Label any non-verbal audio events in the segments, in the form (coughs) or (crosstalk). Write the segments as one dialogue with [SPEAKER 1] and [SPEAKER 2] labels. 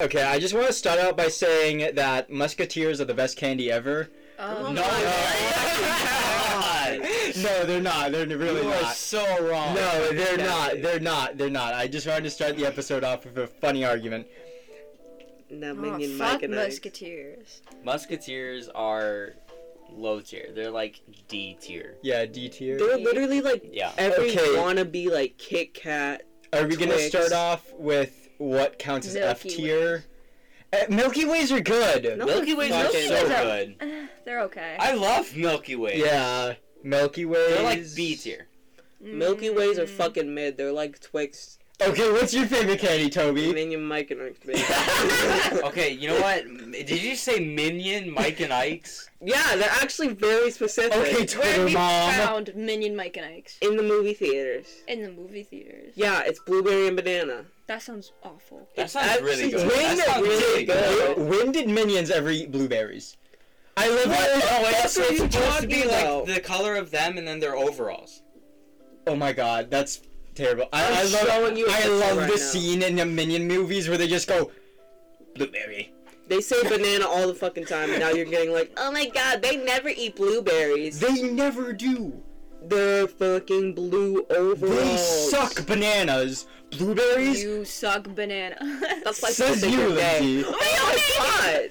[SPEAKER 1] Okay, I just want to start out by saying that Musketeers are the best candy ever.
[SPEAKER 2] Um,
[SPEAKER 1] No,
[SPEAKER 3] Oh (laughs) God.
[SPEAKER 1] no, they're not. They're really
[SPEAKER 3] You
[SPEAKER 1] not.
[SPEAKER 3] are so wrong.
[SPEAKER 1] No, they're not. They're not. They're not. I just wanted to start the episode off with a funny argument.
[SPEAKER 2] Not
[SPEAKER 4] Oh,
[SPEAKER 2] minion Mike
[SPEAKER 4] fuck
[SPEAKER 2] and
[SPEAKER 4] Musketeers.
[SPEAKER 3] Musketeers are low tier. They're like D tier.
[SPEAKER 1] Yeah, D
[SPEAKER 2] I.
[SPEAKER 1] tier.
[SPEAKER 2] They're literally like
[SPEAKER 3] Yeah.
[SPEAKER 2] every
[SPEAKER 1] Okay.
[SPEAKER 2] wannabe like Kit Kat.
[SPEAKER 1] Are we gonna
[SPEAKER 2] Twix.
[SPEAKER 1] start off with what counts as F
[SPEAKER 4] Milky
[SPEAKER 1] tier? Eh, Milky Ways are good.
[SPEAKER 2] No,
[SPEAKER 3] Milky Ways are
[SPEAKER 2] fucking-
[SPEAKER 3] so
[SPEAKER 4] Milky Ways are-
[SPEAKER 3] good.
[SPEAKER 4] Eh, They're okay.
[SPEAKER 3] I love Milky Ways.
[SPEAKER 1] Yeah, Milky Ways.
[SPEAKER 3] They're like B tier.
[SPEAKER 2] Milky Ways are
[SPEAKER 4] Mm.
[SPEAKER 2] fucking mid. They're like Twix,
[SPEAKER 1] Okay, what's your favorite candy,
[SPEAKER 3] (laughs)
[SPEAKER 1] Toby?
[SPEAKER 2] Minion Mike and Ike's. baby.
[SPEAKER 3] Okay, you know what? Did you say Minion, Mike, and Ike's?
[SPEAKER 2] yeah, they're actually very specific.
[SPEAKER 1] Okay,
[SPEAKER 4] Where
[SPEAKER 1] Twitter
[SPEAKER 4] we
[SPEAKER 1] mom.
[SPEAKER 4] found Minion Mike and Ike's
[SPEAKER 2] In the movie theaters.
[SPEAKER 4] in the movie theaters.
[SPEAKER 2] Yeah, it's blueberry and banana.
[SPEAKER 4] That sounds awful.
[SPEAKER 3] That sounds really
[SPEAKER 2] actually
[SPEAKER 3] good.
[SPEAKER 1] When
[SPEAKER 3] That sounds
[SPEAKER 1] did-
[SPEAKER 3] really good.
[SPEAKER 1] when- When did minions ever eat blueberries? I love
[SPEAKER 3] Oh,
[SPEAKER 1] how.
[SPEAKER 3] it's, it's supposed to be
[SPEAKER 2] talking about?
[SPEAKER 3] like the color of them and then their overalls.
[SPEAKER 1] Oh my god, that's terrible. I,
[SPEAKER 2] I'm
[SPEAKER 1] I love.
[SPEAKER 2] showing you a
[SPEAKER 1] I
[SPEAKER 2] picture
[SPEAKER 1] love
[SPEAKER 2] right
[SPEAKER 1] the
[SPEAKER 2] now.
[SPEAKER 1] scene in the minion movies where they just go blueberry.
[SPEAKER 2] They say banana all the fucking time, and now you're getting like, oh my god, they never eat blueberries.
[SPEAKER 1] They never do.
[SPEAKER 2] They're fucking blue overalls.
[SPEAKER 1] They suck bananas. Blueberries.
[SPEAKER 4] You suck banana. (laughs)
[SPEAKER 2] That's like
[SPEAKER 1] Says
[SPEAKER 2] the
[SPEAKER 1] you,
[SPEAKER 2] second day.
[SPEAKER 1] Lindsay.
[SPEAKER 2] Oh my god!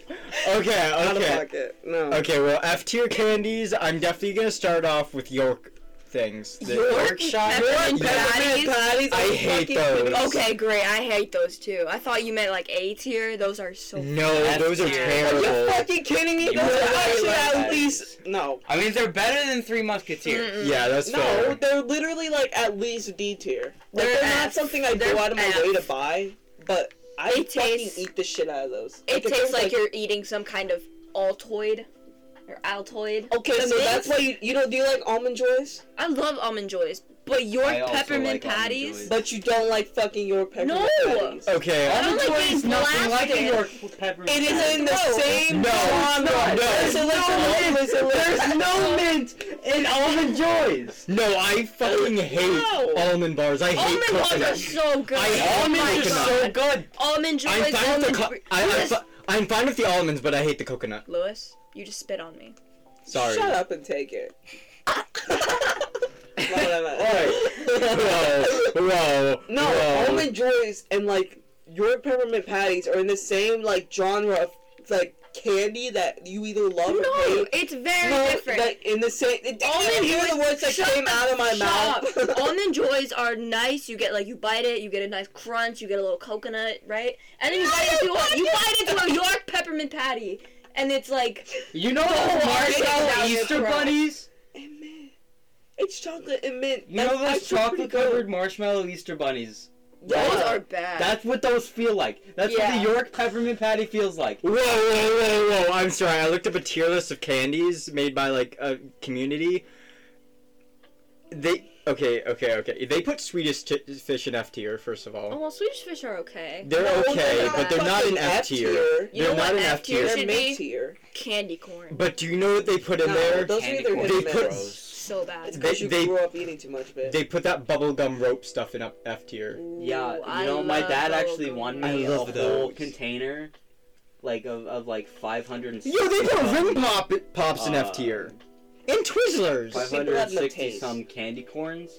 [SPEAKER 1] Okay.
[SPEAKER 2] Out of
[SPEAKER 1] Okay.
[SPEAKER 2] pocket. No.
[SPEAKER 1] Okay, well, F tier candies, I'm definitely gonna start off with York things. The
[SPEAKER 4] York peppermint
[SPEAKER 1] Yeah.
[SPEAKER 2] Peppermint patties
[SPEAKER 1] I
[SPEAKER 2] are
[SPEAKER 1] hate
[SPEAKER 2] fucking
[SPEAKER 1] those.
[SPEAKER 2] goodies.
[SPEAKER 4] okay, great. I hate those too. I thought you meant like A tier. Those are so.
[SPEAKER 1] No,
[SPEAKER 3] That's
[SPEAKER 1] those are
[SPEAKER 3] terrible.
[SPEAKER 2] You're
[SPEAKER 1] terrible.
[SPEAKER 2] fucking kidding me?
[SPEAKER 3] You
[SPEAKER 2] Those
[SPEAKER 3] really
[SPEAKER 2] are actually
[SPEAKER 3] like
[SPEAKER 2] at
[SPEAKER 3] that.
[SPEAKER 2] least no.
[SPEAKER 3] I mean, they're better than Three Musketeers.
[SPEAKER 4] Mm-mm.
[SPEAKER 1] Yeah, that's
[SPEAKER 2] No,
[SPEAKER 1] fair.
[SPEAKER 2] they're literally like at least D tier. Like
[SPEAKER 4] They're
[SPEAKER 2] they're, not
[SPEAKER 4] F.
[SPEAKER 2] something I
[SPEAKER 4] They're
[SPEAKER 2] go out of my
[SPEAKER 4] F.
[SPEAKER 2] way to buy, but I
[SPEAKER 4] It
[SPEAKER 2] fucking
[SPEAKER 4] tastes-
[SPEAKER 2] eat the shit out of those.
[SPEAKER 4] It
[SPEAKER 2] Like, if
[SPEAKER 4] tastes
[SPEAKER 2] there's,
[SPEAKER 4] like, you're eating some kind of Altoid or Altoid.
[SPEAKER 2] Okay,
[SPEAKER 4] Them
[SPEAKER 2] so that's
[SPEAKER 4] things.
[SPEAKER 2] why you, you don't do you like almond joys,
[SPEAKER 4] I love almond joys, but York
[SPEAKER 3] I also
[SPEAKER 4] peppermint
[SPEAKER 3] like Almond
[SPEAKER 4] patties.
[SPEAKER 3] Joys.
[SPEAKER 2] but you don't like fucking York peppermint
[SPEAKER 4] No! Oh,
[SPEAKER 2] patties.
[SPEAKER 1] Okay.
[SPEAKER 4] I don't like being
[SPEAKER 3] nothing like
[SPEAKER 4] blasted.
[SPEAKER 3] New York peppermint.
[SPEAKER 2] It is in the
[SPEAKER 4] No.
[SPEAKER 2] same
[SPEAKER 1] No,
[SPEAKER 2] genre.
[SPEAKER 1] no,
[SPEAKER 2] Listen, listen, listen, listen. (laughs)
[SPEAKER 1] no mint in almond joys. No, I fucking hate
[SPEAKER 2] No.
[SPEAKER 1] almond bars. I hate
[SPEAKER 4] Almond ones are
[SPEAKER 1] coconut.
[SPEAKER 4] so good.
[SPEAKER 1] I
[SPEAKER 4] Oh
[SPEAKER 1] almonds
[SPEAKER 4] my
[SPEAKER 1] are
[SPEAKER 4] God.
[SPEAKER 1] so
[SPEAKER 3] good.
[SPEAKER 4] Almond joys.
[SPEAKER 1] I'm fine with
[SPEAKER 4] almond
[SPEAKER 1] the co-
[SPEAKER 4] br-
[SPEAKER 1] I,
[SPEAKER 4] You
[SPEAKER 1] I'm,
[SPEAKER 4] just-
[SPEAKER 1] fi- I'm fine with the almonds, but I hate the coconut.
[SPEAKER 4] Lewis, you just spit on me.
[SPEAKER 1] Sorry.
[SPEAKER 2] Shut up and
[SPEAKER 4] (laughs)
[SPEAKER 2] take it. no, (laughs)
[SPEAKER 1] Whoa, whoa.
[SPEAKER 2] No,
[SPEAKER 1] whoa.
[SPEAKER 2] almond joys and like your peppermint patties are in the same like genre of like candy that you either love
[SPEAKER 4] No,
[SPEAKER 2] or hate.
[SPEAKER 4] it's very
[SPEAKER 2] Oh, No,
[SPEAKER 4] different.
[SPEAKER 2] like in the same. It,
[SPEAKER 4] Almond
[SPEAKER 2] almond here are the
[SPEAKER 4] Joys-
[SPEAKER 2] words that
[SPEAKER 4] shut
[SPEAKER 2] came
[SPEAKER 4] the
[SPEAKER 2] out of my
[SPEAKER 4] Shut
[SPEAKER 2] mouth. (laughs)
[SPEAKER 4] up. almond joys are nice. You get like you bite it, you get a nice crunch, you get a little coconut, right? And then you bite into a, you bite into a York peppermint patty, and it's like
[SPEAKER 3] You know
[SPEAKER 4] Oh,
[SPEAKER 3] those marshmallow
[SPEAKER 4] Almond
[SPEAKER 3] Easter
[SPEAKER 4] Joys.
[SPEAKER 3] bunnies?
[SPEAKER 2] And mint. It's chocolate and mint.
[SPEAKER 3] You know those
[SPEAKER 2] That's actually pretty
[SPEAKER 3] chocolate covered marshmallow Easter bunnies?
[SPEAKER 2] good.
[SPEAKER 4] those
[SPEAKER 2] Yeah.
[SPEAKER 4] are bad.
[SPEAKER 3] That's what those feel like. That's
[SPEAKER 4] Yeah.
[SPEAKER 3] what the York peppermint patty feels like.
[SPEAKER 1] Whoa, whoa, whoa, whoa! I'm sorry. I looked up a tier list of candies made by like a community. They okay, okay, okay. They put Swedish t- fish in F tier. First of
[SPEAKER 4] oh
[SPEAKER 1] all,
[SPEAKER 4] well, Swedish fish are okay.
[SPEAKER 1] they're
[SPEAKER 2] No,
[SPEAKER 1] okay,
[SPEAKER 4] not
[SPEAKER 1] but they're not in
[SPEAKER 2] fucking
[SPEAKER 1] F tier.
[SPEAKER 4] You
[SPEAKER 1] They're
[SPEAKER 4] know
[SPEAKER 1] not
[SPEAKER 4] what
[SPEAKER 1] in
[SPEAKER 4] F
[SPEAKER 1] F tier.
[SPEAKER 4] tier
[SPEAKER 2] They're
[SPEAKER 4] should
[SPEAKER 2] mid
[SPEAKER 4] be?
[SPEAKER 2] tier.
[SPEAKER 4] Candy corn.
[SPEAKER 1] But do you know what they put in
[SPEAKER 2] No,
[SPEAKER 1] there?
[SPEAKER 2] those are
[SPEAKER 3] Candy
[SPEAKER 2] either
[SPEAKER 3] corn
[SPEAKER 2] hit or
[SPEAKER 1] They put-
[SPEAKER 2] miss.
[SPEAKER 3] Bros.
[SPEAKER 4] So
[SPEAKER 2] It's
[SPEAKER 4] bad.
[SPEAKER 1] They-
[SPEAKER 2] because you
[SPEAKER 1] they-
[SPEAKER 2] grew up eating too much, bitch.
[SPEAKER 1] They put that bubblegum rope stuff in up F tier.
[SPEAKER 2] Ooh,
[SPEAKER 3] Yeah, you
[SPEAKER 4] I
[SPEAKER 3] know, my
[SPEAKER 4] love
[SPEAKER 3] dad
[SPEAKER 4] those.
[SPEAKER 3] actually won
[SPEAKER 1] I
[SPEAKER 3] me a
[SPEAKER 1] love
[SPEAKER 3] whole
[SPEAKER 1] those.
[SPEAKER 3] container, like of, of like five hundred and
[SPEAKER 1] Yo, they put ring pop pops in
[SPEAKER 3] Uh,
[SPEAKER 1] F tier. And Twizzlers.
[SPEAKER 3] Five
[SPEAKER 2] People
[SPEAKER 3] hundred
[SPEAKER 2] have
[SPEAKER 3] and
[SPEAKER 2] no
[SPEAKER 3] sixty
[SPEAKER 2] taste.
[SPEAKER 3] some candy corns,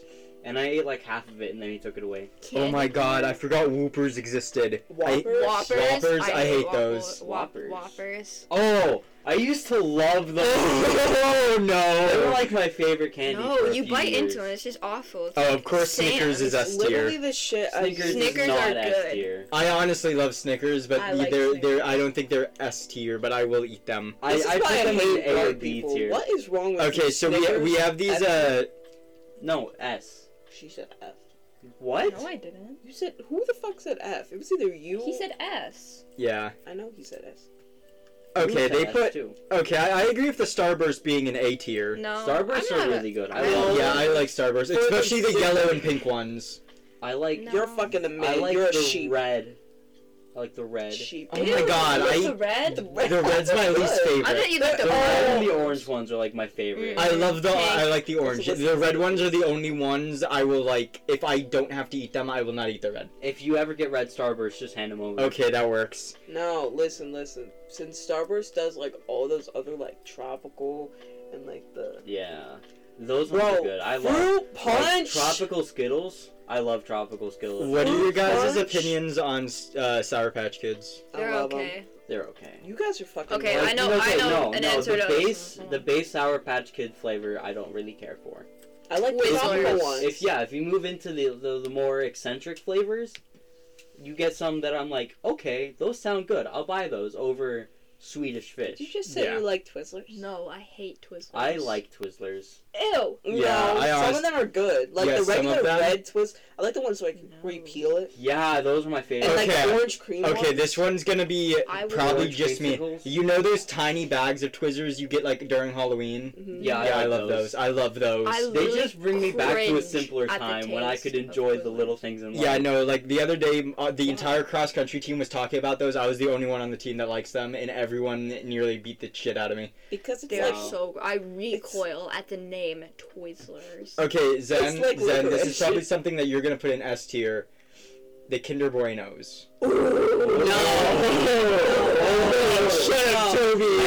[SPEAKER 3] and I ate like half of it, and then he took it away.
[SPEAKER 1] Oh
[SPEAKER 4] Candy
[SPEAKER 1] my god, I
[SPEAKER 4] corn.
[SPEAKER 1] forgot Whoopers existed. I,
[SPEAKER 2] Whoppers?
[SPEAKER 4] Whoppers.
[SPEAKER 1] Whoppers, I hate
[SPEAKER 4] whopper-
[SPEAKER 1] those.
[SPEAKER 4] Whop-
[SPEAKER 3] Whoppers.
[SPEAKER 4] Whoppers.
[SPEAKER 3] Oh, I used to love those.
[SPEAKER 1] (laughs) (laughs) oh no!
[SPEAKER 3] they were like my favorite candy.
[SPEAKER 4] No,
[SPEAKER 3] for a
[SPEAKER 4] you
[SPEAKER 3] few
[SPEAKER 4] bite
[SPEAKER 3] years.
[SPEAKER 4] into it. It's just awful. It's
[SPEAKER 1] Oh, of course,
[SPEAKER 4] Sam,
[SPEAKER 1] Snickers is
[SPEAKER 4] it's
[SPEAKER 1] S
[SPEAKER 2] Literally
[SPEAKER 1] tier.
[SPEAKER 2] the shit. I-
[SPEAKER 3] Snickers,
[SPEAKER 4] Uh, Snickers
[SPEAKER 3] is not
[SPEAKER 4] are
[SPEAKER 3] S
[SPEAKER 4] good.
[SPEAKER 3] tier.
[SPEAKER 1] I honestly love Snickers, but
[SPEAKER 4] I like
[SPEAKER 1] they're
[SPEAKER 4] Snickers.
[SPEAKER 1] they're I don't think they're S tier, but I will eat them.
[SPEAKER 3] I,
[SPEAKER 2] This is
[SPEAKER 3] I
[SPEAKER 2] why
[SPEAKER 3] put
[SPEAKER 2] I
[SPEAKER 3] them
[SPEAKER 2] hate
[SPEAKER 3] in A or
[SPEAKER 2] dark
[SPEAKER 3] B
[SPEAKER 2] people.
[SPEAKER 3] tier.
[SPEAKER 2] What is wrong with
[SPEAKER 1] Okay,
[SPEAKER 2] you?
[SPEAKER 1] so we we have these uh
[SPEAKER 3] No S.
[SPEAKER 2] She said F.
[SPEAKER 3] What?
[SPEAKER 4] No, I didn't.
[SPEAKER 2] You said who the fuck said F? It was either you.
[SPEAKER 4] He said S.
[SPEAKER 1] yeah.
[SPEAKER 2] I know he said S.
[SPEAKER 1] Okay,
[SPEAKER 3] You
[SPEAKER 1] they
[SPEAKER 3] said S
[SPEAKER 1] put
[SPEAKER 3] too.
[SPEAKER 1] okay. I, I agree with the Starburst being an A tier.
[SPEAKER 4] No.
[SPEAKER 3] Starbursts
[SPEAKER 4] I'm not
[SPEAKER 3] are
[SPEAKER 4] a-
[SPEAKER 3] really good. I
[SPEAKER 2] I
[SPEAKER 3] love.
[SPEAKER 2] don't-
[SPEAKER 1] Yeah, I like Starburst,
[SPEAKER 2] They're
[SPEAKER 1] especially the
[SPEAKER 2] consistent.
[SPEAKER 1] yellow and pink ones.
[SPEAKER 3] I like.
[SPEAKER 4] No.
[SPEAKER 2] You're fucking a man.
[SPEAKER 3] I like
[SPEAKER 2] You're a
[SPEAKER 3] the
[SPEAKER 2] sheep.
[SPEAKER 3] red. I like the red.
[SPEAKER 2] Cheap.
[SPEAKER 1] Oh my god,
[SPEAKER 4] What's
[SPEAKER 1] I-
[SPEAKER 4] the red?
[SPEAKER 1] The red's my least
[SPEAKER 4] I
[SPEAKER 1] favorite.
[SPEAKER 4] thought you like the
[SPEAKER 3] The red
[SPEAKER 4] orange.
[SPEAKER 3] and the orange ones are like my favorite.
[SPEAKER 4] Mm.
[SPEAKER 1] I love the.
[SPEAKER 4] Pink.
[SPEAKER 1] I like the orange.
[SPEAKER 2] It's-
[SPEAKER 1] The red ones are the only ones I will like. If I don't have to eat them, I will not eat the red.
[SPEAKER 3] If you ever get red Starburst, just hand them over.
[SPEAKER 1] Okay, that works.
[SPEAKER 2] No, listen, listen. Since Starburst does like all those other like tropical and like the
[SPEAKER 3] Yeah, those ones are
[SPEAKER 2] bro
[SPEAKER 3] good. I love
[SPEAKER 2] fruit
[SPEAKER 3] like,
[SPEAKER 2] punch.
[SPEAKER 3] tropical Skittles. I love tropical Skittles.
[SPEAKER 1] What are your
[SPEAKER 2] Fruit
[SPEAKER 1] guys'
[SPEAKER 2] punch?
[SPEAKER 1] opinions on uh, Sour Patch Kids?
[SPEAKER 2] I
[SPEAKER 4] They're
[SPEAKER 2] love 'em.
[SPEAKER 4] okay.
[SPEAKER 3] They're okay.
[SPEAKER 2] You guys are fucking.
[SPEAKER 4] Okay,
[SPEAKER 2] lame.
[SPEAKER 4] I know- I know an answer
[SPEAKER 3] the
[SPEAKER 4] to-
[SPEAKER 3] base,
[SPEAKER 4] Mhm.
[SPEAKER 3] the base Sour Patch Kid flavor, I don't really care for.
[SPEAKER 2] I like the
[SPEAKER 4] Wait,
[SPEAKER 2] tropical
[SPEAKER 4] Whiskers.
[SPEAKER 2] ones.
[SPEAKER 3] If yeah, if you move into the, the the more eccentric flavors, you get some that I'm like, okay, those sound good. I'll buy those over Swedish
[SPEAKER 2] Did you
[SPEAKER 3] fish.
[SPEAKER 2] just say
[SPEAKER 1] Yeah.
[SPEAKER 2] you like Twizzlers?
[SPEAKER 4] No, I hate Twizzlers.
[SPEAKER 3] I like Twizzlers.
[SPEAKER 4] Ew.
[SPEAKER 1] Yeah,
[SPEAKER 2] no,
[SPEAKER 1] I
[SPEAKER 2] some
[SPEAKER 1] honest-
[SPEAKER 2] of them are good. Like
[SPEAKER 1] Yeah,
[SPEAKER 2] the
[SPEAKER 1] some of
[SPEAKER 2] regular
[SPEAKER 1] them-
[SPEAKER 2] red Twizz. I like the ones where I can
[SPEAKER 4] No.
[SPEAKER 2] repeal it.
[SPEAKER 3] Yeah, those are my
[SPEAKER 2] And
[SPEAKER 3] favorite.
[SPEAKER 1] Okay.
[SPEAKER 2] like orange cream.
[SPEAKER 1] Okay,
[SPEAKER 2] ones.
[SPEAKER 1] this one's gonna be
[SPEAKER 4] I would-
[SPEAKER 1] probably
[SPEAKER 3] Orange
[SPEAKER 1] just me.
[SPEAKER 3] creamsicles?
[SPEAKER 1] You know those tiny bags of Twizzlers you get like during Halloween?
[SPEAKER 2] Mhm.
[SPEAKER 3] Yeah, I
[SPEAKER 1] yeah, I
[SPEAKER 3] like
[SPEAKER 1] love those.
[SPEAKER 3] those.
[SPEAKER 1] I love those.
[SPEAKER 4] I
[SPEAKER 3] They
[SPEAKER 4] Really
[SPEAKER 3] just bring me back to a
[SPEAKER 4] cringe
[SPEAKER 3] simpler
[SPEAKER 4] at the
[SPEAKER 3] time when I
[SPEAKER 4] taste
[SPEAKER 3] could
[SPEAKER 4] of
[SPEAKER 3] enjoy the
[SPEAKER 4] Twizzlers.
[SPEAKER 3] little things in life.
[SPEAKER 1] yeah, no, like the other day, uh, the
[SPEAKER 4] Wow.
[SPEAKER 1] entire cross country team was talking about those. I was the only one on the team that likes them, and everyone nearly beat the shit out of me.
[SPEAKER 2] because it's
[SPEAKER 4] They are
[SPEAKER 2] like
[SPEAKER 3] Wow.
[SPEAKER 4] so. I recoil at the name
[SPEAKER 1] (laughs)
[SPEAKER 4] Twizzlers.
[SPEAKER 1] Okay, Zen,
[SPEAKER 2] like
[SPEAKER 1] Zen, this is
[SPEAKER 2] licorice.
[SPEAKER 1] probably something that you're gonna put in S tier. The Kinder Buenos.
[SPEAKER 2] No.
[SPEAKER 1] Oh, shut up, Toby!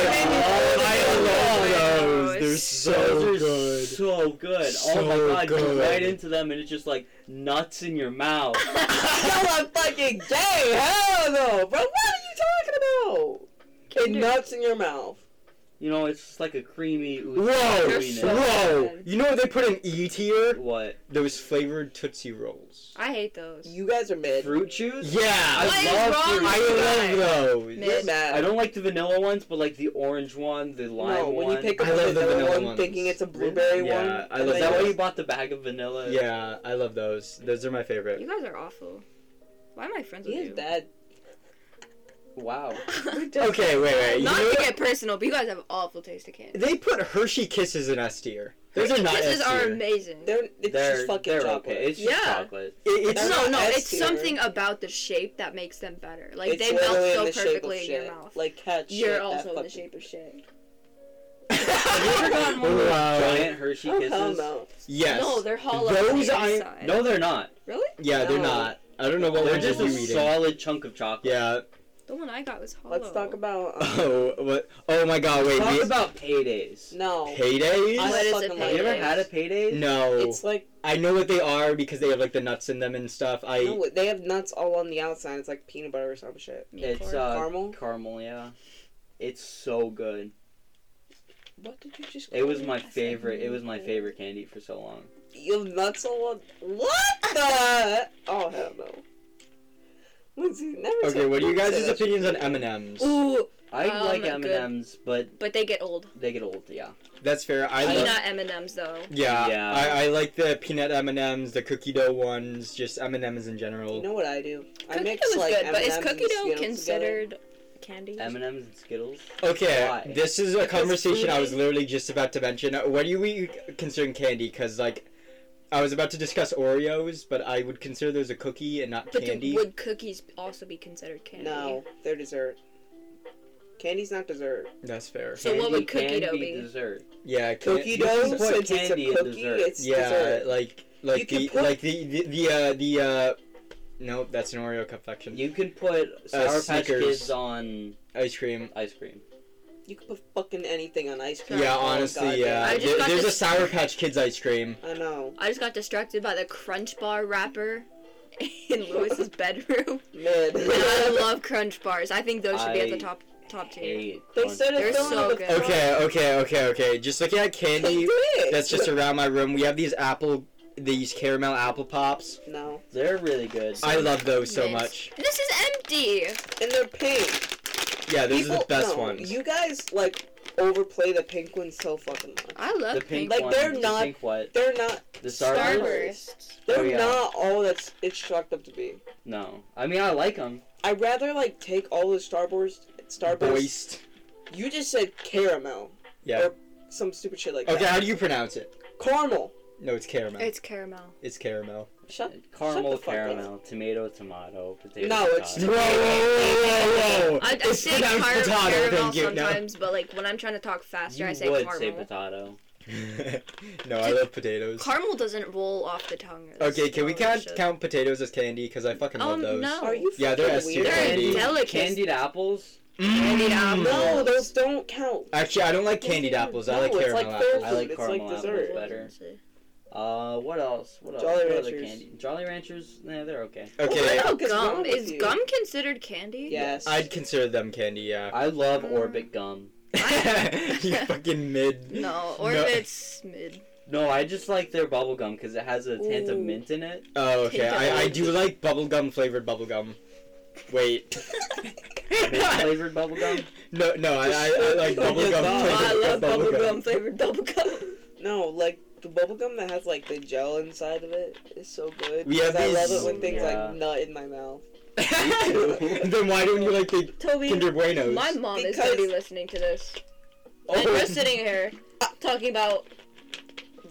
[SPEAKER 1] I love those. They're so
[SPEAKER 3] Those are
[SPEAKER 1] Oh, good.
[SPEAKER 3] so good. oh
[SPEAKER 1] So
[SPEAKER 3] my god, you
[SPEAKER 1] good.
[SPEAKER 3] bite into them and it's just like nuts in your mouth.
[SPEAKER 2] Hell, I'm fucking gay. Hell no, bro. What are you talking about? And
[SPEAKER 4] Kinder-
[SPEAKER 2] nuts in your mouth.
[SPEAKER 3] You know, it's just like a creamy. oozy
[SPEAKER 1] Whoa!
[SPEAKER 4] They're so
[SPEAKER 3] gooiness.
[SPEAKER 1] Whoa!
[SPEAKER 2] good.
[SPEAKER 1] You know what they put in E tier?
[SPEAKER 3] What?
[SPEAKER 1] Those flavored Tootsie Rolls.
[SPEAKER 4] I hate those.
[SPEAKER 2] You guys are mid.
[SPEAKER 3] Fruit chews?
[SPEAKER 1] Yeah!
[SPEAKER 3] I
[SPEAKER 4] What is
[SPEAKER 3] love
[SPEAKER 4] wrong
[SPEAKER 3] fruit
[SPEAKER 4] with
[SPEAKER 1] I
[SPEAKER 4] you
[SPEAKER 1] love
[SPEAKER 4] guys?
[SPEAKER 1] those.
[SPEAKER 4] Man.
[SPEAKER 2] You're mad.
[SPEAKER 3] I don't like the vanilla ones, but like the orange one, the lime
[SPEAKER 2] No,
[SPEAKER 3] one.
[SPEAKER 2] when you pick up
[SPEAKER 1] I love
[SPEAKER 2] the
[SPEAKER 1] the
[SPEAKER 2] vanilla
[SPEAKER 1] vanilla
[SPEAKER 2] one,
[SPEAKER 1] ones.
[SPEAKER 2] thinking it's a blueberry
[SPEAKER 1] Yeah,
[SPEAKER 2] one.
[SPEAKER 1] I love
[SPEAKER 2] and
[SPEAKER 3] is
[SPEAKER 2] then
[SPEAKER 3] that
[SPEAKER 1] those.
[SPEAKER 3] why
[SPEAKER 2] you-
[SPEAKER 3] you bought the bag of vanilla?
[SPEAKER 1] Yeah, I love those. Those are my favorite.
[SPEAKER 4] You guys are awful. Why am I friends
[SPEAKER 2] He
[SPEAKER 4] with
[SPEAKER 2] is
[SPEAKER 4] you?
[SPEAKER 2] bad.
[SPEAKER 3] Wow.
[SPEAKER 1] (laughs) Okay, wait, wait. You
[SPEAKER 4] Not
[SPEAKER 1] know
[SPEAKER 4] to
[SPEAKER 1] what?
[SPEAKER 4] get personal, but you guys have awful taste of candy.
[SPEAKER 1] They put Hershey Kisses in S tier. Those are not
[SPEAKER 4] Kisses
[SPEAKER 1] S
[SPEAKER 4] are
[SPEAKER 1] tier.
[SPEAKER 4] amazing.
[SPEAKER 2] They're it's
[SPEAKER 3] they're
[SPEAKER 2] just fucking
[SPEAKER 3] they're
[SPEAKER 2] chocolate.
[SPEAKER 3] okay. It's just
[SPEAKER 4] Yeah.
[SPEAKER 3] chocolate.
[SPEAKER 1] It-
[SPEAKER 2] They're
[SPEAKER 1] it's
[SPEAKER 4] no,
[SPEAKER 2] not
[SPEAKER 4] no,
[SPEAKER 2] S
[SPEAKER 4] it's
[SPEAKER 2] tier.
[SPEAKER 4] something about the shape that makes them better. Like
[SPEAKER 2] It's
[SPEAKER 4] they melt
[SPEAKER 2] literally
[SPEAKER 4] so
[SPEAKER 2] in the shape of
[SPEAKER 4] perfectly in your
[SPEAKER 2] shit.
[SPEAKER 4] mouth.
[SPEAKER 2] Like cat shit.
[SPEAKER 4] You're
[SPEAKER 2] that
[SPEAKER 4] also in the
[SPEAKER 2] fucking-
[SPEAKER 4] shape of shit.
[SPEAKER 3] Have you ever gotten one of those
[SPEAKER 1] Wow.
[SPEAKER 3] giant Hershey
[SPEAKER 2] Oh,
[SPEAKER 3] kisses?
[SPEAKER 2] hell no.
[SPEAKER 1] Yes.
[SPEAKER 4] No, they're hollow.
[SPEAKER 1] Those
[SPEAKER 4] on
[SPEAKER 1] I-
[SPEAKER 4] the inside.
[SPEAKER 3] No, they're not.
[SPEAKER 4] Really?
[SPEAKER 1] yeah, they're
[SPEAKER 2] No.
[SPEAKER 1] not. I don't know what
[SPEAKER 3] They're
[SPEAKER 1] ones
[SPEAKER 3] just
[SPEAKER 1] you
[SPEAKER 3] a
[SPEAKER 1] eating.
[SPEAKER 3] solid chunk of chocolate.
[SPEAKER 1] Yeah.
[SPEAKER 4] The one I got was hollow.
[SPEAKER 2] Let's talk about.
[SPEAKER 3] (laughs)
[SPEAKER 2] Um,
[SPEAKER 1] Oh, what? Oh my god, wait.
[SPEAKER 3] Talk
[SPEAKER 1] we-
[SPEAKER 3] about paydays.
[SPEAKER 2] no.
[SPEAKER 1] Paydays?
[SPEAKER 2] I
[SPEAKER 4] What is
[SPEAKER 2] fucking
[SPEAKER 4] it,
[SPEAKER 2] like
[SPEAKER 3] Have you ever
[SPEAKER 4] Paydays?
[SPEAKER 3] had a payday?
[SPEAKER 1] no.
[SPEAKER 2] It's like
[SPEAKER 1] I know what they are because they have like the nuts in them and stuff. I
[SPEAKER 2] no, they have nuts all on the outside. It's like peanut butter or some shit.
[SPEAKER 4] Me
[SPEAKER 3] It's
[SPEAKER 4] for-
[SPEAKER 3] uh,
[SPEAKER 2] Caramel?
[SPEAKER 3] Caramel, yeah. It's so good.
[SPEAKER 2] What did you just?
[SPEAKER 3] It was my
[SPEAKER 4] I said
[SPEAKER 3] favorite. It was my
[SPEAKER 4] meatballs.
[SPEAKER 3] favorite candy for so long.
[SPEAKER 2] You have nuts all on. What the? Oh hell no. Lindsay, never.
[SPEAKER 1] Okay,
[SPEAKER 2] say-
[SPEAKER 1] what are you
[SPEAKER 2] never say
[SPEAKER 1] guys'
[SPEAKER 2] that shit.
[SPEAKER 1] opinions on M and M's?
[SPEAKER 4] Ooh,
[SPEAKER 3] I
[SPEAKER 4] Oh,
[SPEAKER 3] like
[SPEAKER 4] they're
[SPEAKER 3] M and
[SPEAKER 4] good.
[SPEAKER 3] M's, but
[SPEAKER 4] but they get old.
[SPEAKER 3] they get old. Yeah.
[SPEAKER 1] That's fair. I
[SPEAKER 4] Peanut
[SPEAKER 1] love.
[SPEAKER 4] M and M's though.
[SPEAKER 1] Yeah,
[SPEAKER 3] Yeah.
[SPEAKER 1] I, I like the peanut M and M's, the cookie dough ones, just M and M's in general.
[SPEAKER 2] You know what I do? I
[SPEAKER 4] Cookie
[SPEAKER 2] mix
[SPEAKER 4] dough is
[SPEAKER 2] like
[SPEAKER 4] good, but is
[SPEAKER 2] M&Ms and
[SPEAKER 4] cookie dough
[SPEAKER 2] Skittles together.
[SPEAKER 4] considered candy?
[SPEAKER 3] M and M's and Skittles.
[SPEAKER 1] okay,
[SPEAKER 3] Why?
[SPEAKER 1] this is a
[SPEAKER 2] Because
[SPEAKER 1] conversation I was
[SPEAKER 2] food-
[SPEAKER 1] literally just about to mention. What do you considering candy? Because like, I was about to discuss Oreos, but I would consider those a cookie and not
[SPEAKER 4] But
[SPEAKER 1] candy.
[SPEAKER 4] do, would cookies also be considered candy?
[SPEAKER 2] No, they're dessert. Candy's not dessert.
[SPEAKER 1] That's fair.
[SPEAKER 4] So what would cookie
[SPEAKER 3] can
[SPEAKER 4] dough
[SPEAKER 3] be?
[SPEAKER 4] be?
[SPEAKER 3] Dessert.
[SPEAKER 1] Yeah, can-
[SPEAKER 2] Cookie
[SPEAKER 1] this is
[SPEAKER 2] dough,
[SPEAKER 1] what-
[SPEAKER 2] since it's
[SPEAKER 3] candy
[SPEAKER 2] a
[SPEAKER 3] and
[SPEAKER 2] cookie,
[SPEAKER 3] dessert.
[SPEAKER 2] it's
[SPEAKER 1] yeah,
[SPEAKER 2] dessert.
[SPEAKER 1] like like
[SPEAKER 2] You can
[SPEAKER 1] the
[SPEAKER 2] put-
[SPEAKER 1] like the the the uh, the uh, no, that's an Oreo confection.
[SPEAKER 3] You can put Sour Patch
[SPEAKER 1] Uh, Snickers.
[SPEAKER 3] Kids on
[SPEAKER 1] Ice cream.
[SPEAKER 3] ice cream.
[SPEAKER 2] You can put fucking anything on ice cream.
[SPEAKER 1] Yeah,
[SPEAKER 2] Oh,
[SPEAKER 1] honestly,
[SPEAKER 2] goddamn.
[SPEAKER 1] yeah.
[SPEAKER 4] I just
[SPEAKER 1] There-
[SPEAKER 4] got
[SPEAKER 1] there's
[SPEAKER 4] this-
[SPEAKER 1] a Sour Patch Kids ice cream.
[SPEAKER 2] I know.
[SPEAKER 4] I just got distracted by the Crunch Bar wrapper (laughs) in
[SPEAKER 1] (laughs)
[SPEAKER 4] Lewis's bedroom.
[SPEAKER 2] Mid.
[SPEAKER 4] And (laughs) I love Crunch Bars. I think those should be at the
[SPEAKER 3] I
[SPEAKER 4] top top tier.
[SPEAKER 3] Hey,
[SPEAKER 2] They
[SPEAKER 3] crunch.
[SPEAKER 2] said
[SPEAKER 4] They're
[SPEAKER 2] it's
[SPEAKER 4] so
[SPEAKER 2] so
[SPEAKER 4] good.
[SPEAKER 1] Okay, okay, okay, okay. Just looking at candy that's just
[SPEAKER 2] a.
[SPEAKER 1] around my room. We have these apple, these caramel apple pops.
[SPEAKER 2] No.
[SPEAKER 3] they're really good.
[SPEAKER 1] I love those so
[SPEAKER 4] Yes.
[SPEAKER 1] much.
[SPEAKER 4] This is empty.
[SPEAKER 2] And they're pink.
[SPEAKER 1] Yeah, those are the
[SPEAKER 2] People-
[SPEAKER 1] best
[SPEAKER 2] no,
[SPEAKER 1] ones.
[SPEAKER 2] You guys, like, overplay the pink ones so fucking much.
[SPEAKER 4] I love
[SPEAKER 3] the pink
[SPEAKER 2] Like,
[SPEAKER 3] one.
[SPEAKER 2] they're
[SPEAKER 3] the
[SPEAKER 2] not-
[SPEAKER 3] pink what?
[SPEAKER 2] They're not.
[SPEAKER 3] The
[SPEAKER 4] Starburst.
[SPEAKER 3] Starburst.
[SPEAKER 2] They're
[SPEAKER 3] Oh, yeah.
[SPEAKER 2] not all that's it's chalked up to be.
[SPEAKER 3] No, I mean I like them.
[SPEAKER 2] I'd rather, like, take all the Starburst. Starburst.
[SPEAKER 1] Boist.
[SPEAKER 2] You just said caramel.
[SPEAKER 1] Yeah.
[SPEAKER 2] Some stupid shit like
[SPEAKER 1] Okay,
[SPEAKER 2] that.
[SPEAKER 1] how do you pronounce it?
[SPEAKER 2] Caramel.
[SPEAKER 1] No, it's caramel.
[SPEAKER 4] It's caramel.
[SPEAKER 1] It's caramel.
[SPEAKER 2] Shut.
[SPEAKER 3] Caramel,
[SPEAKER 2] Shut the fuck up.
[SPEAKER 3] caramel, tomato, tomato, potato.
[SPEAKER 2] No,
[SPEAKER 1] (laughs)
[SPEAKER 2] it's-
[SPEAKER 1] Whoa,
[SPEAKER 3] potato.
[SPEAKER 1] whoa, whoa, whoa, whoa!
[SPEAKER 4] I, I
[SPEAKER 1] it's
[SPEAKER 4] say
[SPEAKER 1] pronounced
[SPEAKER 4] car-
[SPEAKER 1] potato,
[SPEAKER 4] caramel
[SPEAKER 1] thank you.
[SPEAKER 4] sometimes, but like when I'm trying to talk faster,
[SPEAKER 3] You
[SPEAKER 4] I say
[SPEAKER 3] would
[SPEAKER 4] caramel.
[SPEAKER 3] say potato.
[SPEAKER 1] (laughs) No, no, I love potatoes.
[SPEAKER 4] Caramel doesn't roll off the tongue. as
[SPEAKER 1] Okay, can we
[SPEAKER 4] well,
[SPEAKER 1] count
[SPEAKER 4] should.
[SPEAKER 1] count potatoes as candy? Because I fucking love
[SPEAKER 4] Um,
[SPEAKER 1] those.
[SPEAKER 4] no.
[SPEAKER 2] Are you?
[SPEAKER 1] Yeah, they're
[SPEAKER 2] fucking
[SPEAKER 1] S tier
[SPEAKER 2] weird?
[SPEAKER 4] They're
[SPEAKER 1] candy.
[SPEAKER 4] delicate.
[SPEAKER 3] Candied apples.
[SPEAKER 4] Candied
[SPEAKER 1] Mm.
[SPEAKER 4] apple.
[SPEAKER 2] No, those don't count.
[SPEAKER 1] Actually, I don't like candied apples. I like
[SPEAKER 2] No, it's
[SPEAKER 1] caramel
[SPEAKER 2] like
[SPEAKER 1] apples.
[SPEAKER 2] they're-
[SPEAKER 3] I like
[SPEAKER 2] It's like
[SPEAKER 3] caramel apples
[SPEAKER 2] dessert.
[SPEAKER 3] better.
[SPEAKER 4] Let's see.
[SPEAKER 3] Uh, what else? What else?
[SPEAKER 2] Jolly
[SPEAKER 3] What other
[SPEAKER 2] Ranchers.
[SPEAKER 3] candy? Jolly Ranchers. Nah, they're okay.
[SPEAKER 1] Okay,
[SPEAKER 2] (laughs) What the fuck is wrong
[SPEAKER 4] Gum
[SPEAKER 2] with
[SPEAKER 4] is
[SPEAKER 2] you?
[SPEAKER 4] gum considered candy?
[SPEAKER 2] Yes.
[SPEAKER 1] (laughs)
[SPEAKER 2] (laughs)
[SPEAKER 1] I'd consider them candy. Yeah.
[SPEAKER 3] I love
[SPEAKER 4] Mm.
[SPEAKER 3] Orbit gum.
[SPEAKER 4] I-
[SPEAKER 1] (laughs) you fucking mid.
[SPEAKER 4] No,
[SPEAKER 1] No.
[SPEAKER 4] Orbit's
[SPEAKER 1] (laughs)
[SPEAKER 4] mid.
[SPEAKER 3] No, I just like their bubble gum because it has a tint of
[SPEAKER 2] Ooh.
[SPEAKER 3] mint in (laughs) it.
[SPEAKER 1] Oh, okay.
[SPEAKER 4] Take it
[SPEAKER 1] I, I
[SPEAKER 4] away.
[SPEAKER 1] do like bubblegum flavored bubblegum. Wait.
[SPEAKER 3] Mint flavored bubble gum.
[SPEAKER 1] no, no, I, I, I like bubblegum
[SPEAKER 2] Oh my
[SPEAKER 1] flavored
[SPEAKER 2] God.
[SPEAKER 4] Oh, I love
[SPEAKER 1] bubblegum.
[SPEAKER 4] bubblegum flavored bubblegum.
[SPEAKER 2] No, like the bubblegum that has like the gel inside of it is so good.
[SPEAKER 1] We have
[SPEAKER 2] because I love
[SPEAKER 1] these-
[SPEAKER 2] it when things
[SPEAKER 3] Yeah.
[SPEAKER 2] like nut in my mouth.
[SPEAKER 1] (laughs) then why don't you like the
[SPEAKER 4] Toby,
[SPEAKER 1] Kinder Buenos?
[SPEAKER 4] my mom is gonna be
[SPEAKER 2] Because-
[SPEAKER 4] listening to this. And
[SPEAKER 1] Oh.
[SPEAKER 4] we're sitting here talking about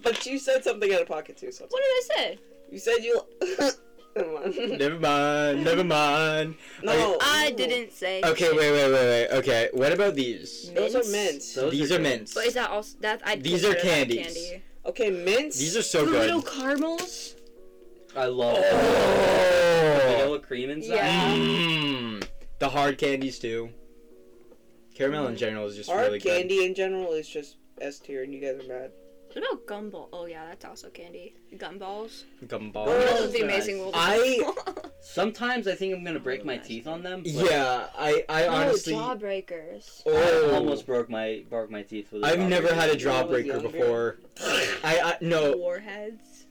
[SPEAKER 2] But you said something out of pocket too. So
[SPEAKER 4] what did I say?
[SPEAKER 2] you said you. (laughs) Never mind.
[SPEAKER 1] Never mind, never mind.
[SPEAKER 2] no,
[SPEAKER 4] I
[SPEAKER 2] no.
[SPEAKER 4] didn't say.
[SPEAKER 1] Okay,
[SPEAKER 4] shit.
[SPEAKER 1] wait, wait, wait, wait. Okay, what about these?
[SPEAKER 2] Those are
[SPEAKER 4] Mints?
[SPEAKER 2] mints.
[SPEAKER 3] Those
[SPEAKER 1] These are
[SPEAKER 3] good.
[SPEAKER 1] mints.
[SPEAKER 4] But is that also that I?
[SPEAKER 1] These are candies.
[SPEAKER 4] Candy.
[SPEAKER 2] Okay, mints.
[SPEAKER 1] These are
[SPEAKER 4] The
[SPEAKER 1] so
[SPEAKER 4] little
[SPEAKER 1] good.
[SPEAKER 4] caramels.
[SPEAKER 3] I love
[SPEAKER 1] Oh.
[SPEAKER 3] vanilla cream inside.
[SPEAKER 4] Yeah.
[SPEAKER 1] Mm. The hard candies too. Caramel in general is just
[SPEAKER 2] Our
[SPEAKER 1] really good.
[SPEAKER 2] candy in general is just S tier, and you guys are mad.
[SPEAKER 4] What about gumball? Oh yeah, that's also candy. Gumballs.
[SPEAKER 1] Gumball.
[SPEAKER 2] Oh.
[SPEAKER 4] Those are the
[SPEAKER 3] nice.
[SPEAKER 4] amazing world. of
[SPEAKER 1] I-
[SPEAKER 4] Gumball.
[SPEAKER 3] Sometimes I think I'm gonna break my teeth on them. but
[SPEAKER 1] Yeah, I, I (laughs) honestly.
[SPEAKER 4] no, Oh, jawbreakers.
[SPEAKER 1] Oh.
[SPEAKER 3] I almost broke my broke my teeth with. a
[SPEAKER 1] I've never
[SPEAKER 3] jawbreaker.
[SPEAKER 1] had a
[SPEAKER 2] When I was
[SPEAKER 1] jawbreaker
[SPEAKER 2] younger.
[SPEAKER 1] before. I, I no.
[SPEAKER 4] Warheads.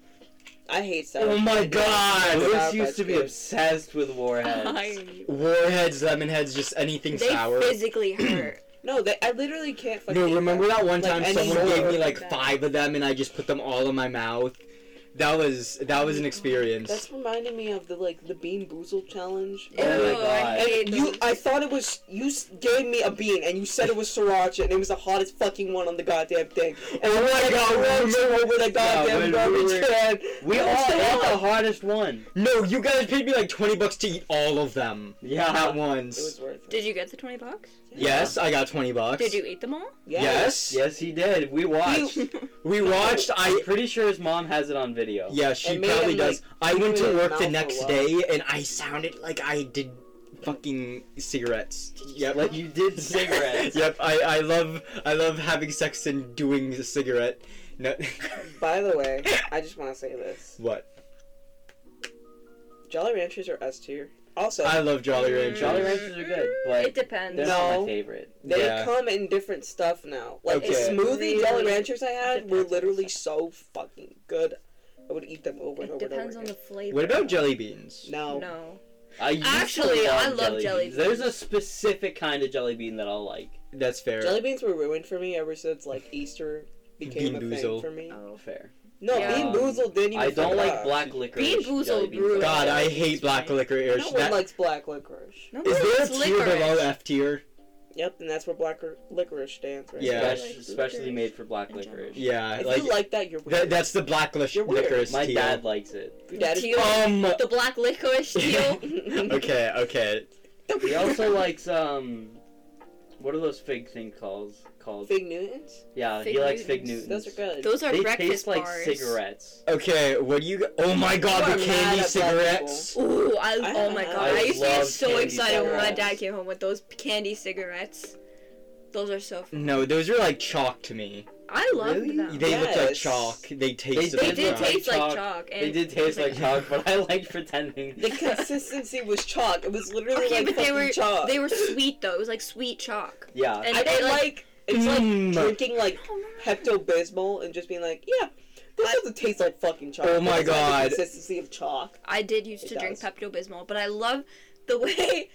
[SPEAKER 2] I hate sour.
[SPEAKER 4] Um,
[SPEAKER 1] Oh my
[SPEAKER 2] Yeah.
[SPEAKER 1] god!
[SPEAKER 3] Bruce used to be obsessed with warheads.
[SPEAKER 4] (laughs) I-
[SPEAKER 1] Warheads, lemon heads, just anything
[SPEAKER 4] They
[SPEAKER 1] sour.
[SPEAKER 4] physically
[SPEAKER 1] (clears throat)
[SPEAKER 4] hurt.
[SPEAKER 2] No, they, I literally can't fucking.
[SPEAKER 1] No,
[SPEAKER 2] eat
[SPEAKER 1] remember that one
[SPEAKER 2] Like
[SPEAKER 1] time
[SPEAKER 2] any
[SPEAKER 1] someone
[SPEAKER 2] soda
[SPEAKER 1] gave me
[SPEAKER 2] would
[SPEAKER 1] like
[SPEAKER 4] be bad.
[SPEAKER 1] five of them and I just put them all in my mouth. That was that was an experience.
[SPEAKER 2] That's reminding me of the like the bean boozled challenge.
[SPEAKER 1] Oh
[SPEAKER 4] Ew,
[SPEAKER 3] my
[SPEAKER 4] I
[SPEAKER 3] God.
[SPEAKER 4] hate
[SPEAKER 2] And you,
[SPEAKER 4] those.
[SPEAKER 2] I thought it was you s- gave me a bean, and you said it was sriracha, and it was the hottest fucking one on the goddamn thing. And
[SPEAKER 1] Oh my
[SPEAKER 2] I wanted
[SPEAKER 1] God,
[SPEAKER 2] sriracha
[SPEAKER 1] remember-
[SPEAKER 2] over the
[SPEAKER 1] when we
[SPEAKER 2] goddamn garbage
[SPEAKER 1] were-
[SPEAKER 2] can.
[SPEAKER 3] We all
[SPEAKER 2] Yes, they
[SPEAKER 3] ate
[SPEAKER 2] are.
[SPEAKER 3] the hardest one.
[SPEAKER 1] No, you guys paid me like twenty bucks to eat all of them at
[SPEAKER 3] Yeah.
[SPEAKER 1] once.
[SPEAKER 2] It was worth it.
[SPEAKER 4] Did you get the twenty bucks?
[SPEAKER 1] Yes, I got twenty bucks.
[SPEAKER 4] Did you eat them all?
[SPEAKER 1] Yes.
[SPEAKER 3] Yes, he did. We (laughs) watched.
[SPEAKER 1] We watched. I
[SPEAKER 3] I'm pretty sure his mom has it on video.
[SPEAKER 1] yeah, she
[SPEAKER 2] It made
[SPEAKER 1] probably
[SPEAKER 2] him,
[SPEAKER 1] does. I
[SPEAKER 2] keep
[SPEAKER 1] went
[SPEAKER 2] it
[SPEAKER 1] to
[SPEAKER 2] in
[SPEAKER 1] work the
[SPEAKER 2] mouth a
[SPEAKER 1] next
[SPEAKER 2] lot.
[SPEAKER 1] day and I sounded like I did fucking cigarettes. Yep.
[SPEAKER 2] (laughs)
[SPEAKER 3] Like you did cigarettes.
[SPEAKER 1] yep. I, I love I love having sex and doing a cigarette. No. (laughs)
[SPEAKER 2] By the way, I just want to say this:
[SPEAKER 1] what?
[SPEAKER 2] Jolly Ranchers are S tier. Also,
[SPEAKER 1] I love
[SPEAKER 2] Mm.
[SPEAKER 1] Jolly Ranchers.
[SPEAKER 3] Jolly Ranchers are good, but
[SPEAKER 4] it depends.
[SPEAKER 3] They're not my
[SPEAKER 2] No.
[SPEAKER 3] favorite.
[SPEAKER 2] they
[SPEAKER 1] Yeah.
[SPEAKER 2] come in different stuff now. Like the
[SPEAKER 1] Okay.
[SPEAKER 2] smoothie Jolly
[SPEAKER 4] Really
[SPEAKER 2] Ranchers I had were
[SPEAKER 4] depends on
[SPEAKER 2] literally
[SPEAKER 4] the
[SPEAKER 2] so fucking good. I would eat them over and
[SPEAKER 4] It
[SPEAKER 2] over and over.
[SPEAKER 4] depends on the
[SPEAKER 2] again.
[SPEAKER 4] flavor.
[SPEAKER 1] What about jelly beans?
[SPEAKER 2] No.
[SPEAKER 4] No.
[SPEAKER 3] I used to
[SPEAKER 4] Actually, I love jelly
[SPEAKER 3] There's a
[SPEAKER 4] beans.
[SPEAKER 3] specific kind of jelly bean that I'll like.
[SPEAKER 1] That's fair.
[SPEAKER 2] Jelly beans were ruined for me ever since like Easter became
[SPEAKER 1] Bean
[SPEAKER 2] a thing
[SPEAKER 1] boozled.
[SPEAKER 2] for me.
[SPEAKER 4] Oh.
[SPEAKER 3] Fair.
[SPEAKER 2] No,
[SPEAKER 4] Yeah.
[SPEAKER 2] Bean Boozled didn't even.
[SPEAKER 3] I don't
[SPEAKER 2] fuck
[SPEAKER 3] like
[SPEAKER 2] up.
[SPEAKER 3] black licorice.
[SPEAKER 4] Bean Boozled
[SPEAKER 3] jelly beans.
[SPEAKER 4] ruined
[SPEAKER 1] God, I
[SPEAKER 4] Jelly beans,
[SPEAKER 1] hate black
[SPEAKER 4] right?
[SPEAKER 1] licorice.
[SPEAKER 2] No one
[SPEAKER 1] That-
[SPEAKER 2] likes black licorice.
[SPEAKER 4] No,
[SPEAKER 1] is there a
[SPEAKER 4] it's
[SPEAKER 1] tier
[SPEAKER 4] licorice.
[SPEAKER 1] below F tier?
[SPEAKER 2] Yep, and that's where black r- licorice stands. Right?
[SPEAKER 1] Yeah.
[SPEAKER 3] Spec-
[SPEAKER 4] I like
[SPEAKER 3] Especially
[SPEAKER 4] licorice
[SPEAKER 3] made for black
[SPEAKER 4] in general.
[SPEAKER 3] licorice.
[SPEAKER 1] Yeah,
[SPEAKER 2] If
[SPEAKER 1] like,
[SPEAKER 2] you like that, you're
[SPEAKER 1] that,
[SPEAKER 2] weird.
[SPEAKER 1] that's the black lic-
[SPEAKER 2] You're weird.
[SPEAKER 1] licorice
[SPEAKER 3] My
[SPEAKER 1] tier.
[SPEAKER 3] dad likes it.
[SPEAKER 2] Your dad is
[SPEAKER 4] Teal.
[SPEAKER 1] Um.
[SPEAKER 4] The black licorice teal.
[SPEAKER 2] (laughs)
[SPEAKER 1] Okay. Okay.
[SPEAKER 3] He
[SPEAKER 4] (laughs)
[SPEAKER 3] also likes um, what are those fig thing calls called?
[SPEAKER 2] Fig Newtons.
[SPEAKER 3] Yeah,
[SPEAKER 4] Fig
[SPEAKER 3] he likes fig
[SPEAKER 4] Newtons.
[SPEAKER 3] Newtons.
[SPEAKER 2] Those are good.
[SPEAKER 4] Those are
[SPEAKER 3] They
[SPEAKER 4] breakfast
[SPEAKER 3] taste like
[SPEAKER 4] bars.
[SPEAKER 3] cigarettes.
[SPEAKER 1] Okay. What do you? Oh my
[SPEAKER 2] You
[SPEAKER 1] God!
[SPEAKER 2] are
[SPEAKER 1] The
[SPEAKER 2] mad
[SPEAKER 1] candy
[SPEAKER 2] at black
[SPEAKER 1] cigarettes.
[SPEAKER 4] Ooh, I,
[SPEAKER 2] I
[SPEAKER 4] oh my god. I,
[SPEAKER 2] love
[SPEAKER 4] used to get so
[SPEAKER 3] candy
[SPEAKER 4] excited when my
[SPEAKER 3] cigarettes.
[SPEAKER 4] dad came home with those candy cigarettes. Those are so fun.
[SPEAKER 1] No, those are like chalk to me.
[SPEAKER 4] I love
[SPEAKER 3] Really?
[SPEAKER 4] them.
[SPEAKER 1] They look like
[SPEAKER 2] Yes.
[SPEAKER 1] chalk. They taste.
[SPEAKER 3] They
[SPEAKER 4] They
[SPEAKER 1] like
[SPEAKER 4] did
[SPEAKER 1] chalk. (laughs)
[SPEAKER 3] like
[SPEAKER 4] taste like
[SPEAKER 3] chalk.
[SPEAKER 4] chalk. and
[SPEAKER 3] They did
[SPEAKER 4] (laughs)
[SPEAKER 3] taste like chalk, but I liked pretending.
[SPEAKER 2] The consistency was chalk. It was literally
[SPEAKER 4] Okay,
[SPEAKER 2] like
[SPEAKER 4] but they
[SPEAKER 2] fucking
[SPEAKER 4] were
[SPEAKER 2] chalk.
[SPEAKER 4] they were sweet though. It was like sweet chalk.
[SPEAKER 3] (laughs) yeah,
[SPEAKER 4] And
[SPEAKER 2] I
[SPEAKER 4] they,
[SPEAKER 2] don't
[SPEAKER 4] like,
[SPEAKER 2] like. It's
[SPEAKER 1] Mm.
[SPEAKER 2] like drinking like
[SPEAKER 4] Oh, no.
[SPEAKER 2] Pepto Bismol and just being like, yeah, this doesn't taste like fucking chalk.
[SPEAKER 1] Oh my
[SPEAKER 2] It's not
[SPEAKER 1] God.
[SPEAKER 2] The consistency of chalk.
[SPEAKER 4] I did used
[SPEAKER 2] It
[SPEAKER 4] to drink
[SPEAKER 2] does.
[SPEAKER 4] Pepto Bismol, but I love the way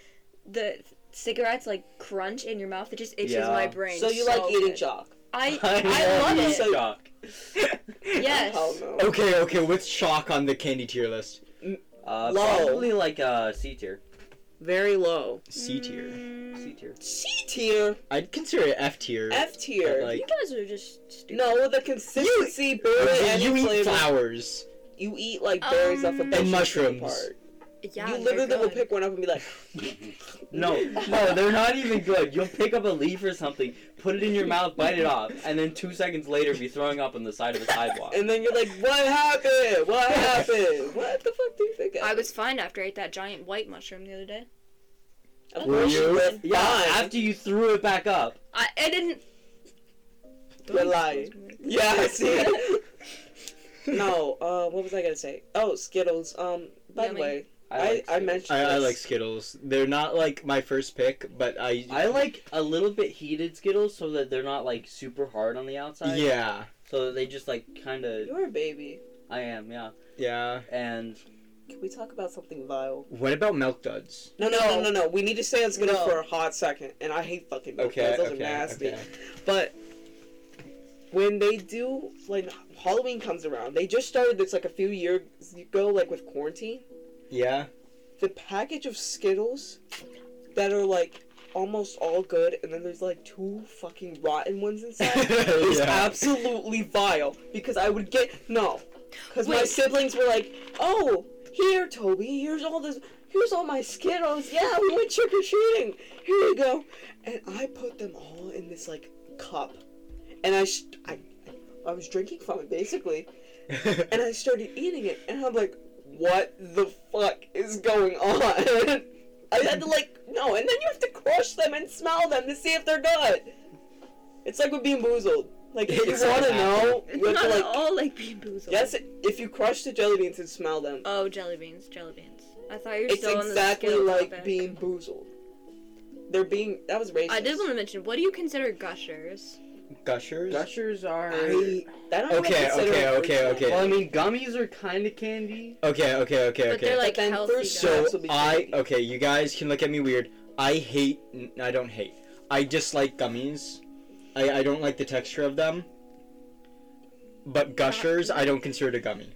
[SPEAKER 4] (laughs) the cigarettes like crunch in your mouth. It just itches
[SPEAKER 3] Yeah.
[SPEAKER 4] my brain.
[SPEAKER 2] So you like eating
[SPEAKER 4] good.
[SPEAKER 2] chalk? (laughs)
[SPEAKER 3] (laughs)
[SPEAKER 4] I I love
[SPEAKER 2] love
[SPEAKER 4] it.
[SPEAKER 2] it.
[SPEAKER 3] Chalk.
[SPEAKER 4] Yes.
[SPEAKER 2] Hell no.
[SPEAKER 1] Okay. Okay. What's chalk on the candy tier list?
[SPEAKER 3] Uh,
[SPEAKER 2] Low.
[SPEAKER 3] probably like uh, C tier.
[SPEAKER 2] Very low.
[SPEAKER 1] C tier.
[SPEAKER 3] C
[SPEAKER 4] Mm,
[SPEAKER 3] tier.
[SPEAKER 2] C tier,
[SPEAKER 1] I'd consider it F tier.
[SPEAKER 2] F tier.
[SPEAKER 1] Like-
[SPEAKER 4] you guys are just stupid.
[SPEAKER 2] no, the consistency, barely
[SPEAKER 1] Okay,
[SPEAKER 2] any
[SPEAKER 1] you eat
[SPEAKER 2] flavor.
[SPEAKER 1] flowers.
[SPEAKER 2] you eat like berries off a
[SPEAKER 4] Um,
[SPEAKER 2] bench
[SPEAKER 1] And mushrooms.
[SPEAKER 2] Part.
[SPEAKER 4] Yeah,
[SPEAKER 2] you
[SPEAKER 4] they're
[SPEAKER 2] literally will
[SPEAKER 4] good.
[SPEAKER 2] pick one up
[SPEAKER 1] (laughs)
[SPEAKER 2] and be like,
[SPEAKER 3] No, no, they're not even good. You'll pick up a leaf or something, put it in your mouth, bite it off, and then two seconds later be throwing up on the side of a sidewalk.
[SPEAKER 2] (laughs) and then you're like, what happened? What happened? What the fuck do you think?
[SPEAKER 4] I was fine after I ate that giant white mushroom the other day.
[SPEAKER 2] Of
[SPEAKER 1] Were
[SPEAKER 2] course
[SPEAKER 1] you?
[SPEAKER 2] were
[SPEAKER 3] Yeah,
[SPEAKER 2] fine.
[SPEAKER 3] after you threw it back up.
[SPEAKER 4] I, I didn't.
[SPEAKER 2] You're lying. Yeah, I
[SPEAKER 1] (laughs)
[SPEAKER 2] see. it. no, uh, what was I gonna say? Oh, Skittles. Um, by
[SPEAKER 4] Yummy.
[SPEAKER 2] the way,
[SPEAKER 3] I,
[SPEAKER 2] I,
[SPEAKER 3] like
[SPEAKER 2] I,
[SPEAKER 3] Skittles.
[SPEAKER 2] mentioned
[SPEAKER 1] I, I
[SPEAKER 2] this.
[SPEAKER 1] like Skittles. They're not like my first pick, but I.
[SPEAKER 3] I like a little bit heated Skittles so that they're not like super hard on the outside.
[SPEAKER 1] Yeah,
[SPEAKER 3] So that they just like kind of.
[SPEAKER 2] You're a baby.
[SPEAKER 3] I am, yeah.
[SPEAKER 1] yeah.
[SPEAKER 3] And
[SPEAKER 2] Can we talk about something vile?
[SPEAKER 1] What about milk duds?
[SPEAKER 2] No, no, no, no, no. We need to stay on Skittles
[SPEAKER 4] No.
[SPEAKER 2] for a hot second, and I hate fucking milk
[SPEAKER 1] Okay,
[SPEAKER 2] duds. Those
[SPEAKER 1] okay,
[SPEAKER 2] are nasty.
[SPEAKER 1] okay.
[SPEAKER 2] But when they do, like Halloween comes around, they just started this like a few years ago, like with quarantine.
[SPEAKER 1] Yeah. (laughs)
[SPEAKER 2] The package of Skittles that are like almost all good, and then there's like two fucking rotten ones inside. is
[SPEAKER 1] yeah.
[SPEAKER 2] absolutely vile because I would get no, because my
[SPEAKER 4] Wait.
[SPEAKER 2] siblings were like, "Oh, here, Toby, here's all this, here's all my Skittles. Yeah, we went trick or treating. Here you go." And I put them all in this like cup, and I, sh- I, I was drinking from it basically, and I started eating it, and I'm like, "What the fuck is going on?" (laughs) I had to like no, and then you have to crush them and smell them to see if they're good. It's like with being boozled. Like if
[SPEAKER 1] It's
[SPEAKER 2] you want to
[SPEAKER 1] like
[SPEAKER 2] know,
[SPEAKER 4] It's
[SPEAKER 2] you
[SPEAKER 4] (laughs)
[SPEAKER 2] have
[SPEAKER 4] not
[SPEAKER 2] to
[SPEAKER 4] at
[SPEAKER 2] like
[SPEAKER 4] all like bean boozled.
[SPEAKER 2] yes. If you crush the jelly beans and smell them,
[SPEAKER 4] Oh, jelly beans, jelly beans. I thought you were
[SPEAKER 2] it's
[SPEAKER 4] still on the
[SPEAKER 2] exactly
[SPEAKER 4] Skittles
[SPEAKER 2] like
[SPEAKER 4] topic.
[SPEAKER 2] being boozled. They're being that was racist.
[SPEAKER 4] I did want to mention. What do you consider gushers?
[SPEAKER 1] Gushers.
[SPEAKER 3] gushers are.
[SPEAKER 2] I, that I don't
[SPEAKER 1] Okay,
[SPEAKER 2] consider
[SPEAKER 1] okay,
[SPEAKER 2] a fruit
[SPEAKER 1] okay,
[SPEAKER 2] snack.
[SPEAKER 1] okay.
[SPEAKER 3] Well, I mean, gummies are kind of candy.
[SPEAKER 1] Okay, okay, okay,
[SPEAKER 4] But they're
[SPEAKER 1] okay.
[SPEAKER 4] like
[SPEAKER 2] But then
[SPEAKER 4] healthy.
[SPEAKER 2] fruit
[SPEAKER 4] gushers.
[SPEAKER 1] so
[SPEAKER 2] Guys will be
[SPEAKER 1] I
[SPEAKER 2] candy.
[SPEAKER 1] okay, you guys can look at me weird. I hate. n- I don't hate. I dislike gummies. I I don't like the texture of them. But gushers, I don't consider it a gummy.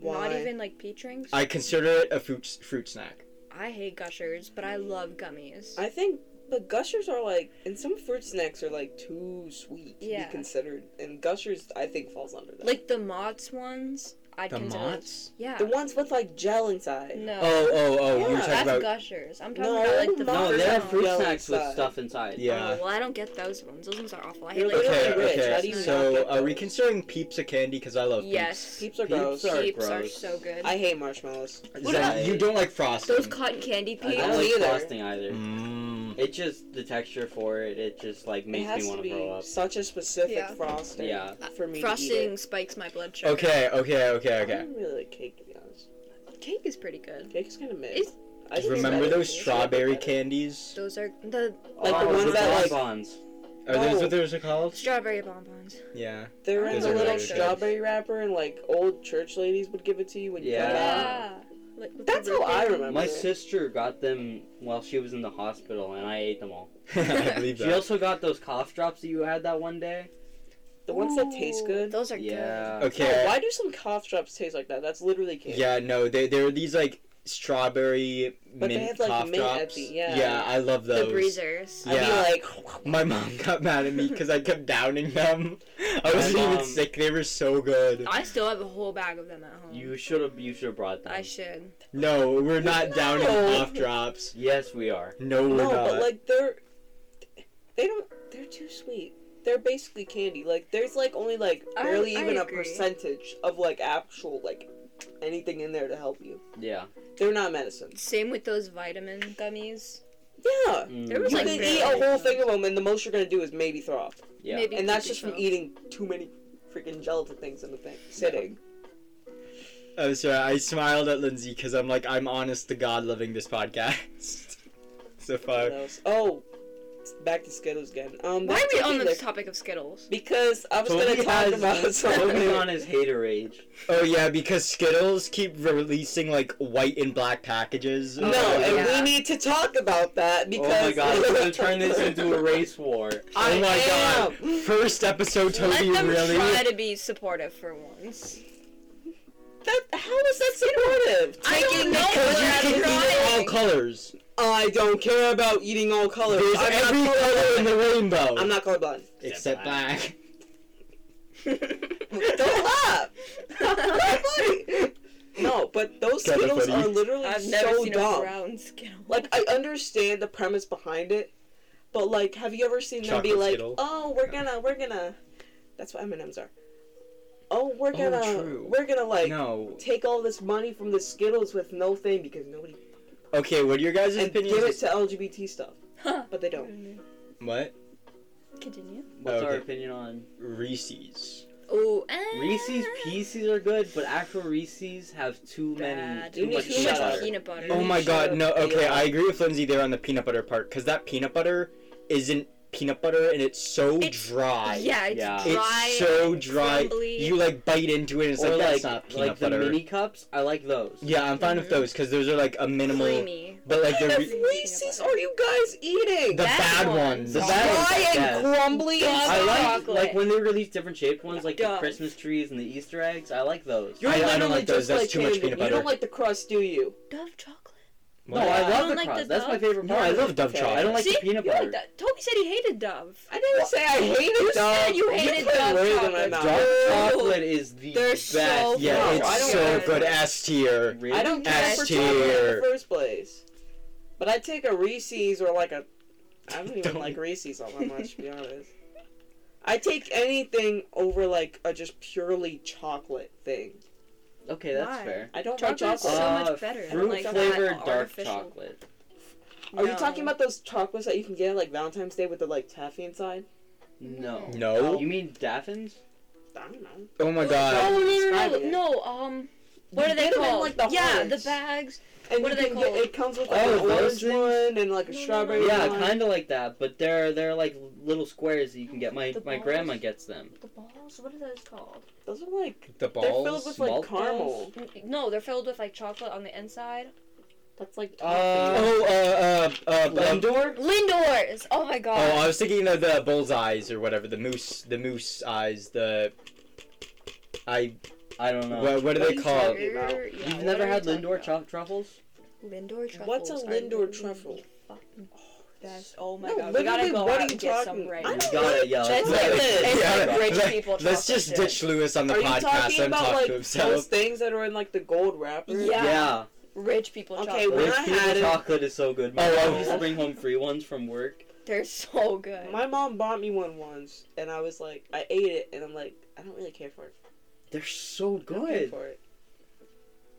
[SPEAKER 2] Why?
[SPEAKER 4] Not even like peach rings. I,
[SPEAKER 1] I consider it a fruit fruit snack.
[SPEAKER 4] hate gushers, but I love gummies.
[SPEAKER 2] I think but gushers are like and some fruit snacks are like too sweet to
[SPEAKER 4] Yeah.
[SPEAKER 2] be considered, and gushers I think falls under that.
[SPEAKER 4] like the Mott's ones. I'd
[SPEAKER 1] The
[SPEAKER 4] consider.
[SPEAKER 1] Mott's?
[SPEAKER 4] Yeah.
[SPEAKER 2] the ones with like gel inside.
[SPEAKER 4] no.
[SPEAKER 1] Oh, oh, oh!
[SPEAKER 2] Yeah,
[SPEAKER 1] you were
[SPEAKER 4] that's
[SPEAKER 1] talking about
[SPEAKER 4] gushers. I'm talking
[SPEAKER 2] No,
[SPEAKER 4] about like the
[SPEAKER 2] Mott's
[SPEAKER 3] No,
[SPEAKER 4] fruit
[SPEAKER 3] they're
[SPEAKER 4] ones.
[SPEAKER 3] fruit
[SPEAKER 2] Jelly
[SPEAKER 3] snacks with
[SPEAKER 2] inside.
[SPEAKER 3] stuff inside.
[SPEAKER 1] yeah.
[SPEAKER 4] Oh, well, I don't get those ones. Those ones are awful. I hate
[SPEAKER 2] You're
[SPEAKER 4] like.
[SPEAKER 2] literally
[SPEAKER 1] Okay,
[SPEAKER 2] rich. How do
[SPEAKER 1] okay.
[SPEAKER 2] you not
[SPEAKER 1] So
[SPEAKER 2] get
[SPEAKER 1] are we
[SPEAKER 2] those?
[SPEAKER 1] considering Peeps a candy? Because I love
[SPEAKER 4] yes.
[SPEAKER 2] Peeps are
[SPEAKER 3] Peeps
[SPEAKER 2] gross.
[SPEAKER 3] are-
[SPEAKER 4] Peeps are
[SPEAKER 3] gross.
[SPEAKER 4] so good.
[SPEAKER 2] I hate marshmallows.
[SPEAKER 1] Peeps.
[SPEAKER 4] What
[SPEAKER 1] Zach,
[SPEAKER 3] about-
[SPEAKER 1] you don't like frosting.
[SPEAKER 4] Those cotton candy
[SPEAKER 3] I
[SPEAKER 4] peeps.
[SPEAKER 2] don't
[SPEAKER 3] don't like
[SPEAKER 2] either.
[SPEAKER 3] frosting either.
[SPEAKER 1] Mm.
[SPEAKER 3] It just the texture for it. It just like
[SPEAKER 2] It
[SPEAKER 3] makes
[SPEAKER 2] has
[SPEAKER 3] me
[SPEAKER 2] to
[SPEAKER 3] want to
[SPEAKER 2] be
[SPEAKER 3] grow up.
[SPEAKER 2] such a specific
[SPEAKER 4] Yeah.
[SPEAKER 2] frosting
[SPEAKER 3] Yeah.
[SPEAKER 2] for me to eat
[SPEAKER 4] Frosting
[SPEAKER 2] it.
[SPEAKER 4] spikes my blood sugar.
[SPEAKER 1] Okay, okay, okay,
[SPEAKER 2] I
[SPEAKER 1] okay.
[SPEAKER 2] don't really like cake to be honest.
[SPEAKER 4] Cake is pretty good.
[SPEAKER 2] Cake is kind of mid.
[SPEAKER 4] It's-
[SPEAKER 2] I think it's
[SPEAKER 1] Remember
[SPEAKER 2] better than
[SPEAKER 1] those
[SPEAKER 2] cake.
[SPEAKER 1] strawberry
[SPEAKER 2] It's better.
[SPEAKER 1] candies?
[SPEAKER 4] Those are the
[SPEAKER 2] Like the ones
[SPEAKER 3] Oh, the
[SPEAKER 2] that like
[SPEAKER 3] bonbons.
[SPEAKER 1] Are those what
[SPEAKER 2] No.
[SPEAKER 1] those are called?
[SPEAKER 4] strawberry bonbons.
[SPEAKER 1] Yeah.
[SPEAKER 2] they're in
[SPEAKER 4] Those
[SPEAKER 2] the
[SPEAKER 4] are
[SPEAKER 2] little
[SPEAKER 4] really good.
[SPEAKER 2] strawberry wrapper and like old church ladies would give it to you when you cut it out.
[SPEAKER 3] Yeah.
[SPEAKER 4] Like, with
[SPEAKER 2] That's
[SPEAKER 4] the
[SPEAKER 2] how I
[SPEAKER 4] birthday-
[SPEAKER 2] remember.
[SPEAKER 3] My
[SPEAKER 2] it.
[SPEAKER 3] sister got them while she was in the hospital, and I ate them all.
[SPEAKER 1] (laughs) I believe
[SPEAKER 3] She
[SPEAKER 1] that.
[SPEAKER 3] also got those cough drops that you had that one day.
[SPEAKER 2] the ones that taste
[SPEAKER 4] Ooh,
[SPEAKER 2] good.
[SPEAKER 4] Those are
[SPEAKER 3] Yeah.
[SPEAKER 2] No,
[SPEAKER 1] Okay.
[SPEAKER 2] why do some cough drops taste like that? That's literally cake.
[SPEAKER 1] Yeah, no, they they're these like strawberry
[SPEAKER 2] But they
[SPEAKER 1] mint
[SPEAKER 2] have, like,
[SPEAKER 1] cough
[SPEAKER 2] mint at
[SPEAKER 1] drops.
[SPEAKER 2] the- yeah.
[SPEAKER 1] I love
[SPEAKER 4] good.
[SPEAKER 1] those.
[SPEAKER 4] The breezers.
[SPEAKER 2] I'd
[SPEAKER 1] Yeah.
[SPEAKER 2] be like,
[SPEAKER 1] My mom got mad at me because I kept downing them. I wasn't even
[SPEAKER 3] mom-
[SPEAKER 1] sick. They were so good.
[SPEAKER 4] I still have a whole bag of them at home.
[SPEAKER 3] You should have. You should have brought them.
[SPEAKER 4] I should.
[SPEAKER 1] No, we're not downing
[SPEAKER 2] No.
[SPEAKER 1] cough drops.
[SPEAKER 3] yes, we are.
[SPEAKER 1] No, we're
[SPEAKER 2] no,
[SPEAKER 1] not.
[SPEAKER 2] but like they're they don't they're too sweet. They're basically candy. Like there's like only like
[SPEAKER 4] I-
[SPEAKER 2] barely
[SPEAKER 4] I
[SPEAKER 2] even a
[SPEAKER 4] agree.
[SPEAKER 2] percentage of like actual like anything in there to help you.
[SPEAKER 3] Yeah.
[SPEAKER 2] They're not medicines.
[SPEAKER 4] Same with those vitamin gummies.
[SPEAKER 2] Yeah.
[SPEAKER 3] Mm,
[SPEAKER 4] There was,
[SPEAKER 2] You
[SPEAKER 4] like,
[SPEAKER 2] can
[SPEAKER 4] barely
[SPEAKER 2] eat a whole
[SPEAKER 4] any.
[SPEAKER 2] thing of them, and the most you're gonna do is maybe throw up,
[SPEAKER 3] yeah.
[SPEAKER 4] Maybe
[SPEAKER 2] and that's
[SPEAKER 4] could
[SPEAKER 2] just
[SPEAKER 4] be
[SPEAKER 2] from
[SPEAKER 4] so.
[SPEAKER 2] eating too many freaking gelatin things in the thing sitting.
[SPEAKER 1] Oh, sorry. I smiled at Lindsay because I'm like, I'm honest to God loving this podcast. (laughs) so
[SPEAKER 2] What
[SPEAKER 1] far.
[SPEAKER 2] else? Oh, back to Skittles again. Um,
[SPEAKER 4] Why are
[SPEAKER 2] that's
[SPEAKER 4] we
[SPEAKER 2] something
[SPEAKER 4] on this
[SPEAKER 2] that-
[SPEAKER 4] topic of Skittles?
[SPEAKER 2] Because I was
[SPEAKER 3] Toby
[SPEAKER 2] gonna talk
[SPEAKER 3] has-
[SPEAKER 2] about
[SPEAKER 3] Toby on
[SPEAKER 2] something.
[SPEAKER 3] his hater rage.
[SPEAKER 1] Oh yeah, because Skittles keep releasing like white and black packages.
[SPEAKER 2] No,
[SPEAKER 4] Oh,
[SPEAKER 2] and
[SPEAKER 4] yeah.
[SPEAKER 2] we need to talk about that because
[SPEAKER 3] oh my god! I'm gonna turn
[SPEAKER 2] (laughs)
[SPEAKER 3] this into a race war.
[SPEAKER 1] Oh my god.
[SPEAKER 2] am.
[SPEAKER 1] First episode, Toby
[SPEAKER 4] Let them
[SPEAKER 1] really.
[SPEAKER 4] try to be supportive for once.
[SPEAKER 2] That how is that supportive?
[SPEAKER 4] I don't
[SPEAKER 2] Taking-
[SPEAKER 4] know.
[SPEAKER 1] Because you
[SPEAKER 4] Let
[SPEAKER 1] can
[SPEAKER 4] them
[SPEAKER 1] eat
[SPEAKER 4] try.
[SPEAKER 1] it all colors.
[SPEAKER 2] I don't care about eating all colors.
[SPEAKER 1] There's
[SPEAKER 2] I'm
[SPEAKER 1] every
[SPEAKER 2] not
[SPEAKER 1] color in
[SPEAKER 2] colorblind.
[SPEAKER 1] the rainbow.
[SPEAKER 2] I'm not colorblind.
[SPEAKER 1] Except
[SPEAKER 3] Except
[SPEAKER 1] black.
[SPEAKER 2] Don't laugh. Not funny. No, but those
[SPEAKER 1] Kinda
[SPEAKER 2] Skittles
[SPEAKER 1] funny.
[SPEAKER 2] are literally
[SPEAKER 4] I've never
[SPEAKER 2] so
[SPEAKER 4] seen
[SPEAKER 2] dumb.
[SPEAKER 4] a brown Skittle.
[SPEAKER 2] Like I understand the premise behind it, but like, have you ever seen them be
[SPEAKER 1] Chocolate
[SPEAKER 2] like,
[SPEAKER 1] Skittle?
[SPEAKER 2] "Oh, we're gonna, we're gonna," that's what M and M's are. Oh, we're gonna,
[SPEAKER 1] true.
[SPEAKER 2] we're gonna like
[SPEAKER 1] no.
[SPEAKER 2] take all this money from the Skittles with no thing because nobody
[SPEAKER 1] Okay, what are your guys'
[SPEAKER 2] and give it
[SPEAKER 1] opinions?
[SPEAKER 2] to LGBT stuff,
[SPEAKER 4] Huh.
[SPEAKER 2] but they don't.
[SPEAKER 1] What?
[SPEAKER 4] Continue.
[SPEAKER 3] What's our
[SPEAKER 1] Okay.
[SPEAKER 3] opinion on
[SPEAKER 1] Reese's.
[SPEAKER 4] Oh,
[SPEAKER 3] Reese's Pieces are good, but actual Reese's have too many,
[SPEAKER 4] Bad.
[SPEAKER 3] too
[SPEAKER 2] Too
[SPEAKER 3] much
[SPEAKER 2] much
[SPEAKER 3] peanut butter.
[SPEAKER 4] peanut butter.
[SPEAKER 1] Oh
[SPEAKER 2] You
[SPEAKER 1] my god,
[SPEAKER 2] should've
[SPEAKER 1] no, okay,
[SPEAKER 2] realized.
[SPEAKER 1] I agree with Lindsay there on the peanut butter part, because that peanut butter isn't peanut butter and it's so
[SPEAKER 4] It's-
[SPEAKER 1] dry.
[SPEAKER 4] Yeah, it's
[SPEAKER 3] Yeah.
[SPEAKER 1] It's
[SPEAKER 4] dry.
[SPEAKER 1] so dry.
[SPEAKER 4] crumbly.
[SPEAKER 1] You like bite into it and it's
[SPEAKER 3] or
[SPEAKER 1] like,
[SPEAKER 3] like,
[SPEAKER 1] that's not peanut
[SPEAKER 3] like the
[SPEAKER 1] butter.
[SPEAKER 3] mini cups. I like those.
[SPEAKER 1] yeah, I'm fine with
[SPEAKER 4] Mhm.
[SPEAKER 1] those because those are like a minimal.
[SPEAKER 4] creamy.
[SPEAKER 1] But like
[SPEAKER 2] What (laughs)
[SPEAKER 1] they're.
[SPEAKER 2] kind of Reese's are you guys
[SPEAKER 1] the
[SPEAKER 2] eating?
[SPEAKER 4] Bad
[SPEAKER 1] bad
[SPEAKER 4] ones.
[SPEAKER 1] ones. The
[SPEAKER 3] Dry
[SPEAKER 1] bad ones.
[SPEAKER 2] Dry and
[SPEAKER 3] Yes.
[SPEAKER 2] crumbly. and
[SPEAKER 4] Dog
[SPEAKER 3] I like
[SPEAKER 4] chocolate.
[SPEAKER 3] like when they release different shaped ones, like the
[SPEAKER 4] Duh.
[SPEAKER 3] Christmas trees and the Easter eggs. I like those.
[SPEAKER 1] You're- I- I don't
[SPEAKER 2] literally
[SPEAKER 1] like those,
[SPEAKER 2] just
[SPEAKER 1] that's too much
[SPEAKER 2] Candy.
[SPEAKER 1] peanut
[SPEAKER 2] You
[SPEAKER 1] butter.
[SPEAKER 2] don't like the crust, do you?
[SPEAKER 4] Dove chocolate.
[SPEAKER 3] no,
[SPEAKER 1] What?
[SPEAKER 3] I
[SPEAKER 2] I
[SPEAKER 3] love
[SPEAKER 4] don't
[SPEAKER 3] the
[SPEAKER 4] like the
[SPEAKER 3] crust. That's my
[SPEAKER 4] dog.
[SPEAKER 3] favorite
[SPEAKER 1] No,
[SPEAKER 3] part.
[SPEAKER 1] I love Dove
[SPEAKER 2] Okay.
[SPEAKER 1] chocolate.
[SPEAKER 3] I don't like
[SPEAKER 4] See,
[SPEAKER 3] the peanut
[SPEAKER 4] you like
[SPEAKER 3] butter.
[SPEAKER 4] that. Toby said he hated Dove.
[SPEAKER 2] I didn't say I hated
[SPEAKER 4] You
[SPEAKER 2] it, dog.
[SPEAKER 4] said you hated
[SPEAKER 2] put
[SPEAKER 4] dog
[SPEAKER 2] words in
[SPEAKER 4] chocolate.
[SPEAKER 2] my
[SPEAKER 1] Dog
[SPEAKER 2] mouth.
[SPEAKER 3] chocolate is the
[SPEAKER 4] They're
[SPEAKER 3] best.
[SPEAKER 4] so
[SPEAKER 1] Yeah,
[SPEAKER 2] No, I
[SPEAKER 1] it's
[SPEAKER 2] don't
[SPEAKER 1] so
[SPEAKER 2] like
[SPEAKER 1] good.
[SPEAKER 4] it.
[SPEAKER 1] S tier.
[SPEAKER 3] Really?
[SPEAKER 2] I don't care
[SPEAKER 4] S
[SPEAKER 2] for chocolate in
[SPEAKER 1] tier.
[SPEAKER 2] the first place. But I take a Reese's or like a. I don't even
[SPEAKER 1] Don't.
[SPEAKER 2] like Reese's all that much, to be honest. I take anything over like a just purely chocolate thing.
[SPEAKER 3] Okay, that's
[SPEAKER 4] Why?
[SPEAKER 3] fair.
[SPEAKER 2] I don't like
[SPEAKER 4] Chocolate's
[SPEAKER 2] chocolate.
[SPEAKER 4] so
[SPEAKER 3] Uh,
[SPEAKER 4] much better. I
[SPEAKER 3] Fruit
[SPEAKER 4] don't like that
[SPEAKER 3] flavored dark
[SPEAKER 4] artificial.
[SPEAKER 3] chocolate.
[SPEAKER 4] Uh,
[SPEAKER 2] Are you talking about those chocolates that you can get at, like Valentine's Day with the like taffy inside?
[SPEAKER 3] No.
[SPEAKER 1] No.
[SPEAKER 3] You mean Daffins?
[SPEAKER 2] I don't know.
[SPEAKER 1] Oh my god.
[SPEAKER 4] Oh no no
[SPEAKER 2] Describe
[SPEAKER 4] no
[SPEAKER 2] it.
[SPEAKER 4] no. Um, what
[SPEAKER 2] You
[SPEAKER 4] are they
[SPEAKER 2] get 'em in,
[SPEAKER 4] called?
[SPEAKER 2] like, the
[SPEAKER 4] yeah, the
[SPEAKER 2] orange.
[SPEAKER 4] bags.
[SPEAKER 2] And
[SPEAKER 4] What
[SPEAKER 2] you
[SPEAKER 4] are they
[SPEAKER 2] can get-
[SPEAKER 4] called?
[SPEAKER 2] It comes with like
[SPEAKER 3] Oh,
[SPEAKER 2] an
[SPEAKER 3] those
[SPEAKER 2] orange
[SPEAKER 3] things?
[SPEAKER 2] one and like a
[SPEAKER 4] No, no, no.
[SPEAKER 2] strawberry
[SPEAKER 3] Yeah,
[SPEAKER 2] one.
[SPEAKER 3] kind of like that, but they're they're like little squares that you can get. My
[SPEAKER 4] The
[SPEAKER 3] my
[SPEAKER 4] balls?
[SPEAKER 3] grandma gets them.
[SPEAKER 4] The balls. What are those called?
[SPEAKER 2] Those are like
[SPEAKER 1] The
[SPEAKER 2] they're filled
[SPEAKER 1] balls.
[SPEAKER 2] with like
[SPEAKER 3] Malt
[SPEAKER 2] caramel.
[SPEAKER 4] Those- No, they're filled with like chocolate on the inside.
[SPEAKER 2] That's like
[SPEAKER 3] Uh,
[SPEAKER 1] Oh, uh, uh, uh, um,
[SPEAKER 3] Lindor?
[SPEAKER 4] Lindors. Oh my god.
[SPEAKER 1] Oh, I was thinking of the bull's eyes or whatever, the moose, the moose eyes, the. I.
[SPEAKER 3] I don't know.
[SPEAKER 1] What, what are
[SPEAKER 2] What
[SPEAKER 1] they
[SPEAKER 2] are you
[SPEAKER 1] called?
[SPEAKER 2] talking about?
[SPEAKER 4] Lindor- yeah,
[SPEAKER 3] You've
[SPEAKER 4] what
[SPEAKER 3] never
[SPEAKER 4] are we
[SPEAKER 3] had
[SPEAKER 4] talking
[SPEAKER 3] Lindor
[SPEAKER 4] about?
[SPEAKER 3] cho- truffles?
[SPEAKER 4] Lindor truffles.
[SPEAKER 2] What's a
[SPEAKER 4] are
[SPEAKER 2] Lindor
[SPEAKER 4] really
[SPEAKER 2] truffle?
[SPEAKER 4] fucking- That's oh
[SPEAKER 2] my No, God, we gotta literally, go what out are and you get some talking- right I
[SPEAKER 3] You
[SPEAKER 2] now. don't
[SPEAKER 3] got
[SPEAKER 2] like
[SPEAKER 3] it, yeah.
[SPEAKER 4] That's
[SPEAKER 3] that's
[SPEAKER 4] like
[SPEAKER 3] right.
[SPEAKER 4] the- it's
[SPEAKER 1] yeah,
[SPEAKER 4] like rich
[SPEAKER 1] let-
[SPEAKER 4] people
[SPEAKER 1] Let's
[SPEAKER 4] chocolate
[SPEAKER 1] just
[SPEAKER 4] shit.
[SPEAKER 1] ditch Lewis on the
[SPEAKER 2] Are you
[SPEAKER 1] podcast.
[SPEAKER 2] talking
[SPEAKER 1] Let him
[SPEAKER 2] about
[SPEAKER 1] talk
[SPEAKER 2] like
[SPEAKER 1] to himself.
[SPEAKER 2] those things that are in like the gold wrapper?
[SPEAKER 4] Yeah.
[SPEAKER 3] yeah.
[SPEAKER 4] Rich people
[SPEAKER 2] Okay,
[SPEAKER 4] chocolate.
[SPEAKER 2] When
[SPEAKER 3] Rich
[SPEAKER 2] I
[SPEAKER 3] people
[SPEAKER 2] had it-
[SPEAKER 3] chocolate is so good. My
[SPEAKER 1] Oh,
[SPEAKER 3] mom
[SPEAKER 1] wow.
[SPEAKER 3] used to bring home free ones from work.
[SPEAKER 4] (laughs) They're so good.
[SPEAKER 2] My mom bought me one once, and I was like, I ate it, and I'm like, I don't really care for it.
[SPEAKER 3] They're so
[SPEAKER 2] I don't care
[SPEAKER 3] good.
[SPEAKER 2] for it.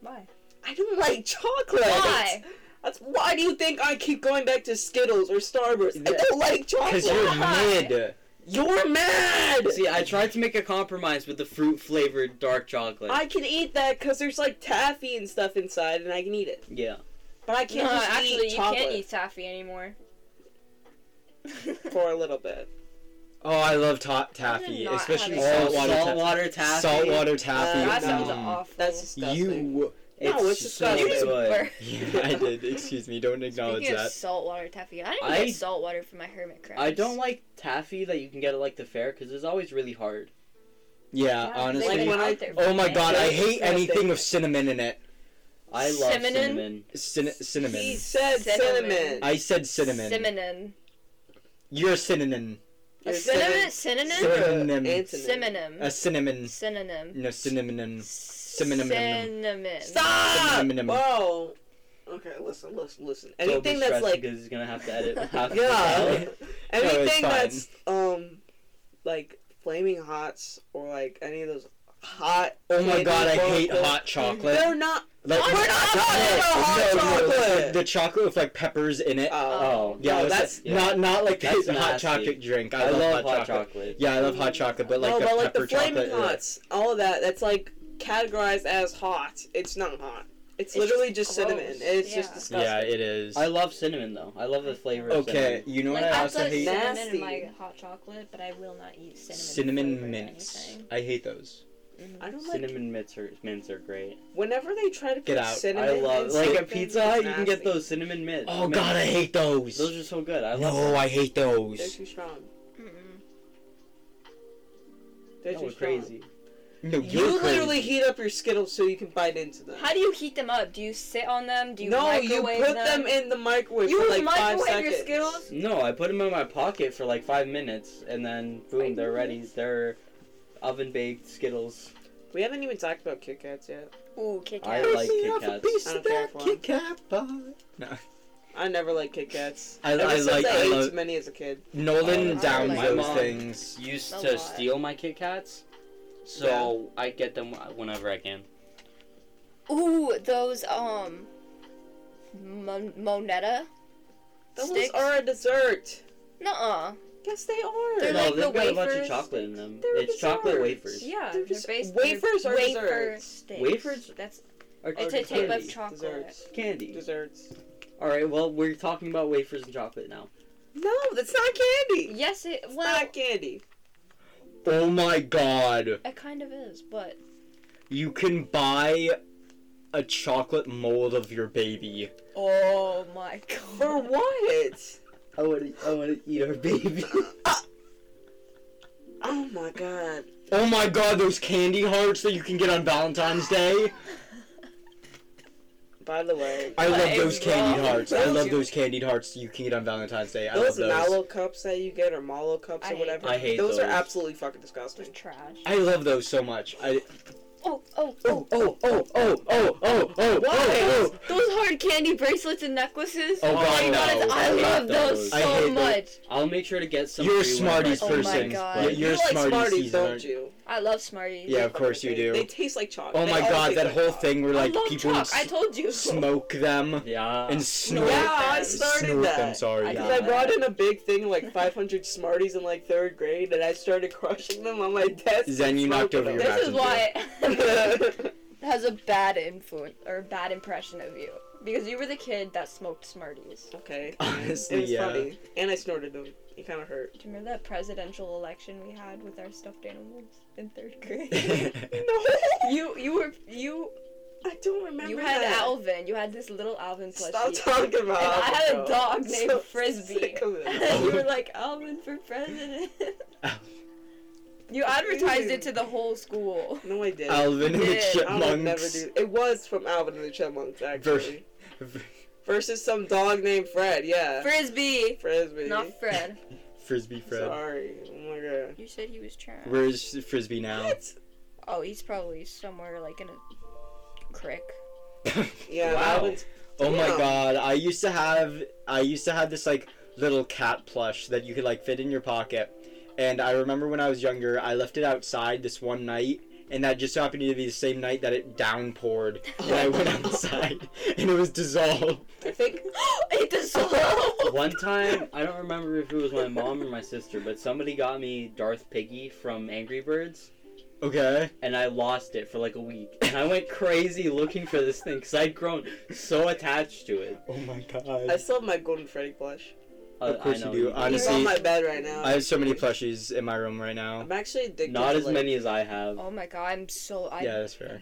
[SPEAKER 4] Why?
[SPEAKER 2] I don't like chocolate.
[SPEAKER 4] Why?
[SPEAKER 2] That's why do you think I keep going back to Skittles or Starburst? I
[SPEAKER 3] Yeah.
[SPEAKER 2] don't like
[SPEAKER 1] Because you're
[SPEAKER 2] chocolate.
[SPEAKER 1] mid.
[SPEAKER 2] You're mad.
[SPEAKER 3] See, I tried to make a compromise with the fruit flavored dark chocolate.
[SPEAKER 2] I can eat that because there's like taffy and stuff inside, and I can eat it.
[SPEAKER 3] yeah.
[SPEAKER 2] But I can't
[SPEAKER 4] no,
[SPEAKER 2] just
[SPEAKER 4] actually,
[SPEAKER 2] eat
[SPEAKER 4] you
[SPEAKER 2] chocolate
[SPEAKER 4] can't eat taffy anymore. (laughs)
[SPEAKER 2] for a little bit.
[SPEAKER 1] Oh, I love ta- taffy,
[SPEAKER 4] not
[SPEAKER 1] especially
[SPEAKER 4] having
[SPEAKER 3] So
[SPEAKER 1] saltwater taffy.
[SPEAKER 3] saltwater
[SPEAKER 1] Saltwater
[SPEAKER 3] taffy.
[SPEAKER 1] taffy.
[SPEAKER 2] Uh,
[SPEAKER 4] that sounds
[SPEAKER 1] Mm.
[SPEAKER 4] awful.
[SPEAKER 2] That's disgusting.
[SPEAKER 1] You.
[SPEAKER 3] It's,
[SPEAKER 2] No, it's
[SPEAKER 3] so
[SPEAKER 2] disgusting.
[SPEAKER 4] you just
[SPEAKER 3] good.
[SPEAKER 4] burped.
[SPEAKER 1] Yeah, I did. Excuse me. Don't acknowledge
[SPEAKER 4] Speaking of
[SPEAKER 1] that.
[SPEAKER 4] saltwater taffy, I didn't
[SPEAKER 3] I-
[SPEAKER 4] get saltwater for my hermit crabs.
[SPEAKER 3] I don't like taffy that you can get at like the fair because it's always really hard.
[SPEAKER 1] Yeah, honestly.
[SPEAKER 2] like when I-
[SPEAKER 1] oh my god, I hate
[SPEAKER 2] Yeah.
[SPEAKER 1] anything with cinnamon in it.
[SPEAKER 3] I love
[SPEAKER 4] Cinnamon?
[SPEAKER 3] cinnamon.
[SPEAKER 1] Cin- cinnamon.
[SPEAKER 2] He said
[SPEAKER 4] Cinnamon.
[SPEAKER 2] cinnamon.
[SPEAKER 1] I said cinnamon.
[SPEAKER 4] Cinnamon.
[SPEAKER 1] You're a synonym.
[SPEAKER 4] A
[SPEAKER 2] You're
[SPEAKER 4] cinnamon.
[SPEAKER 2] cinnamon.
[SPEAKER 4] Synonym.
[SPEAKER 1] Cinnamon.
[SPEAKER 2] Antonym.
[SPEAKER 4] Synonym.
[SPEAKER 1] A cinnamon. Mm.
[SPEAKER 4] Synonym.
[SPEAKER 1] No, cinnamon.
[SPEAKER 4] Cinnamon.
[SPEAKER 2] Stop!
[SPEAKER 1] Cinnamon.
[SPEAKER 2] Whoa. Okay, listen, listen, listen. Anything
[SPEAKER 3] Toby's
[SPEAKER 2] that's
[SPEAKER 3] stressed
[SPEAKER 2] like
[SPEAKER 3] because he's gonna have
[SPEAKER 1] (laughs)
[SPEAKER 3] to edit half of
[SPEAKER 2] yeah,
[SPEAKER 3] it out.
[SPEAKER 2] (laughs) anything
[SPEAKER 1] fine.
[SPEAKER 2] that's um like flaming hots or like any of those hot.
[SPEAKER 1] Oh my
[SPEAKER 2] candy
[SPEAKER 1] god, I
[SPEAKER 2] bars
[SPEAKER 1] hate
[SPEAKER 2] that-
[SPEAKER 1] hot chocolate.
[SPEAKER 2] They're not.
[SPEAKER 1] Like,
[SPEAKER 4] We're not
[SPEAKER 2] talking about hot
[SPEAKER 1] like,
[SPEAKER 2] chocolate.
[SPEAKER 1] the chocolate with like peppers in it.
[SPEAKER 2] Uh,
[SPEAKER 3] Oh.
[SPEAKER 1] yeah,
[SPEAKER 2] no,
[SPEAKER 1] it's-
[SPEAKER 2] that's-
[SPEAKER 3] yeah.
[SPEAKER 1] not not like
[SPEAKER 3] That's
[SPEAKER 1] the hot
[SPEAKER 3] nasty.
[SPEAKER 1] chocolate drink. I,
[SPEAKER 3] I,
[SPEAKER 1] love,
[SPEAKER 3] love
[SPEAKER 1] hot chocolate.
[SPEAKER 3] chocolate.
[SPEAKER 1] Yeah, I love hot chocolate, but like
[SPEAKER 2] no,
[SPEAKER 1] the
[SPEAKER 2] but like
[SPEAKER 1] pepper
[SPEAKER 2] the flaming
[SPEAKER 1] chocolate. uh,
[SPEAKER 2] hots, all of that. That's like categorized as hot. It's not hot.
[SPEAKER 4] It's
[SPEAKER 2] It's, literally
[SPEAKER 4] just
[SPEAKER 2] just, cinnamon.
[SPEAKER 4] gross.
[SPEAKER 2] It's just
[SPEAKER 4] Yeah.
[SPEAKER 2] disgusting.
[SPEAKER 1] Yeah, it is.
[SPEAKER 3] I love cinnamon though. I love the flavor. Of
[SPEAKER 1] okay,
[SPEAKER 3] cinnamon.
[SPEAKER 1] you know
[SPEAKER 4] Like,
[SPEAKER 1] what I
[SPEAKER 4] I
[SPEAKER 1] also
[SPEAKER 4] put
[SPEAKER 1] hate?
[SPEAKER 4] cinnamon in
[SPEAKER 2] Nasty.
[SPEAKER 4] my hot chocolate, but I will not eat cinnamon.
[SPEAKER 1] Cinnamon mints. I hate those.
[SPEAKER 2] I don't like
[SPEAKER 3] Cinnamon mints are mints are great.
[SPEAKER 2] whenever they try to
[SPEAKER 1] Get
[SPEAKER 2] put
[SPEAKER 1] out.
[SPEAKER 2] cinnamon.
[SPEAKER 3] I love
[SPEAKER 2] in
[SPEAKER 3] like
[SPEAKER 2] something,
[SPEAKER 3] at Pizza Hut
[SPEAKER 2] it's
[SPEAKER 3] you can get
[SPEAKER 2] nasty.
[SPEAKER 3] those cinnamon mints.
[SPEAKER 1] Oh
[SPEAKER 3] mints.
[SPEAKER 1] god, I hate those.
[SPEAKER 3] Those are so good. I love.
[SPEAKER 1] no,
[SPEAKER 3] them.
[SPEAKER 1] I hate
[SPEAKER 2] They're
[SPEAKER 1] those.
[SPEAKER 2] too strong. They're
[SPEAKER 3] No,
[SPEAKER 2] too
[SPEAKER 3] we're
[SPEAKER 2] strong.
[SPEAKER 3] crazy.
[SPEAKER 1] No,
[SPEAKER 2] You
[SPEAKER 1] you're crazy.
[SPEAKER 2] literally heat up your Skittles so you can bite into them.
[SPEAKER 4] How do you heat them up? Do you sit on them? Do you
[SPEAKER 2] no, you
[SPEAKER 4] microwave
[SPEAKER 2] put them? in the microwave
[SPEAKER 4] You
[SPEAKER 2] for like five
[SPEAKER 4] microwave
[SPEAKER 2] seconds.
[SPEAKER 4] your Skittles?
[SPEAKER 3] No, I put them in my pocket for like five minutes, and then boom, they're ready. They're oven baked Skittles.
[SPEAKER 2] We haven't even talked about Kit Kats yet.
[SPEAKER 4] Ooh, Kit
[SPEAKER 3] I
[SPEAKER 4] Kat.
[SPEAKER 3] like
[SPEAKER 1] Piece
[SPEAKER 3] Kit
[SPEAKER 1] off a
[SPEAKER 3] Kats.
[SPEAKER 1] piece
[SPEAKER 2] I
[SPEAKER 1] of
[SPEAKER 2] don't care
[SPEAKER 1] that
[SPEAKER 2] if one.
[SPEAKER 1] Kit Kat pie.
[SPEAKER 2] I never liked Kit Kats.
[SPEAKER 1] I-
[SPEAKER 2] Ever
[SPEAKER 1] I
[SPEAKER 2] since
[SPEAKER 1] like-
[SPEAKER 2] I,
[SPEAKER 1] I
[SPEAKER 2] ate
[SPEAKER 1] love-
[SPEAKER 2] too many as a kid.
[SPEAKER 1] Nolan
[SPEAKER 2] Oh,
[SPEAKER 3] Uh,
[SPEAKER 1] downs
[SPEAKER 4] my
[SPEAKER 1] those
[SPEAKER 3] mom-
[SPEAKER 1] things.
[SPEAKER 3] used
[SPEAKER 4] A
[SPEAKER 3] to
[SPEAKER 4] lot.
[SPEAKER 3] steal my Kit Kats, so I get them whenever I can.
[SPEAKER 4] Ooh, those um, mon- Monetta.
[SPEAKER 2] Those
[SPEAKER 4] Sticks?
[SPEAKER 2] are a dessert.
[SPEAKER 4] Nuh-uh.
[SPEAKER 2] Yes, they are.
[SPEAKER 4] They're
[SPEAKER 3] no,
[SPEAKER 4] like
[SPEAKER 3] they've
[SPEAKER 4] the
[SPEAKER 3] got a bunch of
[SPEAKER 4] wafers.
[SPEAKER 3] chocolate in them.
[SPEAKER 2] They're
[SPEAKER 3] it's chocolate
[SPEAKER 2] desserts.
[SPEAKER 3] wafers.
[SPEAKER 4] Yeah,
[SPEAKER 2] They're
[SPEAKER 4] they're
[SPEAKER 2] just-
[SPEAKER 4] based
[SPEAKER 2] wafers
[SPEAKER 4] they're
[SPEAKER 2] are
[SPEAKER 4] wafer
[SPEAKER 2] desserts.
[SPEAKER 4] sticks.
[SPEAKER 3] Wafers?
[SPEAKER 4] That's
[SPEAKER 3] Or
[SPEAKER 4] it's
[SPEAKER 2] Or
[SPEAKER 4] a type of
[SPEAKER 3] candy.
[SPEAKER 4] chocolate.
[SPEAKER 2] Desserts.
[SPEAKER 3] Candy.
[SPEAKER 2] Desserts.
[SPEAKER 3] All right. Well, we're talking about wafers and chocolate now.
[SPEAKER 2] No, that's not candy.
[SPEAKER 4] Yes, it
[SPEAKER 2] It's
[SPEAKER 4] well,
[SPEAKER 2] not candy.
[SPEAKER 1] Oh my god.
[SPEAKER 4] it kind of is, but
[SPEAKER 1] You can buy a chocolate mold of your (laughs) baby.
[SPEAKER 4] oh (laughs) my god.
[SPEAKER 2] For what?
[SPEAKER 3] I want to. I want to eat
[SPEAKER 4] (laughs)
[SPEAKER 3] our baby.
[SPEAKER 2] Oh my god.
[SPEAKER 1] Oh my god, those candy hearts that you can get on Valentine's Day.
[SPEAKER 2] By the way,
[SPEAKER 1] I
[SPEAKER 4] What
[SPEAKER 1] love
[SPEAKER 4] is
[SPEAKER 1] those candied
[SPEAKER 4] wrong
[SPEAKER 1] hearts. I
[SPEAKER 2] with
[SPEAKER 1] love
[SPEAKER 2] you?
[SPEAKER 1] those candied hearts you can get on Valentine's Day. I love
[SPEAKER 2] those
[SPEAKER 1] those.
[SPEAKER 2] mallow cups that you get or mallow cups
[SPEAKER 4] I
[SPEAKER 2] or
[SPEAKER 4] hate
[SPEAKER 2] whatever.
[SPEAKER 3] I hate
[SPEAKER 2] those. are
[SPEAKER 3] those.
[SPEAKER 2] absolutely fucking
[SPEAKER 4] Just
[SPEAKER 2] disgusting.
[SPEAKER 4] trash.
[SPEAKER 1] I love those so much. I
[SPEAKER 4] Oh, oh,
[SPEAKER 1] oh oh oh oh oh oh oh
[SPEAKER 4] Why?
[SPEAKER 1] oh
[SPEAKER 4] Those, hard candy bracelets and necklaces.
[SPEAKER 1] Oh,
[SPEAKER 4] my
[SPEAKER 1] God,
[SPEAKER 4] god,
[SPEAKER 1] no.
[SPEAKER 4] I
[SPEAKER 1] I hate
[SPEAKER 4] love those
[SPEAKER 3] those.
[SPEAKER 1] I hate
[SPEAKER 4] so
[SPEAKER 1] those.
[SPEAKER 4] much.
[SPEAKER 3] I'll make sure to get some.
[SPEAKER 1] You're a
[SPEAKER 3] for you whenever
[SPEAKER 1] Smarties
[SPEAKER 3] I
[SPEAKER 4] Oh my
[SPEAKER 3] can.
[SPEAKER 1] person.
[SPEAKER 4] God.
[SPEAKER 1] Yeah, you're
[SPEAKER 2] you like
[SPEAKER 1] Smarties,
[SPEAKER 2] Smarties,
[SPEAKER 1] season,
[SPEAKER 2] don't
[SPEAKER 1] aren't-
[SPEAKER 2] you?
[SPEAKER 4] I love Smarties.
[SPEAKER 1] Yeah, of course you
[SPEAKER 2] They- They
[SPEAKER 1] do.
[SPEAKER 2] taste like chocolate.
[SPEAKER 1] Oh
[SPEAKER 2] They
[SPEAKER 1] my
[SPEAKER 2] all
[SPEAKER 1] god,
[SPEAKER 2] taste
[SPEAKER 1] that
[SPEAKER 2] like
[SPEAKER 1] whole
[SPEAKER 2] chocolate.
[SPEAKER 1] thing where like
[SPEAKER 4] I love
[SPEAKER 1] people
[SPEAKER 4] chalk.
[SPEAKER 1] s-
[SPEAKER 4] I told you.
[SPEAKER 1] smoke them
[SPEAKER 3] Yeah.
[SPEAKER 1] and snort
[SPEAKER 2] Yeah, I
[SPEAKER 4] them.
[SPEAKER 2] started
[SPEAKER 1] snort
[SPEAKER 2] that.
[SPEAKER 1] them. Sorry.
[SPEAKER 4] I
[SPEAKER 2] Because
[SPEAKER 4] Yeah.
[SPEAKER 2] I brought in a big thing like 500 Smarties in like third grade, and I started crushing them on my desk.
[SPEAKER 1] Zen,
[SPEAKER 2] and
[SPEAKER 1] you knocked
[SPEAKER 2] smoking
[SPEAKER 1] over
[SPEAKER 4] This
[SPEAKER 1] your
[SPEAKER 4] is why
[SPEAKER 2] (laughs)
[SPEAKER 4] it
[SPEAKER 2] them.
[SPEAKER 4] (laughs) has a bad influence or a bad impression of you because you were the kid that smoked Smarties.
[SPEAKER 2] (laughs) okay. It
[SPEAKER 1] (laughs) Honestly,
[SPEAKER 2] was
[SPEAKER 1] yeah.
[SPEAKER 2] funny, and I snorted them. It kind of hurt.
[SPEAKER 4] Do you remember that presidential election we had with our stuffed animals in
[SPEAKER 2] (laughs)
[SPEAKER 4] third grade?
[SPEAKER 1] (laughs)
[SPEAKER 2] No,
[SPEAKER 4] you you were you
[SPEAKER 2] I don't remember.
[SPEAKER 4] you had
[SPEAKER 2] that.
[SPEAKER 4] Alvin. You had this little Alvin plushie.
[SPEAKER 2] Stop talking about.
[SPEAKER 4] And I had a
[SPEAKER 2] Alvin,
[SPEAKER 4] dog
[SPEAKER 2] bro.
[SPEAKER 4] named
[SPEAKER 2] (laughs) So
[SPEAKER 4] Frisbee.
[SPEAKER 2] sick of it. (laughs)
[SPEAKER 4] And (laughs) you were like, Alvin for president. you advertised it to the whole school.
[SPEAKER 2] No, I didn't.
[SPEAKER 1] Alvin and
[SPEAKER 4] Yeah,
[SPEAKER 1] the
[SPEAKER 2] I would never
[SPEAKER 1] Chipmunks.
[SPEAKER 2] do. It was from Alvin and the Chipmunks actually, versus some dog named Fred. Yeah,
[SPEAKER 4] Frisbee!
[SPEAKER 2] Frisbee.
[SPEAKER 4] Not Fred.
[SPEAKER 1] (laughs) Frisbee Fred.
[SPEAKER 2] Sorry. Oh my god.
[SPEAKER 4] You said he was trash.
[SPEAKER 1] Where's Frisbee (laughs) now?
[SPEAKER 2] What?
[SPEAKER 4] Oh, he's probably somewhere like in a crick.
[SPEAKER 2] Yeah,
[SPEAKER 3] Wow.
[SPEAKER 1] (laughs)
[SPEAKER 2] Alvin's.
[SPEAKER 1] Oh my
[SPEAKER 2] Damn.
[SPEAKER 1] god, I used to have I used to have this like little cat plush that you could like fit in your pocket. And I remember when I was younger, I left it outside this one night, and that just happened to be the same night that it downpoured. And I
[SPEAKER 2] (laughs)
[SPEAKER 1] went outside and it was dissolved.
[SPEAKER 2] I
[SPEAKER 4] (gasps)
[SPEAKER 2] think
[SPEAKER 4] it dissolved!
[SPEAKER 3] One time, I don't remember if it was my mom or my sister, but somebody got me Darth Piggy from Angry Birds,
[SPEAKER 1] Okay.
[SPEAKER 3] and I lost it for like a week. And I went crazy looking for this thing because I'd grown so attached to it.
[SPEAKER 1] Oh my
[SPEAKER 2] I
[SPEAKER 1] god.
[SPEAKER 2] still have my Golden Freddy plush.
[SPEAKER 3] Uh,
[SPEAKER 1] Of course
[SPEAKER 3] I
[SPEAKER 1] you
[SPEAKER 3] know
[SPEAKER 1] do, honestly.
[SPEAKER 2] He's on my bed right now.
[SPEAKER 1] I have so many plushies in my room right now.
[SPEAKER 2] I'm actually addicted.
[SPEAKER 3] Not
[SPEAKER 2] to,
[SPEAKER 3] as
[SPEAKER 2] like,
[SPEAKER 3] many as I have.
[SPEAKER 4] Oh my god, I'm so. I,
[SPEAKER 1] Yeah, that's fair.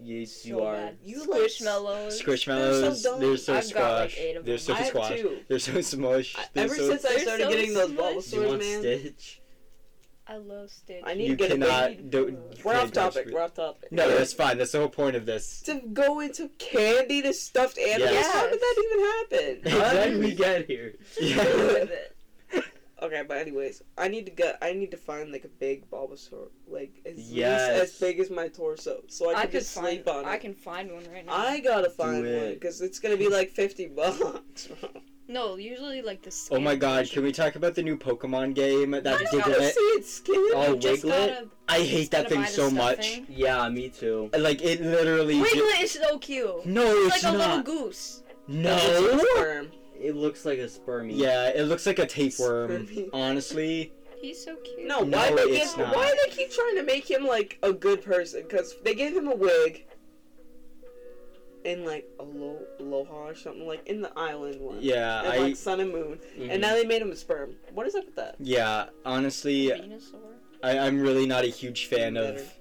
[SPEAKER 3] Yes,
[SPEAKER 4] So
[SPEAKER 3] you are.
[SPEAKER 4] Bad. You
[SPEAKER 2] like-
[SPEAKER 4] Squishmallows.
[SPEAKER 1] Squishmallows,
[SPEAKER 2] dumb.
[SPEAKER 1] they're so
[SPEAKER 4] I've got, like,
[SPEAKER 1] squash.
[SPEAKER 4] eight of
[SPEAKER 1] they're
[SPEAKER 4] them.
[SPEAKER 1] so
[SPEAKER 2] I have
[SPEAKER 1] squash.
[SPEAKER 2] two.
[SPEAKER 1] They're so smush.
[SPEAKER 2] I-
[SPEAKER 1] They're
[SPEAKER 2] ever
[SPEAKER 1] so
[SPEAKER 2] since I
[SPEAKER 4] They're
[SPEAKER 2] started
[SPEAKER 4] so
[SPEAKER 2] getting those
[SPEAKER 4] smart.
[SPEAKER 3] Do you
[SPEAKER 2] Bulbasaur,
[SPEAKER 3] want
[SPEAKER 1] (laughs)
[SPEAKER 2] man,
[SPEAKER 3] Stitch? (laughs)
[SPEAKER 4] I love Stitch.
[SPEAKER 2] I need to
[SPEAKER 1] you
[SPEAKER 2] get.
[SPEAKER 1] cannot
[SPEAKER 2] a baby.
[SPEAKER 1] do
[SPEAKER 2] We're
[SPEAKER 1] can't
[SPEAKER 2] off
[SPEAKER 1] touch
[SPEAKER 2] topic.
[SPEAKER 1] it.
[SPEAKER 2] We're off topic.
[SPEAKER 1] No, that's fine. That's the whole point of this.
[SPEAKER 2] to go into candy to stuffed animals.
[SPEAKER 1] Yes.
[SPEAKER 2] How did that even happen?
[SPEAKER 3] How did we
[SPEAKER 1] Exactly.
[SPEAKER 3] get here?
[SPEAKER 1] (laughs) Yeah.
[SPEAKER 4] (laughs)
[SPEAKER 1] (laughs)
[SPEAKER 4] with it.
[SPEAKER 2] Okay, but anyways, I need to get. I need to find like a big Bulbasaur, like as least
[SPEAKER 3] Yes.
[SPEAKER 2] as big as my torso, so I can
[SPEAKER 4] I could
[SPEAKER 2] just
[SPEAKER 4] find.
[SPEAKER 2] sleep on
[SPEAKER 4] I
[SPEAKER 2] it.
[SPEAKER 4] can find one right now.
[SPEAKER 2] I gotta find one
[SPEAKER 3] it.
[SPEAKER 2] because it's gonna be like fifty bucks.
[SPEAKER 4] (laughs)
[SPEAKER 2] bro.
[SPEAKER 4] No, usually like the. Skin
[SPEAKER 1] Oh my god, can we talk about the new Pokemon game that
[SPEAKER 2] I don't wanna
[SPEAKER 1] Diglett?
[SPEAKER 2] see it skin.
[SPEAKER 3] Oh,
[SPEAKER 4] You just
[SPEAKER 3] Wiglet?
[SPEAKER 4] gotta-
[SPEAKER 1] I hate that
[SPEAKER 4] gotta
[SPEAKER 1] thing
[SPEAKER 4] buy the
[SPEAKER 1] so much.
[SPEAKER 4] stuffing.
[SPEAKER 3] Yeah, me too.
[SPEAKER 1] Like it literally ju-
[SPEAKER 4] Wiglet is so cute.
[SPEAKER 1] No,
[SPEAKER 4] It's
[SPEAKER 1] it's,
[SPEAKER 4] like a little
[SPEAKER 1] not.
[SPEAKER 4] goose.
[SPEAKER 1] no.
[SPEAKER 2] Sperm.
[SPEAKER 3] It looks like a spermie.
[SPEAKER 1] Yeah, it looks like a tapeworm.
[SPEAKER 2] Spermie.
[SPEAKER 4] (laughs)
[SPEAKER 1] Honestly,
[SPEAKER 4] He's so cute.
[SPEAKER 2] No,
[SPEAKER 1] No,
[SPEAKER 2] why they
[SPEAKER 1] it's
[SPEAKER 2] give,
[SPEAKER 1] not.
[SPEAKER 2] why they keep trying to make him like a good person? Because they gave him a wig and like a lo- aloha or something like in the island one.
[SPEAKER 1] yeah,
[SPEAKER 2] and,
[SPEAKER 1] I Mm-hmm.
[SPEAKER 2] like sun and moon,
[SPEAKER 3] Mhm.
[SPEAKER 2] and now they made him a sperm. What is up with that?
[SPEAKER 1] yeah, honestly,
[SPEAKER 4] Venusaur.
[SPEAKER 1] I, I'm really not a huge fan of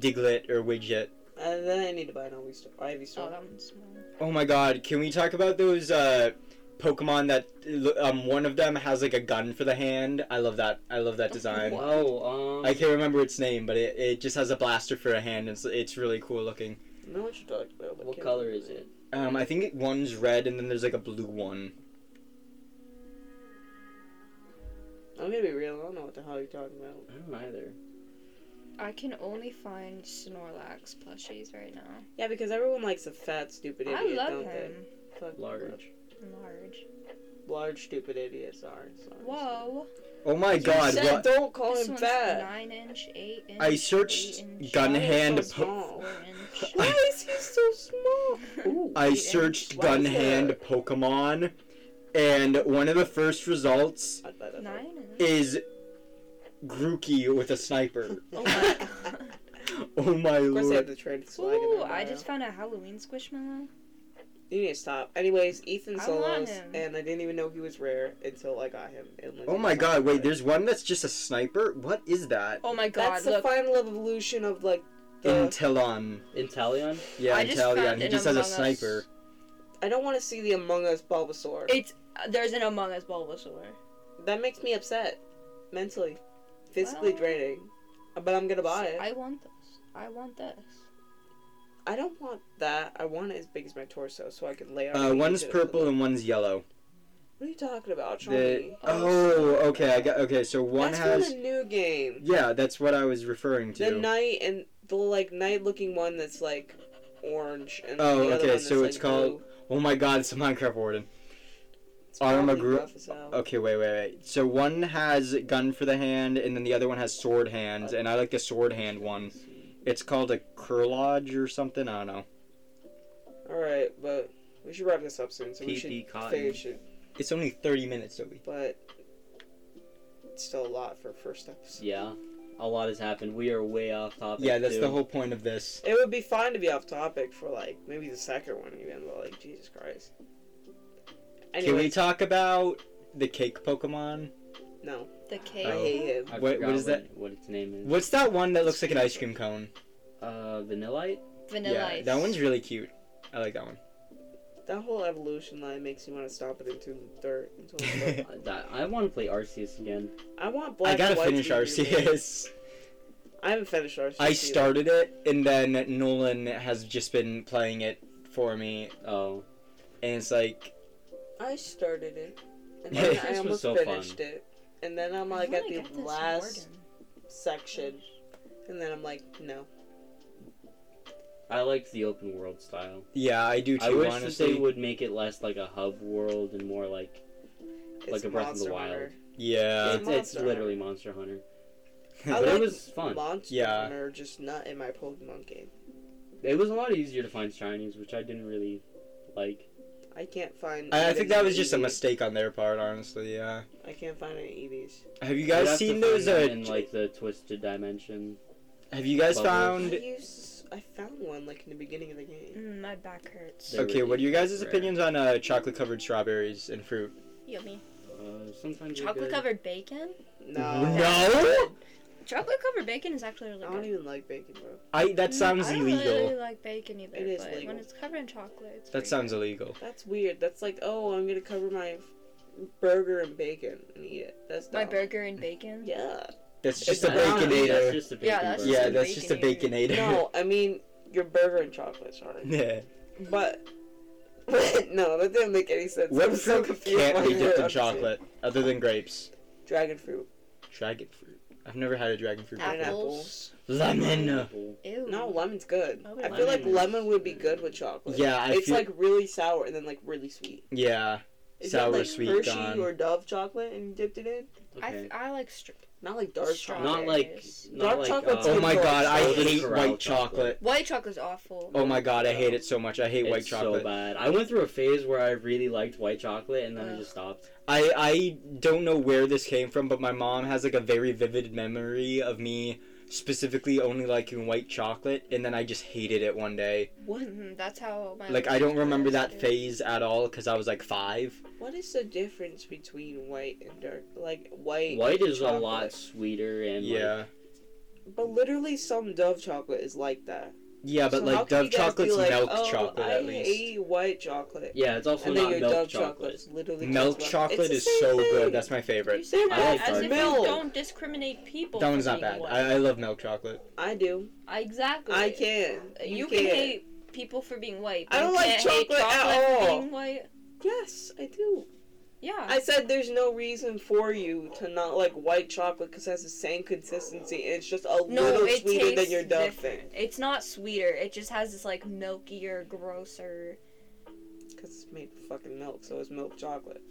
[SPEAKER 2] Better.
[SPEAKER 1] Diglett or Widget.
[SPEAKER 2] Uh, then I need to buy an Ivy store. Ivy
[SPEAKER 4] Oh,
[SPEAKER 2] store.
[SPEAKER 4] that one's small.
[SPEAKER 1] Oh my god, can we talk about those uh Pokemon that um one of them has like a gun for the hand? I love that. I love that design.
[SPEAKER 3] Oh, um.
[SPEAKER 1] I can't remember its name, but it, it just has a blaster for a hand. It's it's really cool looking.
[SPEAKER 2] I know what you're talking about. but
[SPEAKER 3] What
[SPEAKER 2] can't
[SPEAKER 3] color
[SPEAKER 2] remember
[SPEAKER 3] is it?
[SPEAKER 1] Um, I think it, one's red, and then there's like a blue one.
[SPEAKER 2] the name. I'm gonna be real. I don't know what the hell you're talking about.
[SPEAKER 3] I don't either.
[SPEAKER 5] I can only find Snorlax plushies right now.
[SPEAKER 2] Yeah, because everyone likes a fat, stupid idiot,
[SPEAKER 5] I love
[SPEAKER 2] don't
[SPEAKER 5] him.
[SPEAKER 2] they? Fuck.
[SPEAKER 3] Large.
[SPEAKER 5] Large.
[SPEAKER 2] Large, stupid idiots are. Sorry.
[SPEAKER 5] Whoa.
[SPEAKER 1] Oh my
[SPEAKER 2] You
[SPEAKER 1] god,
[SPEAKER 2] said
[SPEAKER 1] what?
[SPEAKER 2] don't call
[SPEAKER 5] This
[SPEAKER 2] him
[SPEAKER 5] one's
[SPEAKER 2] fat.
[SPEAKER 5] nine inch, eight inch.
[SPEAKER 1] I searched
[SPEAKER 5] eight inch,
[SPEAKER 1] gun hand
[SPEAKER 2] so
[SPEAKER 1] po-
[SPEAKER 2] small?
[SPEAKER 5] four
[SPEAKER 1] (laughs)
[SPEAKER 5] inch.
[SPEAKER 2] (laughs) Why is he so small? Ooh.
[SPEAKER 1] I
[SPEAKER 5] Eight
[SPEAKER 1] searched
[SPEAKER 2] inch. Why
[SPEAKER 1] gun
[SPEAKER 2] is
[SPEAKER 1] hand
[SPEAKER 2] there-
[SPEAKER 1] Pokemon, and one of the first results
[SPEAKER 2] I'd buy that.
[SPEAKER 5] Nine inch.
[SPEAKER 1] is Grookey with a sniper. (laughs)
[SPEAKER 5] Oh my god.
[SPEAKER 1] Oh
[SPEAKER 2] (laughs)
[SPEAKER 1] my
[SPEAKER 2] Of course, they have
[SPEAKER 1] lord.
[SPEAKER 2] the trade
[SPEAKER 5] (laughs)
[SPEAKER 2] swag. in
[SPEAKER 5] Ooh,
[SPEAKER 2] there
[SPEAKER 5] I
[SPEAKER 2] now.
[SPEAKER 5] just found a Halloween squishmallow.
[SPEAKER 2] You need to stop. Anyways, Ethan
[SPEAKER 5] I want
[SPEAKER 2] solos,
[SPEAKER 5] him.
[SPEAKER 2] and I didn't even know he was rare until I got him. And Lindsay
[SPEAKER 1] Oh my
[SPEAKER 2] was
[SPEAKER 1] god,
[SPEAKER 2] like,
[SPEAKER 1] wait, there's one that's just a sniper? What is that?
[SPEAKER 4] Oh my god,
[SPEAKER 2] That's the
[SPEAKER 4] look.
[SPEAKER 2] final evolution of like
[SPEAKER 1] Mm-hmm.
[SPEAKER 2] the.
[SPEAKER 1] Inteleon.
[SPEAKER 3] Inteleon?
[SPEAKER 1] Yeah,
[SPEAKER 4] I just
[SPEAKER 1] Inteleon.
[SPEAKER 4] found
[SPEAKER 1] He
[SPEAKER 4] an
[SPEAKER 1] just has a
[SPEAKER 4] Among Us.
[SPEAKER 1] sniper.
[SPEAKER 2] I don't want to see the Among Us Bulbasaur.
[SPEAKER 4] It- uh, There's an Among Us Bulbasaur.
[SPEAKER 2] that makes me upset, mentally, physically
[SPEAKER 5] Well-
[SPEAKER 2] draining. But I'm gonna buy
[SPEAKER 5] See,
[SPEAKER 2] it.
[SPEAKER 5] I want this. I want this.
[SPEAKER 2] I don't want that. I want it as big as my torso, so I can lay out.
[SPEAKER 1] Uh,
[SPEAKER 2] and
[SPEAKER 1] one's
[SPEAKER 2] use it for
[SPEAKER 1] purple
[SPEAKER 2] the-
[SPEAKER 1] and one's yellow.
[SPEAKER 2] What are you talking about? Show
[SPEAKER 1] The,
[SPEAKER 2] me.
[SPEAKER 1] oh, okay, I got okay. So one
[SPEAKER 2] That's
[SPEAKER 1] has
[SPEAKER 2] from the new game.
[SPEAKER 1] yeah, that's what I was referring to.
[SPEAKER 2] The knight and the like knight-looking one that's like orange and
[SPEAKER 1] Oh,
[SPEAKER 2] the other
[SPEAKER 1] okay,
[SPEAKER 2] one that's,
[SPEAKER 1] so
[SPEAKER 2] like,
[SPEAKER 1] it's called-
[SPEAKER 2] blue.
[SPEAKER 1] oh my god, it's a Minecraft warden.
[SPEAKER 2] It's
[SPEAKER 1] Armor
[SPEAKER 2] probably
[SPEAKER 1] group-
[SPEAKER 2] rough as hell.
[SPEAKER 1] Okay, wait, wait, wait. So one has gun for the hand, and then the other one has sword hands, and I like the sword hand one. It's called a curlodge or something. I don't know.
[SPEAKER 2] All right, but we should wrap this up soon, so we should
[SPEAKER 3] PP Cotton.
[SPEAKER 2] finish it.
[SPEAKER 1] It's only thirty minutes, Toby.
[SPEAKER 2] But it's still a lot for first episode.
[SPEAKER 3] Yeah. A lot has happened. We are way off topic.
[SPEAKER 1] Yeah, that's
[SPEAKER 3] too.
[SPEAKER 1] the whole point of this.
[SPEAKER 2] It would be fine to be off topic for like maybe the second one even, but like Jesus Christ.
[SPEAKER 1] Can we
[SPEAKER 2] Anyway,
[SPEAKER 1] talk about the cake Pokemon?
[SPEAKER 2] no,
[SPEAKER 4] The
[SPEAKER 2] I
[SPEAKER 1] Oh.
[SPEAKER 4] cake.
[SPEAKER 2] hate him.
[SPEAKER 3] I
[SPEAKER 1] What-
[SPEAKER 3] forgot
[SPEAKER 1] what is that?
[SPEAKER 3] What its name is.
[SPEAKER 1] What's that one that looks like an ice cream cone?
[SPEAKER 3] Uh, Vanillite?
[SPEAKER 4] Vanilla
[SPEAKER 1] yeah,
[SPEAKER 4] ice.
[SPEAKER 1] that one's really cute. I like that one.
[SPEAKER 2] That whole evolution line makes me want to stomp it into the dirt. Until it's
[SPEAKER 1] (laughs)
[SPEAKER 3] Uh, that- I want to play Arceus again.
[SPEAKER 2] I want black.
[SPEAKER 1] I gotta
[SPEAKER 2] and white to
[SPEAKER 1] finish
[SPEAKER 2] be your game.
[SPEAKER 1] (laughs) RCS.
[SPEAKER 2] I haven't finished RCS.
[SPEAKER 1] I
[SPEAKER 2] either.
[SPEAKER 1] started it, and then Nolan has just been playing it for me,
[SPEAKER 3] Oh.
[SPEAKER 1] and it's like,
[SPEAKER 2] I started it,
[SPEAKER 1] (laughs)
[SPEAKER 2] and
[SPEAKER 1] Yeah,
[SPEAKER 2] then
[SPEAKER 1] this
[SPEAKER 2] I
[SPEAKER 3] was
[SPEAKER 2] almost
[SPEAKER 3] so fun.
[SPEAKER 2] finished it, and then I'm like at the last section, and then I'm like, no.
[SPEAKER 3] I liked the open world style.
[SPEAKER 1] yeah, I do too.
[SPEAKER 3] I wish that they
[SPEAKER 1] honestly,
[SPEAKER 3] would make it less like a hub world and more like
[SPEAKER 2] It's
[SPEAKER 3] Like a Breath of the
[SPEAKER 2] Monster
[SPEAKER 3] Wild.
[SPEAKER 2] Hunter.
[SPEAKER 1] (laughs) yeah,
[SPEAKER 3] it's, it's
[SPEAKER 2] Monster
[SPEAKER 3] literally Monster Hunter.
[SPEAKER 2] I
[SPEAKER 3] but
[SPEAKER 2] like
[SPEAKER 3] it was fun.
[SPEAKER 2] Monster
[SPEAKER 1] Yeah.
[SPEAKER 2] Hunter just not in my Pokemon game.
[SPEAKER 3] It was a lot easier to find shinies, which I didn't really like.
[SPEAKER 2] I can't find.
[SPEAKER 1] I, I
[SPEAKER 2] even
[SPEAKER 1] think that was
[SPEAKER 2] an
[SPEAKER 1] just a
[SPEAKER 2] Eevee.
[SPEAKER 1] mistake on their part, honestly. Yeah.
[SPEAKER 2] I can't find any E EVs.
[SPEAKER 1] Have you
[SPEAKER 3] You'd
[SPEAKER 1] guys
[SPEAKER 3] have to
[SPEAKER 1] seen
[SPEAKER 3] find
[SPEAKER 1] those?
[SPEAKER 3] them
[SPEAKER 1] Uh,
[SPEAKER 3] in like the twisted dimension.
[SPEAKER 1] have you guys
[SPEAKER 3] bubbles.
[SPEAKER 2] I
[SPEAKER 1] found?
[SPEAKER 2] use. I found one like in the beginning of the game.
[SPEAKER 4] Mm, my back hurts.
[SPEAKER 3] They're
[SPEAKER 1] Okay, what are
[SPEAKER 3] really
[SPEAKER 1] your guys'
[SPEAKER 3] rare.
[SPEAKER 1] opinions on uh, chocolate covered strawberries and fruit?
[SPEAKER 4] Yummy.
[SPEAKER 3] Uh, sometimes they're
[SPEAKER 5] Chocolate
[SPEAKER 3] good.
[SPEAKER 5] covered bacon?
[SPEAKER 2] No.
[SPEAKER 1] No,
[SPEAKER 4] Chocolate covered bacon is actually
[SPEAKER 2] I
[SPEAKER 4] really
[SPEAKER 2] don't
[SPEAKER 4] good.
[SPEAKER 2] even like bacon, bro.
[SPEAKER 1] I that
[SPEAKER 5] Mm,
[SPEAKER 1] sounds
[SPEAKER 5] I don't really
[SPEAKER 1] illegal.
[SPEAKER 5] like bacon either,
[SPEAKER 2] It is
[SPEAKER 5] but
[SPEAKER 2] legal.
[SPEAKER 5] when it's covered in chocolate, it's
[SPEAKER 1] That
[SPEAKER 5] pretty
[SPEAKER 1] sounds
[SPEAKER 5] good.
[SPEAKER 1] illegal.
[SPEAKER 2] That's weird. That's like, oh, I'm gonna cover my burger and bacon and eat it. That's
[SPEAKER 4] My
[SPEAKER 2] dumb.
[SPEAKER 4] burger and bacon.
[SPEAKER 2] Yeah.
[SPEAKER 1] That's just a
[SPEAKER 2] It's not.
[SPEAKER 3] That's
[SPEAKER 1] baconator.
[SPEAKER 3] just a bacon
[SPEAKER 4] Yeah, that's
[SPEAKER 3] burger.
[SPEAKER 1] Yeah,
[SPEAKER 4] just a
[SPEAKER 1] that's just a
[SPEAKER 4] Baconator.
[SPEAKER 1] baconator.
[SPEAKER 2] No, I mean your burger and chocolate. Sorry,
[SPEAKER 1] (laughs) yeah.
[SPEAKER 2] but. (laughs) no, that didn't make any sense. I'm
[SPEAKER 1] What
[SPEAKER 2] so
[SPEAKER 1] fruit
[SPEAKER 2] confused.
[SPEAKER 1] can't
[SPEAKER 2] why
[SPEAKER 1] be
[SPEAKER 2] you
[SPEAKER 1] dipped
[SPEAKER 2] were
[SPEAKER 1] in
[SPEAKER 2] upset.
[SPEAKER 1] chocolate other than grapes?
[SPEAKER 2] Dragon fruit.
[SPEAKER 1] Dragon fruit. I've never had a dragon fruit.
[SPEAKER 2] Apple.
[SPEAKER 1] before.
[SPEAKER 5] Apples.
[SPEAKER 1] Lemon.
[SPEAKER 5] Ew.
[SPEAKER 2] No, lemon's good.
[SPEAKER 5] Oh,
[SPEAKER 2] I feel like
[SPEAKER 3] lemon is-
[SPEAKER 2] lemon would be good with chocolate.
[SPEAKER 1] Yeah, I
[SPEAKER 2] it's
[SPEAKER 1] feel
[SPEAKER 2] like really sour and then like really sweet.
[SPEAKER 1] yeah.
[SPEAKER 2] Is
[SPEAKER 1] Sour,
[SPEAKER 2] it like
[SPEAKER 1] sweet,
[SPEAKER 2] Hershey
[SPEAKER 1] gone.
[SPEAKER 2] or Dove chocolate and you dipped it in?
[SPEAKER 5] I,
[SPEAKER 3] Okay.
[SPEAKER 5] f- I like str-
[SPEAKER 2] Not like dark
[SPEAKER 5] Straw.
[SPEAKER 2] chocolate.
[SPEAKER 3] Not like
[SPEAKER 5] Strawberries.
[SPEAKER 3] not
[SPEAKER 2] Dark
[SPEAKER 3] like,
[SPEAKER 2] chocolate's
[SPEAKER 3] uh,
[SPEAKER 1] Oh my
[SPEAKER 2] good.
[SPEAKER 1] god, I
[SPEAKER 2] Golden
[SPEAKER 1] hate
[SPEAKER 3] Corral
[SPEAKER 1] white chocolate.
[SPEAKER 4] White chocolate's awful.
[SPEAKER 1] Oh my god, I hate it so much. I hate
[SPEAKER 3] It's
[SPEAKER 1] white chocolate.
[SPEAKER 3] so bad. I went through a phase where I really liked white chocolate, and then I
[SPEAKER 4] Ugh.
[SPEAKER 3] just stopped.
[SPEAKER 1] I I don't know where this came from, but my mom has like a very vivid memory of me specifically only liking white chocolate, and then I just hated it one day.
[SPEAKER 2] What?
[SPEAKER 4] Mhm, that's how my.
[SPEAKER 1] Like I don't remember that
[SPEAKER 4] face.
[SPEAKER 1] phase at all because I was like five.
[SPEAKER 2] What is the difference between white and dark? Like white.
[SPEAKER 3] White
[SPEAKER 2] and
[SPEAKER 3] is a
[SPEAKER 2] chocolate.
[SPEAKER 3] lot sweeter and like,
[SPEAKER 1] Yeah,
[SPEAKER 2] But literally, some Dove chocolate is like that.
[SPEAKER 1] yeah, but
[SPEAKER 2] So how
[SPEAKER 1] like
[SPEAKER 2] can
[SPEAKER 1] Dove
[SPEAKER 2] you guys be
[SPEAKER 1] chocolate's
[SPEAKER 2] like,
[SPEAKER 1] milk
[SPEAKER 2] oh,
[SPEAKER 1] chocolate
[SPEAKER 2] I
[SPEAKER 1] at least.
[SPEAKER 2] hate white chocolate.
[SPEAKER 3] yeah. It's also
[SPEAKER 2] and then
[SPEAKER 3] not
[SPEAKER 2] your
[SPEAKER 3] milk
[SPEAKER 2] Dove
[SPEAKER 3] chocolate.
[SPEAKER 2] chocolate's literally
[SPEAKER 1] Milk
[SPEAKER 2] just lemon.
[SPEAKER 1] chocolate
[SPEAKER 2] It's
[SPEAKER 1] is
[SPEAKER 2] the same
[SPEAKER 1] so
[SPEAKER 2] thing.
[SPEAKER 1] good. That's my
[SPEAKER 4] You
[SPEAKER 1] favorite.
[SPEAKER 4] say
[SPEAKER 3] I
[SPEAKER 4] that
[SPEAKER 3] like
[SPEAKER 4] as
[SPEAKER 3] dark
[SPEAKER 4] if
[SPEAKER 2] milk.
[SPEAKER 4] you don't discriminate people.
[SPEAKER 1] That
[SPEAKER 4] for
[SPEAKER 1] one's not
[SPEAKER 4] being
[SPEAKER 1] bad.
[SPEAKER 4] white.
[SPEAKER 1] I, I love milk chocolate.
[SPEAKER 2] I do.
[SPEAKER 4] Exactly.
[SPEAKER 2] I can.
[SPEAKER 4] You,
[SPEAKER 2] You
[SPEAKER 4] can
[SPEAKER 2] can't.
[SPEAKER 4] hate people for being white.
[SPEAKER 2] I
[SPEAKER 4] but
[SPEAKER 2] don't
[SPEAKER 4] you
[SPEAKER 2] like
[SPEAKER 4] can't hate
[SPEAKER 2] chocolate at
[SPEAKER 4] chocolate for
[SPEAKER 2] all.
[SPEAKER 4] Being white.
[SPEAKER 2] Yes, I do.
[SPEAKER 5] Yeah.
[SPEAKER 2] I said there's no reason for you to not like white chocolate because it has the same consistency and it's just a
[SPEAKER 4] No,
[SPEAKER 2] little
[SPEAKER 4] it
[SPEAKER 2] sweeter
[SPEAKER 4] tastes
[SPEAKER 2] than your Dove
[SPEAKER 4] different.
[SPEAKER 2] thing.
[SPEAKER 4] It's not sweeter. It just has this like milkier, grosser.
[SPEAKER 2] Because it's made of fucking milk, so it's milk chocolate.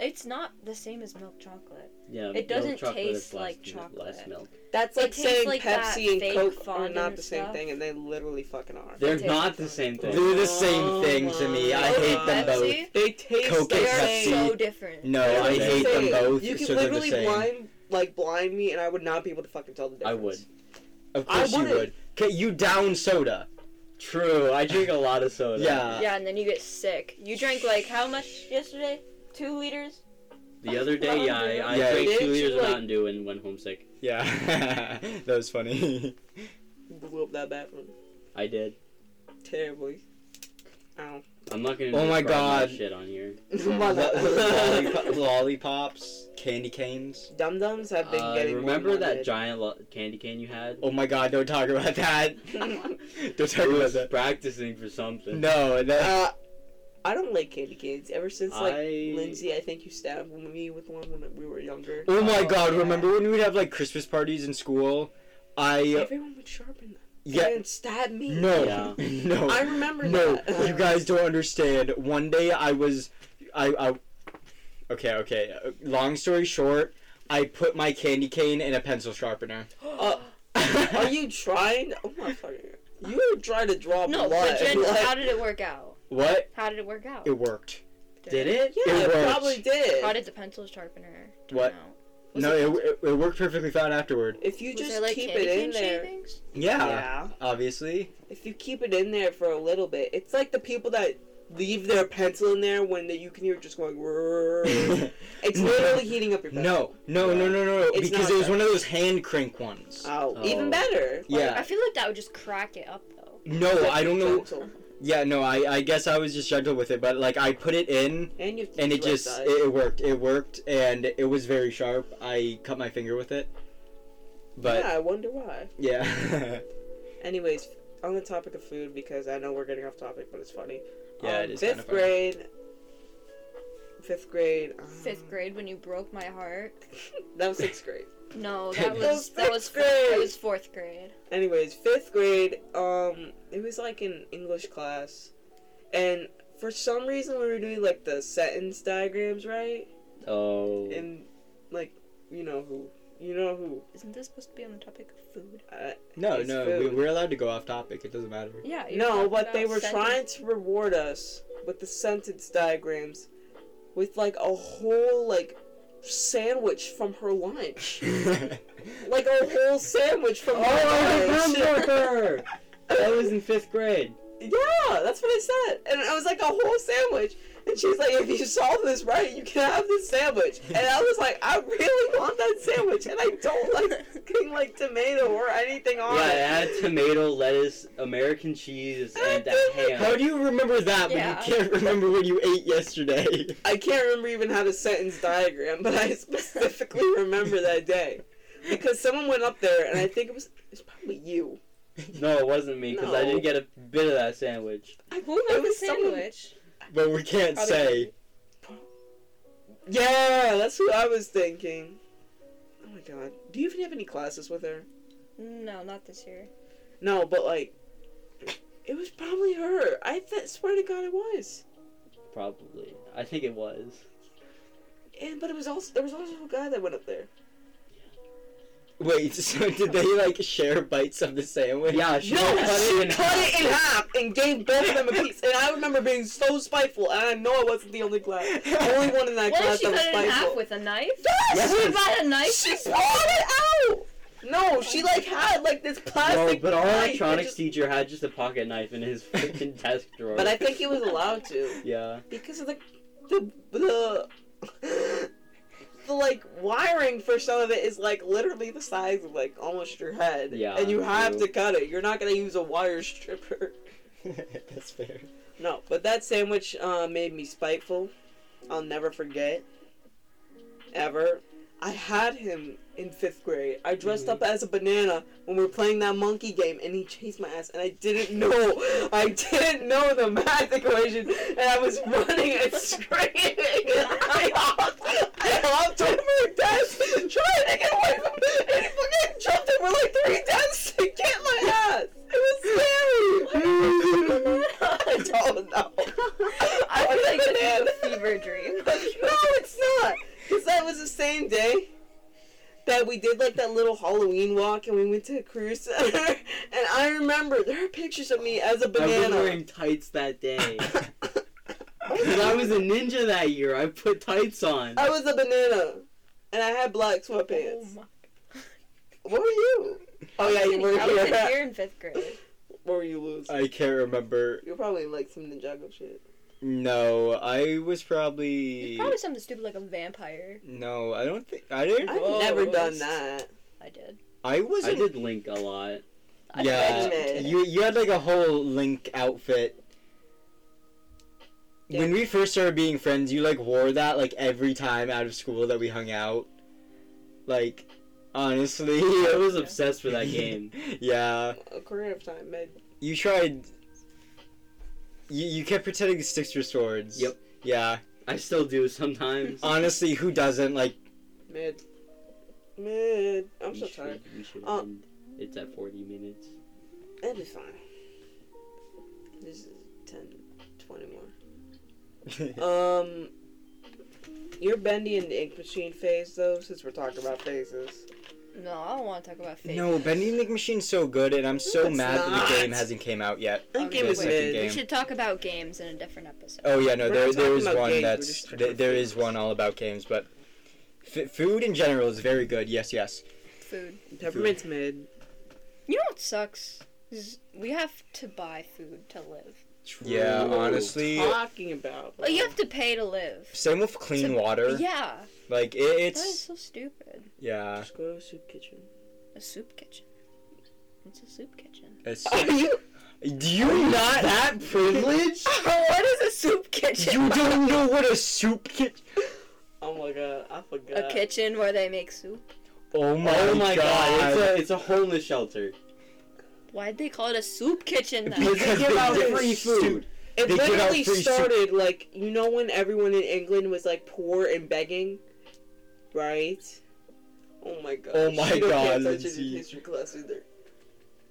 [SPEAKER 4] It's not the same as milk chocolate.
[SPEAKER 3] Yeah,
[SPEAKER 4] It doesn't
[SPEAKER 3] milk chocolate is
[SPEAKER 4] taste like
[SPEAKER 3] mi- Less
[SPEAKER 4] chocolate.
[SPEAKER 3] milk.
[SPEAKER 2] That's
[SPEAKER 4] It
[SPEAKER 2] like
[SPEAKER 4] tastes
[SPEAKER 2] saying
[SPEAKER 4] like that
[SPEAKER 2] Pepsi and
[SPEAKER 4] fake
[SPEAKER 2] Coke are
[SPEAKER 4] fondant
[SPEAKER 2] not
[SPEAKER 4] and
[SPEAKER 2] the same
[SPEAKER 4] stuff.
[SPEAKER 2] thing, and they literally fucking are.
[SPEAKER 3] They're
[SPEAKER 4] tastes
[SPEAKER 3] not
[SPEAKER 4] like
[SPEAKER 3] the
[SPEAKER 4] milk.
[SPEAKER 3] same thing.
[SPEAKER 1] They're the same thing to me. I
[SPEAKER 2] Oh
[SPEAKER 1] hate
[SPEAKER 2] my
[SPEAKER 1] them
[SPEAKER 2] God.
[SPEAKER 1] both.
[SPEAKER 4] Pepsi?
[SPEAKER 2] They taste
[SPEAKER 1] Coke
[SPEAKER 2] the
[SPEAKER 1] and
[SPEAKER 4] They are
[SPEAKER 1] Pepsi.
[SPEAKER 2] same.
[SPEAKER 4] so different.
[SPEAKER 1] No,
[SPEAKER 2] They're
[SPEAKER 1] I
[SPEAKER 2] the
[SPEAKER 1] hate them
[SPEAKER 2] same.
[SPEAKER 1] both.
[SPEAKER 2] You can
[SPEAKER 1] so they're the
[SPEAKER 2] literally
[SPEAKER 1] same.
[SPEAKER 2] blind, like blind me, and I would not be able to fucking tell the
[SPEAKER 3] I
[SPEAKER 2] difference.
[SPEAKER 3] would.
[SPEAKER 1] Of
[SPEAKER 2] I
[SPEAKER 1] course you
[SPEAKER 2] wouldn't.
[SPEAKER 1] would. 'Kay, you down soda.
[SPEAKER 3] True. I drink a lot of soda.
[SPEAKER 1] Yeah.
[SPEAKER 4] Yeah, and then you get sick. You drank like how much yesterday? Two liters.
[SPEAKER 3] The other day, yeah, I, I
[SPEAKER 1] Yeah.
[SPEAKER 3] drank two
[SPEAKER 2] Didn't you,
[SPEAKER 3] liters of
[SPEAKER 2] like-
[SPEAKER 3] Mountain Dew and went homesick.
[SPEAKER 1] (laughs) Yeah. that was
[SPEAKER 2] (laughs)
[SPEAKER 1] funny.
[SPEAKER 2] Blew up that bathroom
[SPEAKER 3] I did.
[SPEAKER 2] terribly. Ow. (laughs)
[SPEAKER 3] I'm not gonna.
[SPEAKER 1] Oh my
[SPEAKER 3] describe
[SPEAKER 1] God.
[SPEAKER 3] Shit on here.
[SPEAKER 1] Lollipo- lollipops, candy canes.
[SPEAKER 2] Dum dums have been
[SPEAKER 3] Uh,
[SPEAKER 2] getting. more
[SPEAKER 3] remember that
[SPEAKER 2] wanted.
[SPEAKER 3] giant lo- candy cane you had?
[SPEAKER 1] Oh my god, don't talk about that. (laughs)
[SPEAKER 2] (laughs)
[SPEAKER 1] Don't talk
[SPEAKER 3] I
[SPEAKER 1] about
[SPEAKER 3] was
[SPEAKER 1] that.
[SPEAKER 3] practicing for something.
[SPEAKER 1] No, that,
[SPEAKER 2] Uh, I don't like candy canes. Ever since like
[SPEAKER 3] I-
[SPEAKER 2] Lindsay, I think you stabbed me with one when we were younger.
[SPEAKER 1] oh my
[SPEAKER 4] oh,
[SPEAKER 1] god,
[SPEAKER 4] yeah.
[SPEAKER 1] remember when we'd have like Christmas parties in school? I
[SPEAKER 2] Everyone would sharpen them.
[SPEAKER 1] yeah
[SPEAKER 2] And stab me.
[SPEAKER 1] no
[SPEAKER 3] Yeah.
[SPEAKER 1] (laughs) no
[SPEAKER 2] I remember
[SPEAKER 1] no
[SPEAKER 2] that.
[SPEAKER 1] you guys don't understand. One day I was I I okay okay. uh, Long story short, I put my candy cane in a pencil sharpener.
[SPEAKER 2] (gasps) Uh, Are you trying? Oh my fucking! You were trying to draw
[SPEAKER 4] No,
[SPEAKER 2] blood.
[SPEAKER 4] but
[SPEAKER 2] (laughs)
[SPEAKER 4] Jen,
[SPEAKER 2] like-
[SPEAKER 4] how did it work out?
[SPEAKER 1] (laughs) what?
[SPEAKER 5] How did it work out?
[SPEAKER 1] It worked.
[SPEAKER 3] Did it?
[SPEAKER 2] yeah,
[SPEAKER 1] it
[SPEAKER 2] it
[SPEAKER 1] worked.
[SPEAKER 2] probably did.
[SPEAKER 5] How did the pencil sharpener turn
[SPEAKER 1] What?
[SPEAKER 5] out?
[SPEAKER 2] Was
[SPEAKER 1] no,
[SPEAKER 2] it-
[SPEAKER 1] it, it, it worked perfectly fine afterward.
[SPEAKER 2] If you
[SPEAKER 5] Was
[SPEAKER 2] just
[SPEAKER 5] there, like,
[SPEAKER 2] keep
[SPEAKER 5] candy
[SPEAKER 2] it in
[SPEAKER 5] cane
[SPEAKER 2] there,
[SPEAKER 5] shavings?
[SPEAKER 1] Yeah,
[SPEAKER 2] yeah. (laughs)
[SPEAKER 1] obviously.
[SPEAKER 2] If you keep it in there for a little bit, it's like the people that leave their pencil in there when they, you can hear it just going. (laughs) "Rrrr." it's
[SPEAKER 1] No.
[SPEAKER 2] literally heating up your pencil.
[SPEAKER 1] No, no, no, no, no, no.
[SPEAKER 2] It's
[SPEAKER 1] because
[SPEAKER 2] not
[SPEAKER 1] it was
[SPEAKER 2] that.
[SPEAKER 1] one of those hand crank ones.
[SPEAKER 2] Oh,
[SPEAKER 3] Oh.
[SPEAKER 2] even better. Like,
[SPEAKER 1] yeah.
[SPEAKER 5] I feel like that would just crack it up though.
[SPEAKER 1] No, Oh, I don't know.
[SPEAKER 2] Gentle.
[SPEAKER 1] Yeah, no, I, I guess I was just gentle with it, but like I put it in
[SPEAKER 2] And you have to
[SPEAKER 1] and
[SPEAKER 2] do
[SPEAKER 1] it
[SPEAKER 2] the right
[SPEAKER 1] just
[SPEAKER 2] side.
[SPEAKER 1] it, it worked. It worked and it was very sharp. I cut my finger with it.
[SPEAKER 2] yeah,
[SPEAKER 1] But
[SPEAKER 2] I wonder why.
[SPEAKER 1] yeah. (laughs)
[SPEAKER 2] Anyways, on the topic of food because I know we're getting off topic, but it's funny.
[SPEAKER 1] Yeah,
[SPEAKER 2] Um,
[SPEAKER 1] it is
[SPEAKER 2] Fifth
[SPEAKER 1] kinda funny.
[SPEAKER 2] grade. Fifth grade. um,
[SPEAKER 5] Fifth
[SPEAKER 2] (laughs)
[SPEAKER 5] grade when you broke my heart.
[SPEAKER 2] That was sixth grade.
[SPEAKER 5] No, that
[SPEAKER 1] That
[SPEAKER 5] was
[SPEAKER 2] was
[SPEAKER 5] that was
[SPEAKER 2] sixth
[SPEAKER 5] fourth, that
[SPEAKER 2] grade.
[SPEAKER 5] was fourth grade.
[SPEAKER 2] Anyways, fifth grade. Um, it was like an English class, and for some reason we were doing like the sentence diagrams, right?
[SPEAKER 3] Oh.
[SPEAKER 2] And like, you know who, you know who. uh,
[SPEAKER 5] Isn't this supposed to be on the topic of food?
[SPEAKER 2] I,
[SPEAKER 1] no,
[SPEAKER 2] It's
[SPEAKER 1] no, we,
[SPEAKER 2] food.
[SPEAKER 1] we're allowed to go off topic. It doesn't matter. (laughs)
[SPEAKER 5] Yeah. you're
[SPEAKER 2] no,
[SPEAKER 5] talking
[SPEAKER 2] but they
[SPEAKER 5] about
[SPEAKER 2] were
[SPEAKER 5] sentence-
[SPEAKER 2] trying to reward us with the sentence diagrams, with like a whole like sandwich from her lunch, like a whole sandwich from
[SPEAKER 3] Oh,
[SPEAKER 2] her
[SPEAKER 3] I
[SPEAKER 2] lunch.
[SPEAKER 3] remember! that was in fifth grade. (laughs)
[SPEAKER 2] Yeah, that's what I said. And I was like, a whole sandwich. And she's like, if you solve this right, you can have this sandwich. And I was like, I really want that sandwich. And I don't
[SPEAKER 3] (laughs)
[SPEAKER 2] like fucking like tomato or anything on
[SPEAKER 3] Yeah, it
[SPEAKER 2] it.
[SPEAKER 3] had tomato, lettuce, American cheese, and that
[SPEAKER 1] How
[SPEAKER 3] ham.
[SPEAKER 1] do you remember that
[SPEAKER 5] Yeah.
[SPEAKER 1] when you can't remember what you ate yesterday? (laughs)
[SPEAKER 2] I can't remember even how to sentence diagram, but I specifically remember that day. Because someone went up there, and I think it was, it was probably you.
[SPEAKER 3] No, it wasn't me because I
[SPEAKER 2] No.
[SPEAKER 3] didn't get a bit of that sandwich.
[SPEAKER 2] I,
[SPEAKER 5] Who
[SPEAKER 2] it
[SPEAKER 5] made the
[SPEAKER 2] was someone-
[SPEAKER 5] sandwich?
[SPEAKER 1] but we can't
[SPEAKER 5] Probably-
[SPEAKER 1] say.
[SPEAKER 2] Yeah, that's who I was thinking. Oh my god. Do you even have any classes with her?
[SPEAKER 5] No, not this year.
[SPEAKER 2] No, but like, it was probably her. I th- swear to God, it was.
[SPEAKER 3] Probably. I think it was.
[SPEAKER 2] And but it was also there was also a guy that went up there.
[SPEAKER 1] Wait, (laughs) so did they like share bites of the sandwich?
[SPEAKER 3] Yeah, she cut it in half.
[SPEAKER 2] in half and gave both of them a piece. And I remember being so spiteful, and I know I wasn't the only class, only one in that
[SPEAKER 4] What if
[SPEAKER 2] class
[SPEAKER 4] she
[SPEAKER 2] that was
[SPEAKER 4] cut it in half
[SPEAKER 2] spiteful.
[SPEAKER 4] with a knife?
[SPEAKER 2] Yes!
[SPEAKER 4] She bought a
[SPEAKER 2] (laughs)
[SPEAKER 4] knife.
[SPEAKER 2] She poured it out. No, she like had like this
[SPEAKER 3] No,
[SPEAKER 2] plastic.
[SPEAKER 3] but our
[SPEAKER 2] knife and
[SPEAKER 3] electronics
[SPEAKER 2] just-
[SPEAKER 3] teacher had just a pocket knife in
[SPEAKER 2] (laughs)
[SPEAKER 3] his freaking desk drawer.
[SPEAKER 2] But I think he was allowed to
[SPEAKER 3] Yeah.
[SPEAKER 2] because of the the the. The like wiring for some of it is like literally the size of like almost your head,
[SPEAKER 3] Yeah,
[SPEAKER 2] and you have
[SPEAKER 3] true.
[SPEAKER 2] to cut it. You're not gonna use a wire stripper.
[SPEAKER 1] (laughs) That's fair.
[SPEAKER 2] No, but that sandwich uh, made me spiteful. I'll never forget. Ever. I had him in fifth grade. I dressed up as a banana when we were playing that monkey game, and he chased my ass, and I didn't know. I didn't know the math equation, and I was running and screaming. I hopped, I hopped over a desk, trying to get away from it, and fucking jumped over like three desks to get my ass. It was scary. I don't know. I was
[SPEAKER 4] like
[SPEAKER 2] (laughs) like
[SPEAKER 4] this
[SPEAKER 2] banana.
[SPEAKER 4] is a fever dream.
[SPEAKER 2] no, it's not. Because that was the same day that we did like that little Halloween walk and we went to a cruise center. (laughs) And I remember there are pictures of me as a
[SPEAKER 3] I was
[SPEAKER 2] banana.
[SPEAKER 3] wearing tights
[SPEAKER 1] (laughs)
[SPEAKER 3] that (laughs) day. 'Cause I was a ninja that year. I put tights on.
[SPEAKER 2] I was a banana. And I had black
[SPEAKER 4] Oh
[SPEAKER 2] sweatpants.
[SPEAKER 4] my.
[SPEAKER 2] what were you? Oh, yeah, you
[SPEAKER 4] I
[SPEAKER 2] were
[SPEAKER 4] was
[SPEAKER 2] here.
[SPEAKER 4] in here in fifth grade.
[SPEAKER 2] What were you, Luz?
[SPEAKER 1] I can't remember.
[SPEAKER 2] You're probably in, like some Ninjago shit.
[SPEAKER 1] No, I was probably.
[SPEAKER 4] Probably something stupid like a vampire.
[SPEAKER 1] No, I don't think I didn't.
[SPEAKER 2] I've
[SPEAKER 4] Whoa.
[SPEAKER 2] never done that.
[SPEAKER 4] I did.
[SPEAKER 1] I
[SPEAKER 3] I
[SPEAKER 1] wasn't.
[SPEAKER 3] did Link a lot.
[SPEAKER 4] I
[SPEAKER 1] yeah,
[SPEAKER 2] did.
[SPEAKER 1] you you had like a whole Link outfit. When we first started being friends, you like wore that like every time out of school that we hung out. Like, honestly, (laughs)
[SPEAKER 3] I was obsessed with that game.
[SPEAKER 1] yeah.
[SPEAKER 2] A career of time, man.
[SPEAKER 1] You tried. You you kept pretending to stick to your swords.
[SPEAKER 3] Yep.
[SPEAKER 1] Yeah.
[SPEAKER 3] I still do sometimes.
[SPEAKER 1] Honestly, who doesn't like? (laughs)
[SPEAKER 2] Mid. Mid. I'm
[SPEAKER 3] We
[SPEAKER 2] so
[SPEAKER 3] should-
[SPEAKER 2] tired.
[SPEAKER 3] we should
[SPEAKER 2] Uh,
[SPEAKER 3] end. It's at 40 minutes.
[SPEAKER 2] It'll be fine. This is 10, 20 more. Um, you're bendy in the ink machine phase though, since we're talking about phases.
[SPEAKER 5] No, I don't want to talk about fake.
[SPEAKER 1] no, Bendy Nick Machine's so good, and I'm so
[SPEAKER 2] it's
[SPEAKER 1] mad that
[SPEAKER 2] not.
[SPEAKER 1] the game hasn't came out yet.
[SPEAKER 2] That
[SPEAKER 5] Okay,
[SPEAKER 2] game was
[SPEAKER 5] wait.
[SPEAKER 1] We
[SPEAKER 5] We
[SPEAKER 1] game.
[SPEAKER 2] mid.
[SPEAKER 5] should talk about games in a different episode.
[SPEAKER 1] Oh yeah, no,
[SPEAKER 2] We're
[SPEAKER 1] there
[SPEAKER 2] not
[SPEAKER 1] there
[SPEAKER 2] talking
[SPEAKER 1] is
[SPEAKER 2] about
[SPEAKER 1] one
[SPEAKER 2] games, we're
[SPEAKER 1] that's
[SPEAKER 2] just talking
[SPEAKER 1] th-
[SPEAKER 2] about
[SPEAKER 1] there
[SPEAKER 2] food.
[SPEAKER 1] is one all about games, but f- food in general is very good. Yes, yes.
[SPEAKER 5] Food.
[SPEAKER 2] Peppermint's mid.
[SPEAKER 5] You know what sucks? Is we have to buy food to live.
[SPEAKER 1] Yeah,
[SPEAKER 3] True.
[SPEAKER 1] honestly,
[SPEAKER 2] Talking about.
[SPEAKER 5] Like, you have to pay to live.
[SPEAKER 1] same with clean
[SPEAKER 5] So-
[SPEAKER 1] water.
[SPEAKER 5] Yeah.
[SPEAKER 1] Like it,
[SPEAKER 5] That is
[SPEAKER 1] it's
[SPEAKER 5] so stupid.
[SPEAKER 1] yeah,
[SPEAKER 2] Just go to soup kitchen.
[SPEAKER 5] A soup kitchen. It's a soup kitchen.
[SPEAKER 1] it's.
[SPEAKER 2] Are you?
[SPEAKER 1] Do you not that privilege?
[SPEAKER 4] what is a soup kitchen?
[SPEAKER 1] You don't know what a soup kit.
[SPEAKER 2] Oh my god, I forgot.
[SPEAKER 4] A kitchen where they make soup.
[SPEAKER 1] Oh my,
[SPEAKER 3] oh my god,
[SPEAKER 1] god.
[SPEAKER 3] It's, a, it's a homeless shelter.
[SPEAKER 5] Why'd they call it a soup kitchen then?
[SPEAKER 1] (laughs)
[SPEAKER 5] (laughs)
[SPEAKER 1] Because
[SPEAKER 2] give out
[SPEAKER 1] did
[SPEAKER 2] free
[SPEAKER 1] soup.
[SPEAKER 3] food.
[SPEAKER 2] It
[SPEAKER 1] They give out
[SPEAKER 2] literally
[SPEAKER 1] free soup.
[SPEAKER 2] started like you know when everyone in England was like poor and begging, right? Oh my god.
[SPEAKER 1] Oh my
[SPEAKER 2] you don't
[SPEAKER 1] God,
[SPEAKER 2] pay attention in
[SPEAKER 1] Lindsay.
[SPEAKER 2] history class either.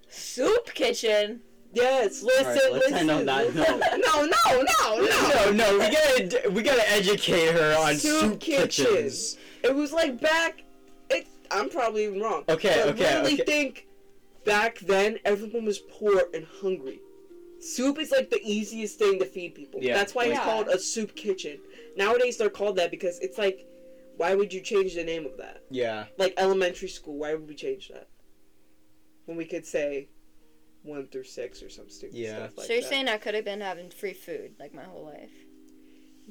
[SPEAKER 4] Soup kitchen.
[SPEAKER 2] Yes, listen,
[SPEAKER 3] Alright, let's
[SPEAKER 2] listen.
[SPEAKER 3] end on that
[SPEAKER 2] listen. (laughs) no, no, no,
[SPEAKER 1] (laughs) No,
[SPEAKER 2] no.
[SPEAKER 1] no, we gotta d- we gotta educate her on
[SPEAKER 2] Soup
[SPEAKER 1] soup
[SPEAKER 2] kitchens.
[SPEAKER 1] kitchens.
[SPEAKER 2] It was like back. It. I'm probably even wrong.
[SPEAKER 1] Okay,
[SPEAKER 2] but
[SPEAKER 1] okay,
[SPEAKER 2] I really
[SPEAKER 1] okay.
[SPEAKER 2] think back then everyone was poor and hungry. Soup is like the easiest thing to feed people.
[SPEAKER 3] Yeah.
[SPEAKER 2] That's why it's
[SPEAKER 5] Yeah.
[SPEAKER 2] called a soup kitchen. Nowadays they're called that because it's like, why would you change the name of that?
[SPEAKER 1] Yeah.
[SPEAKER 2] Like elementary school, why would we change that? When we could say, one through six or some stupid
[SPEAKER 1] Yeah.
[SPEAKER 2] stuff like
[SPEAKER 5] so you're
[SPEAKER 2] that.
[SPEAKER 5] saying I could have been having free food like my whole life?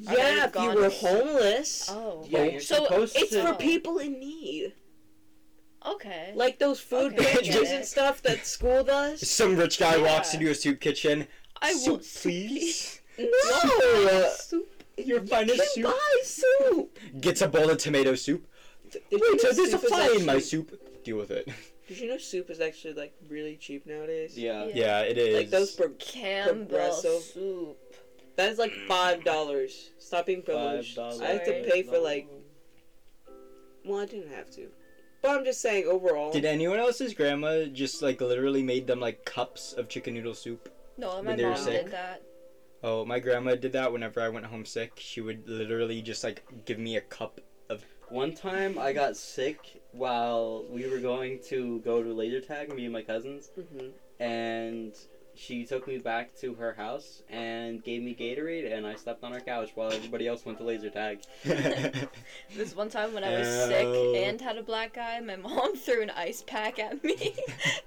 [SPEAKER 5] I would've
[SPEAKER 2] yeah, if you
[SPEAKER 5] gone
[SPEAKER 2] were
[SPEAKER 5] with soup.
[SPEAKER 2] homeless.
[SPEAKER 5] Oh.
[SPEAKER 3] Yeah, you're
[SPEAKER 5] so
[SPEAKER 3] supposed
[SPEAKER 2] it's
[SPEAKER 3] to.
[SPEAKER 2] for
[SPEAKER 5] Oh.
[SPEAKER 2] people in need.
[SPEAKER 5] okay.
[SPEAKER 2] like those food
[SPEAKER 5] Okay, I
[SPEAKER 1] get
[SPEAKER 2] pantries
[SPEAKER 5] it.
[SPEAKER 2] and stuff that school does.
[SPEAKER 1] Some rich guy walks
[SPEAKER 5] Yeah.
[SPEAKER 1] into a soup kitchen.
[SPEAKER 5] I
[SPEAKER 1] soup,
[SPEAKER 5] want soup,
[SPEAKER 1] please.
[SPEAKER 2] (laughs)
[SPEAKER 1] uh,
[SPEAKER 2] No,
[SPEAKER 4] (laughs)
[SPEAKER 5] Soup.
[SPEAKER 1] (laughs) Your finest
[SPEAKER 2] you
[SPEAKER 1] soup.
[SPEAKER 2] buy soup.
[SPEAKER 1] Gets a bowl of tomato soup.
[SPEAKER 2] Did you
[SPEAKER 1] Wait,
[SPEAKER 2] know
[SPEAKER 1] so there's a
[SPEAKER 2] soup is
[SPEAKER 1] fly in my
[SPEAKER 2] actually-
[SPEAKER 1] soup. Deal with it.
[SPEAKER 2] Did you know soup is actually like really cheap nowadays?
[SPEAKER 3] Yeah.
[SPEAKER 5] Yeah.
[SPEAKER 1] Yeah, it is.
[SPEAKER 2] Like those for
[SPEAKER 4] Campbell
[SPEAKER 2] Progresso.
[SPEAKER 4] soup.
[SPEAKER 2] that is like five dollars. Stop being privileged.
[SPEAKER 3] $5.
[SPEAKER 2] I have to pay for like. Well, I didn't have to, but I'm just saying overall.
[SPEAKER 1] Did anyone else's grandma just like literally made them like cups of chicken noodle soup?
[SPEAKER 5] No, my
[SPEAKER 1] When they were
[SPEAKER 5] mom
[SPEAKER 1] sick.
[SPEAKER 5] did that.
[SPEAKER 1] Oh, my grandma did that whenever I went home sick. She would literally just like give me a
[SPEAKER 2] (laughs)
[SPEAKER 1] cup.
[SPEAKER 3] One time I got sick while we were going to go to laser tag, me and my cousins,
[SPEAKER 2] Mhm.
[SPEAKER 3] and she took me back to her house and gave me Gatorade, and I slept on her couch while everybody else went to laser tag.
[SPEAKER 5] This one time when I was
[SPEAKER 1] Uh,
[SPEAKER 5] sick
[SPEAKER 1] Ow.
[SPEAKER 5] and had a black eye, my mom (laughs) threw an ice pack at me (laughs)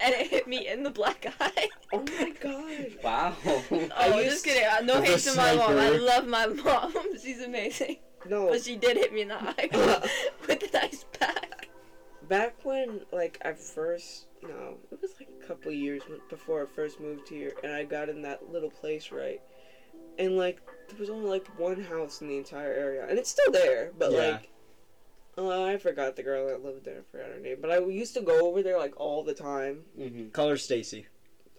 [SPEAKER 5] and it hit me in the black (laughs) eye.
[SPEAKER 2] Oh my god.
[SPEAKER 3] (laughs) Wow.
[SPEAKER 5] Oh,
[SPEAKER 2] used-
[SPEAKER 5] just kidding. Uh, No
[SPEAKER 1] The
[SPEAKER 5] hate to my mom. I
[SPEAKER 1] sniper.
[SPEAKER 5] love my mom. (laughs) She's amazing.
[SPEAKER 2] No.
[SPEAKER 5] But she did hit me in the (laughs) eye
[SPEAKER 1] (laughs)
[SPEAKER 5] (laughs) with an ice pack.
[SPEAKER 2] back when like I first no, it was like a couple years when- before I first moved here, and I got in that little place right, and like there was only like one house in the entire area, and it's still there, but
[SPEAKER 1] Yeah.
[SPEAKER 2] like Uh, I forgot the girl that lived there. I forgot her name. But I used to go over there like all the time.
[SPEAKER 3] Mm-hmm.
[SPEAKER 1] Call her Stacy.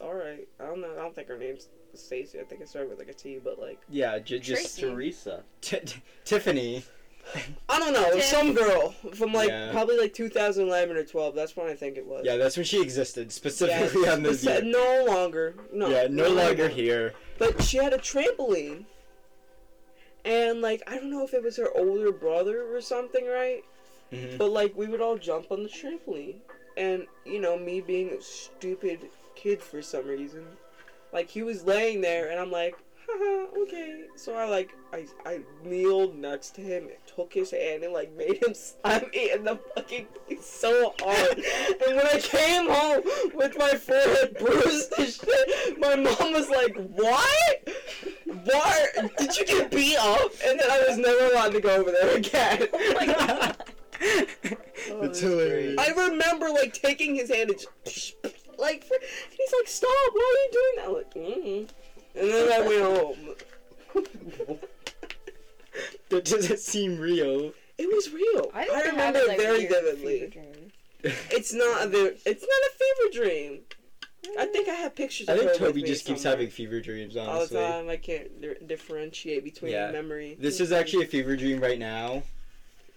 [SPEAKER 2] All right. I don't know. I don't think her name's Stacy. I think it started with like a T. But like,
[SPEAKER 1] Yeah, j- just
[SPEAKER 4] Tracy.
[SPEAKER 3] Teresa.
[SPEAKER 1] t- t- Tiffany. (laughs)
[SPEAKER 2] I don't know.
[SPEAKER 4] Tiff.
[SPEAKER 2] Some girl from like
[SPEAKER 1] Yeah.
[SPEAKER 2] probably like 2011 or 12. That's when I think it was.
[SPEAKER 1] Yeah, that's when she existed (laughs) specifically
[SPEAKER 2] Yeah,
[SPEAKER 1] on this
[SPEAKER 2] it's-
[SPEAKER 1] year.
[SPEAKER 2] No longer. No.
[SPEAKER 1] yeah, no longer here.
[SPEAKER 2] But she had a trampoline. And like I don't know if it was her older brother or something, right?
[SPEAKER 1] Mhm.
[SPEAKER 2] But like we would all jump on the trampoline, and you know me being a stupid kid for some reason, like he was laying there, and I'm like, haha, okay. So I like I I kneeled next to him, took his hand, and like made him (laughs) slam me in the fucking face so hard. and when I came home with my forehead bruised and shit, my mom was like, what? Why did you get beat up? And then I was never allowed to go over there (laughs) again.
[SPEAKER 4] Oh (laughs)
[SPEAKER 1] Mm-hmm.
[SPEAKER 2] (laughs) Oh,
[SPEAKER 1] That's hilarious.
[SPEAKER 2] I remember like taking his hand and just, like for, and he's like, "Stop! Why are you doing that?" I'm like, mm and then I went home.
[SPEAKER 1] (laughs) That doesn't seem real.
[SPEAKER 2] It was real. I,
[SPEAKER 4] think had
[SPEAKER 2] remember
[SPEAKER 4] it,
[SPEAKER 2] it
[SPEAKER 4] like,
[SPEAKER 2] very
[SPEAKER 4] weird fever
[SPEAKER 2] vividly.
[SPEAKER 4] dream.
[SPEAKER 2] It's not a vi- it's not a fever dream. I think I have
[SPEAKER 1] (laughs)
[SPEAKER 2] pictures.
[SPEAKER 1] I
[SPEAKER 2] of
[SPEAKER 1] think
[SPEAKER 2] her with
[SPEAKER 1] Toby
[SPEAKER 2] me
[SPEAKER 1] just keeps
[SPEAKER 2] somewhere.
[SPEAKER 1] having fever dreams,
[SPEAKER 2] all the
[SPEAKER 1] honestly.
[SPEAKER 2] time. I can't di- differentiate between
[SPEAKER 1] Yeah.
[SPEAKER 2] memory.
[SPEAKER 1] This is actually a fever dream right now.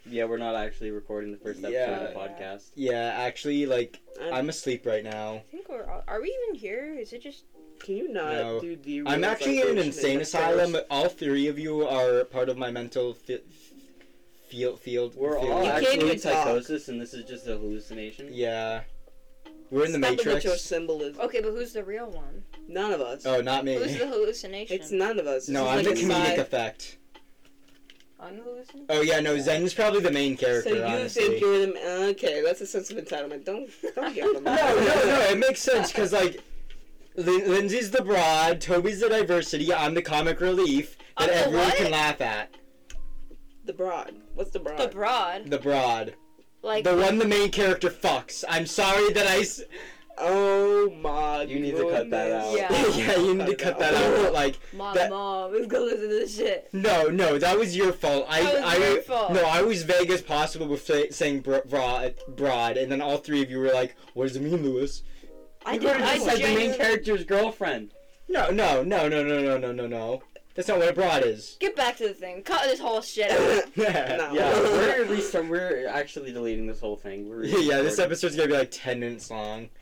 [SPEAKER 3] Yeah, we're not actually recording the first episode of the podcast.
[SPEAKER 1] Yeah, actually, like,
[SPEAKER 2] I'm,
[SPEAKER 1] I'm asleep right now.
[SPEAKER 4] I think we're all, are we even here? Is it just
[SPEAKER 2] can you not
[SPEAKER 1] No.
[SPEAKER 2] do the?
[SPEAKER 1] I'm
[SPEAKER 2] real
[SPEAKER 1] actually in an
[SPEAKER 2] vibration
[SPEAKER 1] insane
[SPEAKER 2] the
[SPEAKER 1] asylum.
[SPEAKER 2] first-
[SPEAKER 1] but All three of you are part of my mental fi- field. Field.
[SPEAKER 3] We're all
[SPEAKER 1] field.
[SPEAKER 2] can't
[SPEAKER 3] actually in
[SPEAKER 2] even talk.
[SPEAKER 3] psychosis, and this is just a hallucination.
[SPEAKER 1] Yeah. We're in the
[SPEAKER 2] Stop it with your
[SPEAKER 1] Matrix.
[SPEAKER 2] symbolism.
[SPEAKER 4] okay? But who's the real one?
[SPEAKER 2] None of us.
[SPEAKER 1] Oh, not
[SPEAKER 4] Who's the
[SPEAKER 1] me.
[SPEAKER 4] hallucination?
[SPEAKER 2] It's none of us.
[SPEAKER 1] No,
[SPEAKER 2] This
[SPEAKER 1] I'm
[SPEAKER 2] is
[SPEAKER 1] the
[SPEAKER 2] like a
[SPEAKER 1] comedic
[SPEAKER 2] side-
[SPEAKER 1] effect.
[SPEAKER 4] I'm the hallucination.
[SPEAKER 1] Oh yeah, no, Zen's probably the main character.
[SPEAKER 2] So you
[SPEAKER 1] honestly.
[SPEAKER 2] think you're the okay? That's a sense of entitlement. Don't don't
[SPEAKER 1] (laughs)
[SPEAKER 2] give them.
[SPEAKER 1] No, no, no. It makes sense because like, Lin- Lindsay's the broad, Toby's the diversity, I'm the comic relief that
[SPEAKER 4] I'm the
[SPEAKER 1] everyone
[SPEAKER 4] what?
[SPEAKER 1] can laugh at.
[SPEAKER 2] The broad. What's the broad?
[SPEAKER 4] The broad,
[SPEAKER 1] The broad,
[SPEAKER 4] like
[SPEAKER 1] the one the main character fucks. I'm sorry that I. S-
[SPEAKER 2] Oh my.
[SPEAKER 3] You need to cut that
[SPEAKER 2] goodness.
[SPEAKER 3] out.
[SPEAKER 4] Yeah.
[SPEAKER 1] (laughs) yeah, you need to cut that out. But, like,
[SPEAKER 4] my
[SPEAKER 1] that-
[SPEAKER 4] mom is gonna listen to this shit.
[SPEAKER 1] no, no, that was your fault. I,
[SPEAKER 4] That was
[SPEAKER 1] I,
[SPEAKER 4] your fault.
[SPEAKER 1] no, I was vague as possible with say, saying bro- broad, broad, and then all three of you were like, "What does it mean, Lewis?"
[SPEAKER 4] I
[SPEAKER 3] You
[SPEAKER 4] did.
[SPEAKER 3] could've
[SPEAKER 4] I
[SPEAKER 3] just said the main
[SPEAKER 4] genuinely-
[SPEAKER 3] character's girlfriend.
[SPEAKER 1] No, no, no, no, no, no, no, no, no. That's not what a broad
[SPEAKER 4] (laughs)
[SPEAKER 1] is.
[SPEAKER 4] Get back to the thing. Cut this whole shit
[SPEAKER 2] (coughs)
[SPEAKER 4] out.
[SPEAKER 1] yeah,
[SPEAKER 2] No.
[SPEAKER 3] Yeah, we're at least we're actually deleting this whole thing.
[SPEAKER 1] (laughs)
[SPEAKER 3] We're
[SPEAKER 1] yeah. This
[SPEAKER 3] recording.
[SPEAKER 1] episode's gonna be like ten minutes long.
[SPEAKER 2] (laughs)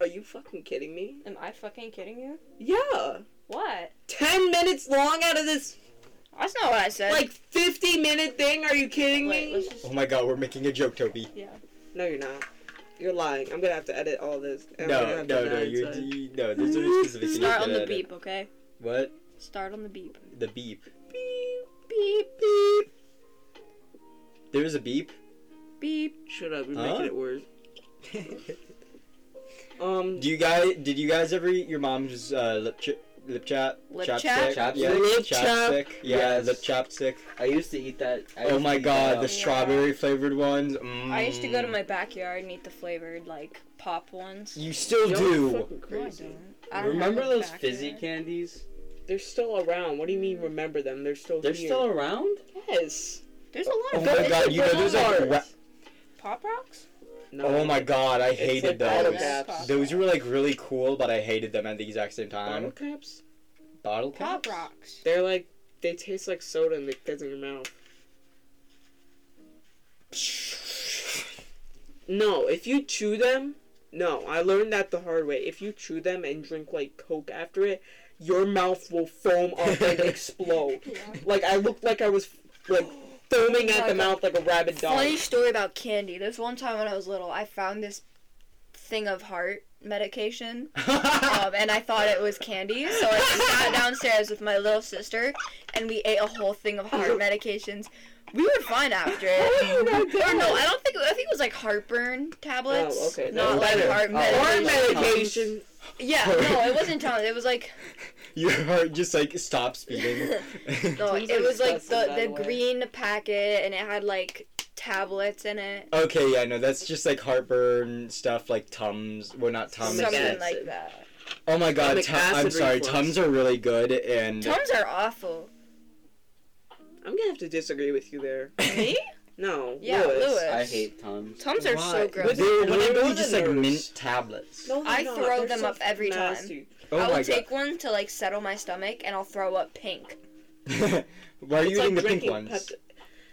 [SPEAKER 2] Are you fucking kidding me?
[SPEAKER 4] Am I fucking kidding you?
[SPEAKER 2] Yeah.
[SPEAKER 4] What?
[SPEAKER 2] Ten minutes long out of this
[SPEAKER 4] That's not what I said.
[SPEAKER 2] like fifty minute thing. Are you kidding
[SPEAKER 4] wait,
[SPEAKER 2] me?
[SPEAKER 4] let's just
[SPEAKER 1] Oh my god, we're making a joke, Toby.
[SPEAKER 2] No, you're not. You're lying. I'm gonna have to edit all this. and I'm gonna
[SPEAKER 1] No,
[SPEAKER 2] have
[SPEAKER 1] no,
[SPEAKER 2] to
[SPEAKER 1] no,
[SPEAKER 2] nine
[SPEAKER 1] you're,
[SPEAKER 2] side.
[SPEAKER 1] you, no, there's a specific thing
[SPEAKER 4] start
[SPEAKER 1] you
[SPEAKER 4] on the
[SPEAKER 1] did.
[SPEAKER 4] beep, okay?
[SPEAKER 1] What?
[SPEAKER 4] Start on the beep.
[SPEAKER 1] The beep.
[SPEAKER 4] Beep
[SPEAKER 1] Beep. There was a beep?
[SPEAKER 4] beep.
[SPEAKER 2] Shut up. You're
[SPEAKER 1] Huh?
[SPEAKER 2] making
[SPEAKER 1] (laughs)
[SPEAKER 2] it worse.
[SPEAKER 1] Do
[SPEAKER 2] Um.
[SPEAKER 1] you guys, did you guys ever eat your mom's uh, lip, ch- lip chap?
[SPEAKER 4] Lip
[SPEAKER 1] chapstick?
[SPEAKER 3] chap?
[SPEAKER 1] Yeah,
[SPEAKER 2] Lip chap.
[SPEAKER 1] chapstick. Yeah,
[SPEAKER 3] Yes.
[SPEAKER 1] lip chapstick.
[SPEAKER 3] I used to eat that.
[SPEAKER 1] oh
[SPEAKER 3] I used to
[SPEAKER 1] my
[SPEAKER 3] eat that um,
[SPEAKER 1] god, the
[SPEAKER 3] up.
[SPEAKER 4] sh-
[SPEAKER 1] strawberry flavored ones. Mm.
[SPEAKER 4] I used to go to my backyard and eat the flavored like pop ones.
[SPEAKER 1] You still
[SPEAKER 2] Y'all
[SPEAKER 1] do.
[SPEAKER 2] are fucking
[SPEAKER 4] No, I
[SPEAKER 2] crazy.
[SPEAKER 4] don't. I don't
[SPEAKER 3] Remember
[SPEAKER 4] have a
[SPEAKER 3] those fizzy
[SPEAKER 4] backyard.
[SPEAKER 3] candies?
[SPEAKER 2] They're still around. What do you mean? Remember them? They're still
[SPEAKER 3] They're
[SPEAKER 2] here.
[SPEAKER 3] still around.
[SPEAKER 2] yes.
[SPEAKER 4] There's a lot
[SPEAKER 1] Oh
[SPEAKER 4] of
[SPEAKER 1] my
[SPEAKER 4] those.
[SPEAKER 1] god, you know there's like. Ra-
[SPEAKER 4] pop rocks.
[SPEAKER 2] No.
[SPEAKER 1] oh my god, I
[SPEAKER 2] like
[SPEAKER 1] hated
[SPEAKER 2] bottle
[SPEAKER 1] those.
[SPEAKER 2] caps.
[SPEAKER 1] Those were like really cool, but I hated them at the exact same time.
[SPEAKER 2] Bottle caps?
[SPEAKER 1] Bottle
[SPEAKER 4] Pop
[SPEAKER 1] caps?
[SPEAKER 4] rocks.
[SPEAKER 2] They're like they taste like soda and they goes in your mouth. No, if you chew them, no, I learned that the hard way. If you chew them and drink like Coke after it, your mouth will foam up and explode. Like I looked like I was like foaming at the mouth like a rabid dog.
[SPEAKER 4] Funny story about candy. There's one time when I was little, I found this thing of heart medication, um, and I thought it was candy. So I sat downstairs with my little sister, and we ate a whole thing of heart medications. We were fine after it.
[SPEAKER 2] Oh my
[SPEAKER 4] Or
[SPEAKER 2] god!
[SPEAKER 4] no, I don't think I think it was like heartburn tablets.
[SPEAKER 2] Oh, okay,
[SPEAKER 4] Not
[SPEAKER 2] that's
[SPEAKER 4] like
[SPEAKER 2] better.
[SPEAKER 4] heart
[SPEAKER 3] Oh.
[SPEAKER 2] Or
[SPEAKER 4] medication.
[SPEAKER 2] medication.
[SPEAKER 4] Yeah, no, it wasn't tongue. It was like
[SPEAKER 1] (laughs) Your heart just like
[SPEAKER 5] (laughs)
[SPEAKER 1] stops beating. (laughs)
[SPEAKER 5] Oh,
[SPEAKER 4] no,
[SPEAKER 2] Those
[SPEAKER 4] it
[SPEAKER 2] are
[SPEAKER 4] was like the
[SPEAKER 2] disgusting, by
[SPEAKER 4] the
[SPEAKER 2] the way.
[SPEAKER 4] green packet, and it had like tablets in it,
[SPEAKER 1] okay, yeah, no, that's just like heartburn stuff, like Tums. Well, not Tums.
[SPEAKER 2] Stomach
[SPEAKER 4] something
[SPEAKER 2] acid.
[SPEAKER 4] like that.
[SPEAKER 1] Oh my god,
[SPEAKER 2] Stomach
[SPEAKER 1] Tum- I'm
[SPEAKER 2] acid
[SPEAKER 1] sorry,
[SPEAKER 2] reflux.
[SPEAKER 1] Tums are really good, and
[SPEAKER 4] Tums are awful.
[SPEAKER 2] I'm gonna have to disagree with you there.
[SPEAKER 5] Me?
[SPEAKER 2] No,
[SPEAKER 5] Yeah,
[SPEAKER 2] Lewis.
[SPEAKER 5] Lewis.
[SPEAKER 3] I hate Tums.
[SPEAKER 5] Tums are
[SPEAKER 1] Why?
[SPEAKER 5] so gross.
[SPEAKER 1] They're
[SPEAKER 2] When I go
[SPEAKER 1] literally
[SPEAKER 2] to
[SPEAKER 1] just like
[SPEAKER 2] nurse-
[SPEAKER 1] mint tablets.
[SPEAKER 2] No, they're
[SPEAKER 5] I
[SPEAKER 2] not.
[SPEAKER 5] throw
[SPEAKER 2] They're
[SPEAKER 5] them
[SPEAKER 2] so
[SPEAKER 5] up every time.
[SPEAKER 2] nasty.
[SPEAKER 1] Oh
[SPEAKER 5] I
[SPEAKER 1] my
[SPEAKER 5] will
[SPEAKER 1] god.
[SPEAKER 5] take one to like settle my stomach, and I'll throw up pink.
[SPEAKER 1] (laughs) Why are you
[SPEAKER 2] It's like
[SPEAKER 1] eating the pink
[SPEAKER 2] drinking
[SPEAKER 1] ones?
[SPEAKER 2] Pepsi-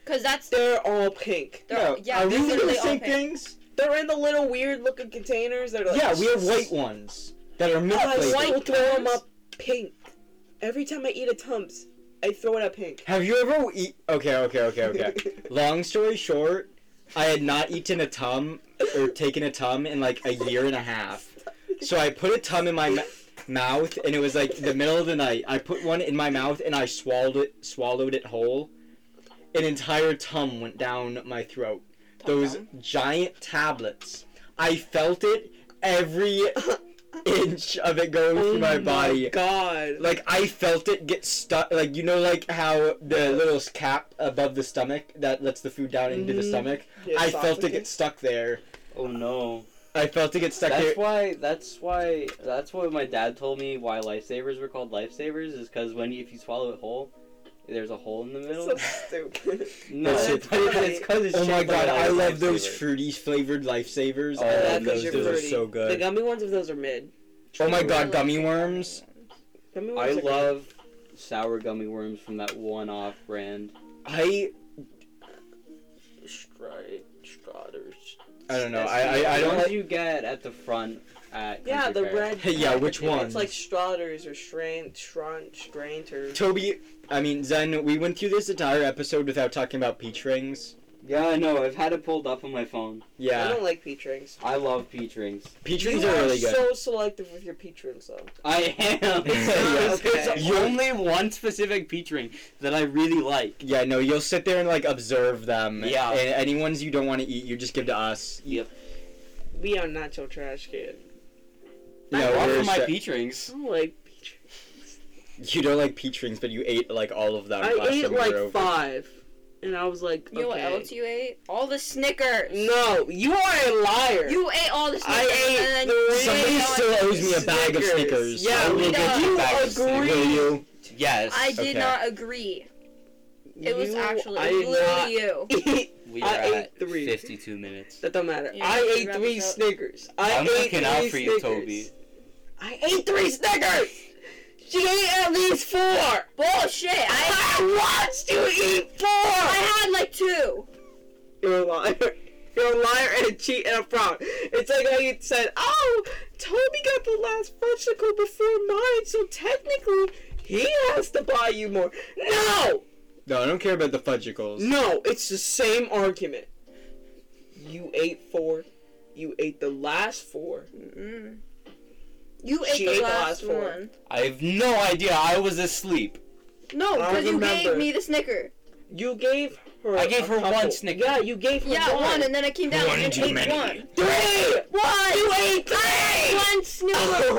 [SPEAKER 5] Cause that's
[SPEAKER 2] They're all pink.
[SPEAKER 5] they're,
[SPEAKER 1] no,
[SPEAKER 5] yeah,
[SPEAKER 1] are
[SPEAKER 5] they're
[SPEAKER 1] we eating
[SPEAKER 5] literally
[SPEAKER 1] the
[SPEAKER 5] all
[SPEAKER 1] same
[SPEAKER 5] pink.
[SPEAKER 1] things?
[SPEAKER 2] They're in the little weird looking containers. They're like
[SPEAKER 1] Yeah, we have white ones that are
[SPEAKER 2] Oh,
[SPEAKER 1] mint
[SPEAKER 2] I
[SPEAKER 1] flavored.
[SPEAKER 2] still
[SPEAKER 5] White
[SPEAKER 2] throw them
[SPEAKER 5] ones?
[SPEAKER 2] up pink. Every time I eat a Tums, I throw it up pink. (laughs)
[SPEAKER 1] Have you ever eat? Okay, okay, okay, okay. Long story short, I had not eaten a tum or taken a tum in like a year and a half. So
[SPEAKER 2] (laughs)
[SPEAKER 1] I put a tum in my m- mouth, and it was like the middle of the night. I put one in my mouth, and I swallowed it, swallowed it whole. An entire tum went down my throat. Those giant tablets. I felt it every (laughs) inch of it going through my body.
[SPEAKER 2] Oh God.
[SPEAKER 1] Like I felt it get stuck. Like you know, like how the little cap above the stomach that lets the food down into the
[SPEAKER 2] Mhm.
[SPEAKER 1] stomach.
[SPEAKER 2] Yeah,
[SPEAKER 1] I
[SPEAKER 2] soft
[SPEAKER 1] felt it
[SPEAKER 2] looking.
[SPEAKER 1] Mm-hmm. get stuck there.
[SPEAKER 3] Oh no.
[SPEAKER 1] I felt it get stuck
[SPEAKER 3] That's
[SPEAKER 1] there.
[SPEAKER 3] why. That's why. That's what my dad told me. Why lifesavers were called lifesavers is because when you, if you swallow it whole, there's a hole in the middle.
[SPEAKER 1] (laughs)
[SPEAKER 2] So stupid.
[SPEAKER 3] (laughs) no,
[SPEAKER 1] That's
[SPEAKER 3] it's
[SPEAKER 1] it.
[SPEAKER 3] 'cause it's
[SPEAKER 1] Oh my
[SPEAKER 3] shaped like
[SPEAKER 1] god,
[SPEAKER 3] a
[SPEAKER 1] I love
[SPEAKER 3] lifesaver.
[SPEAKER 1] those fruity flavored lifesavers.
[SPEAKER 3] Oh,
[SPEAKER 1] I
[SPEAKER 3] yeah,
[SPEAKER 1] love
[SPEAKER 2] That's 'cause
[SPEAKER 1] those.
[SPEAKER 2] you're
[SPEAKER 1] Those are
[SPEAKER 2] fruity.
[SPEAKER 1] so
[SPEAKER 2] The
[SPEAKER 1] good.
[SPEAKER 2] gummy ones of those are mid.
[SPEAKER 1] Oh my
[SPEAKER 5] Really
[SPEAKER 1] god,
[SPEAKER 5] like
[SPEAKER 1] gummy
[SPEAKER 5] the
[SPEAKER 1] worms.
[SPEAKER 2] Gummy
[SPEAKER 3] I
[SPEAKER 2] ones are good.
[SPEAKER 3] love sour gummy worms from that one-off brand.
[SPEAKER 1] I
[SPEAKER 3] Stri- Stratters.
[SPEAKER 1] I don't know. I I, I don't
[SPEAKER 3] What
[SPEAKER 1] like.
[SPEAKER 3] you get at the front at
[SPEAKER 2] Yeah,
[SPEAKER 3] Country
[SPEAKER 2] the
[SPEAKER 3] Fair.
[SPEAKER 2] red.
[SPEAKER 1] Hey, (laughs) yeah, which
[SPEAKER 2] packet.
[SPEAKER 1] ones?
[SPEAKER 2] It's like Strauters or Strant, Strant, Stranters.
[SPEAKER 1] Toby, I mean Zen. We went through this entire episode without talking about peach rings.
[SPEAKER 3] Yeah, I know. I've had it pulled up on my phone.
[SPEAKER 2] I
[SPEAKER 1] Yeah,
[SPEAKER 2] don't like peach rings.
[SPEAKER 3] I love peach rings.
[SPEAKER 1] peach
[SPEAKER 2] You
[SPEAKER 1] rings are really good.
[SPEAKER 2] so selective with your peach rings, though.
[SPEAKER 3] I am. (laughs)
[SPEAKER 1] It's
[SPEAKER 2] not okay.
[SPEAKER 3] There's only one specific peach ring that I really like.
[SPEAKER 1] Yeah, no, you'll sit there and like observe them.
[SPEAKER 3] Yeah.
[SPEAKER 1] And any ones you don't want to eat, you just give to us.
[SPEAKER 3] Yep.
[SPEAKER 2] We are not your trash kid.
[SPEAKER 1] No,
[SPEAKER 3] I
[SPEAKER 1] we're
[SPEAKER 3] love my
[SPEAKER 1] sa-
[SPEAKER 3] peach rings.
[SPEAKER 2] I don't like peach.
[SPEAKER 1] You don't like peach rings, but you ate like all of them.
[SPEAKER 2] I
[SPEAKER 1] last
[SPEAKER 2] ate
[SPEAKER 1] time we
[SPEAKER 2] like
[SPEAKER 1] were over.
[SPEAKER 2] five, and I was like,
[SPEAKER 5] You know what
[SPEAKER 2] okay.
[SPEAKER 5] else you ate? All the Snickers.
[SPEAKER 2] No, you are a liar.
[SPEAKER 5] You ate all the Snickers.
[SPEAKER 2] I ate
[SPEAKER 5] and then
[SPEAKER 2] three
[SPEAKER 1] Somebody
[SPEAKER 5] Yeah,
[SPEAKER 1] still owes me a bag of Snickers.
[SPEAKER 2] Yeah,
[SPEAKER 1] I will
[SPEAKER 5] we
[SPEAKER 1] get you a
[SPEAKER 2] you
[SPEAKER 1] bag of Snickers.
[SPEAKER 2] agree.
[SPEAKER 1] Will you?
[SPEAKER 3] Yes.
[SPEAKER 5] I did
[SPEAKER 1] Okay.
[SPEAKER 5] not agree. It was
[SPEAKER 2] You-
[SPEAKER 5] actually
[SPEAKER 2] I
[SPEAKER 5] it was
[SPEAKER 2] did not
[SPEAKER 5] literally you.
[SPEAKER 2] eat. (laughs)
[SPEAKER 3] we
[SPEAKER 2] I
[SPEAKER 3] are
[SPEAKER 2] ate
[SPEAKER 3] at
[SPEAKER 2] three.
[SPEAKER 3] 52 minutes.
[SPEAKER 2] That don't matter.
[SPEAKER 5] Yeah,
[SPEAKER 2] I
[SPEAKER 5] you
[SPEAKER 2] ate
[SPEAKER 5] wrap
[SPEAKER 2] three
[SPEAKER 5] us up.
[SPEAKER 2] Snickers. I
[SPEAKER 3] I'm
[SPEAKER 2] ate
[SPEAKER 3] looking
[SPEAKER 2] three
[SPEAKER 3] out for you,
[SPEAKER 2] Snickers.
[SPEAKER 3] Toby.
[SPEAKER 2] I ate three Snickers. She ate at least four.
[SPEAKER 5] Bullshit.
[SPEAKER 1] (laughs)
[SPEAKER 5] I
[SPEAKER 2] (laughs) I watched you eat four.
[SPEAKER 5] I had like two.
[SPEAKER 2] You're a liar. (laughs) You're a liar and a cheat and a fraud. It's like how you said, oh, Toby got the last fudgicle before mine, so technically he has to buy you more. No!
[SPEAKER 1] No, I don't care about the fudgicles.
[SPEAKER 2] No, it's the same argument. You ate four. You ate the last four.
[SPEAKER 5] Mm. You ate
[SPEAKER 2] She
[SPEAKER 5] the
[SPEAKER 2] ate the
[SPEAKER 5] last
[SPEAKER 2] last four.
[SPEAKER 5] one.
[SPEAKER 3] I have no idea. I was asleep.
[SPEAKER 5] No,
[SPEAKER 2] I
[SPEAKER 5] because you gave
[SPEAKER 2] remember.
[SPEAKER 5] me the Snicker.
[SPEAKER 2] You gave her.
[SPEAKER 3] I gave
[SPEAKER 2] a
[SPEAKER 3] her one
[SPEAKER 2] couple.
[SPEAKER 3] Snicker.
[SPEAKER 2] Yeah, you gave her
[SPEAKER 5] Yeah,
[SPEAKER 2] one.
[SPEAKER 5] one, and then I came down
[SPEAKER 1] One
[SPEAKER 5] and
[SPEAKER 1] too
[SPEAKER 5] ate
[SPEAKER 1] many.
[SPEAKER 5] one.
[SPEAKER 2] three.
[SPEAKER 5] One.
[SPEAKER 2] You ate three.
[SPEAKER 5] One snooper. (laughs)
[SPEAKER 2] Oh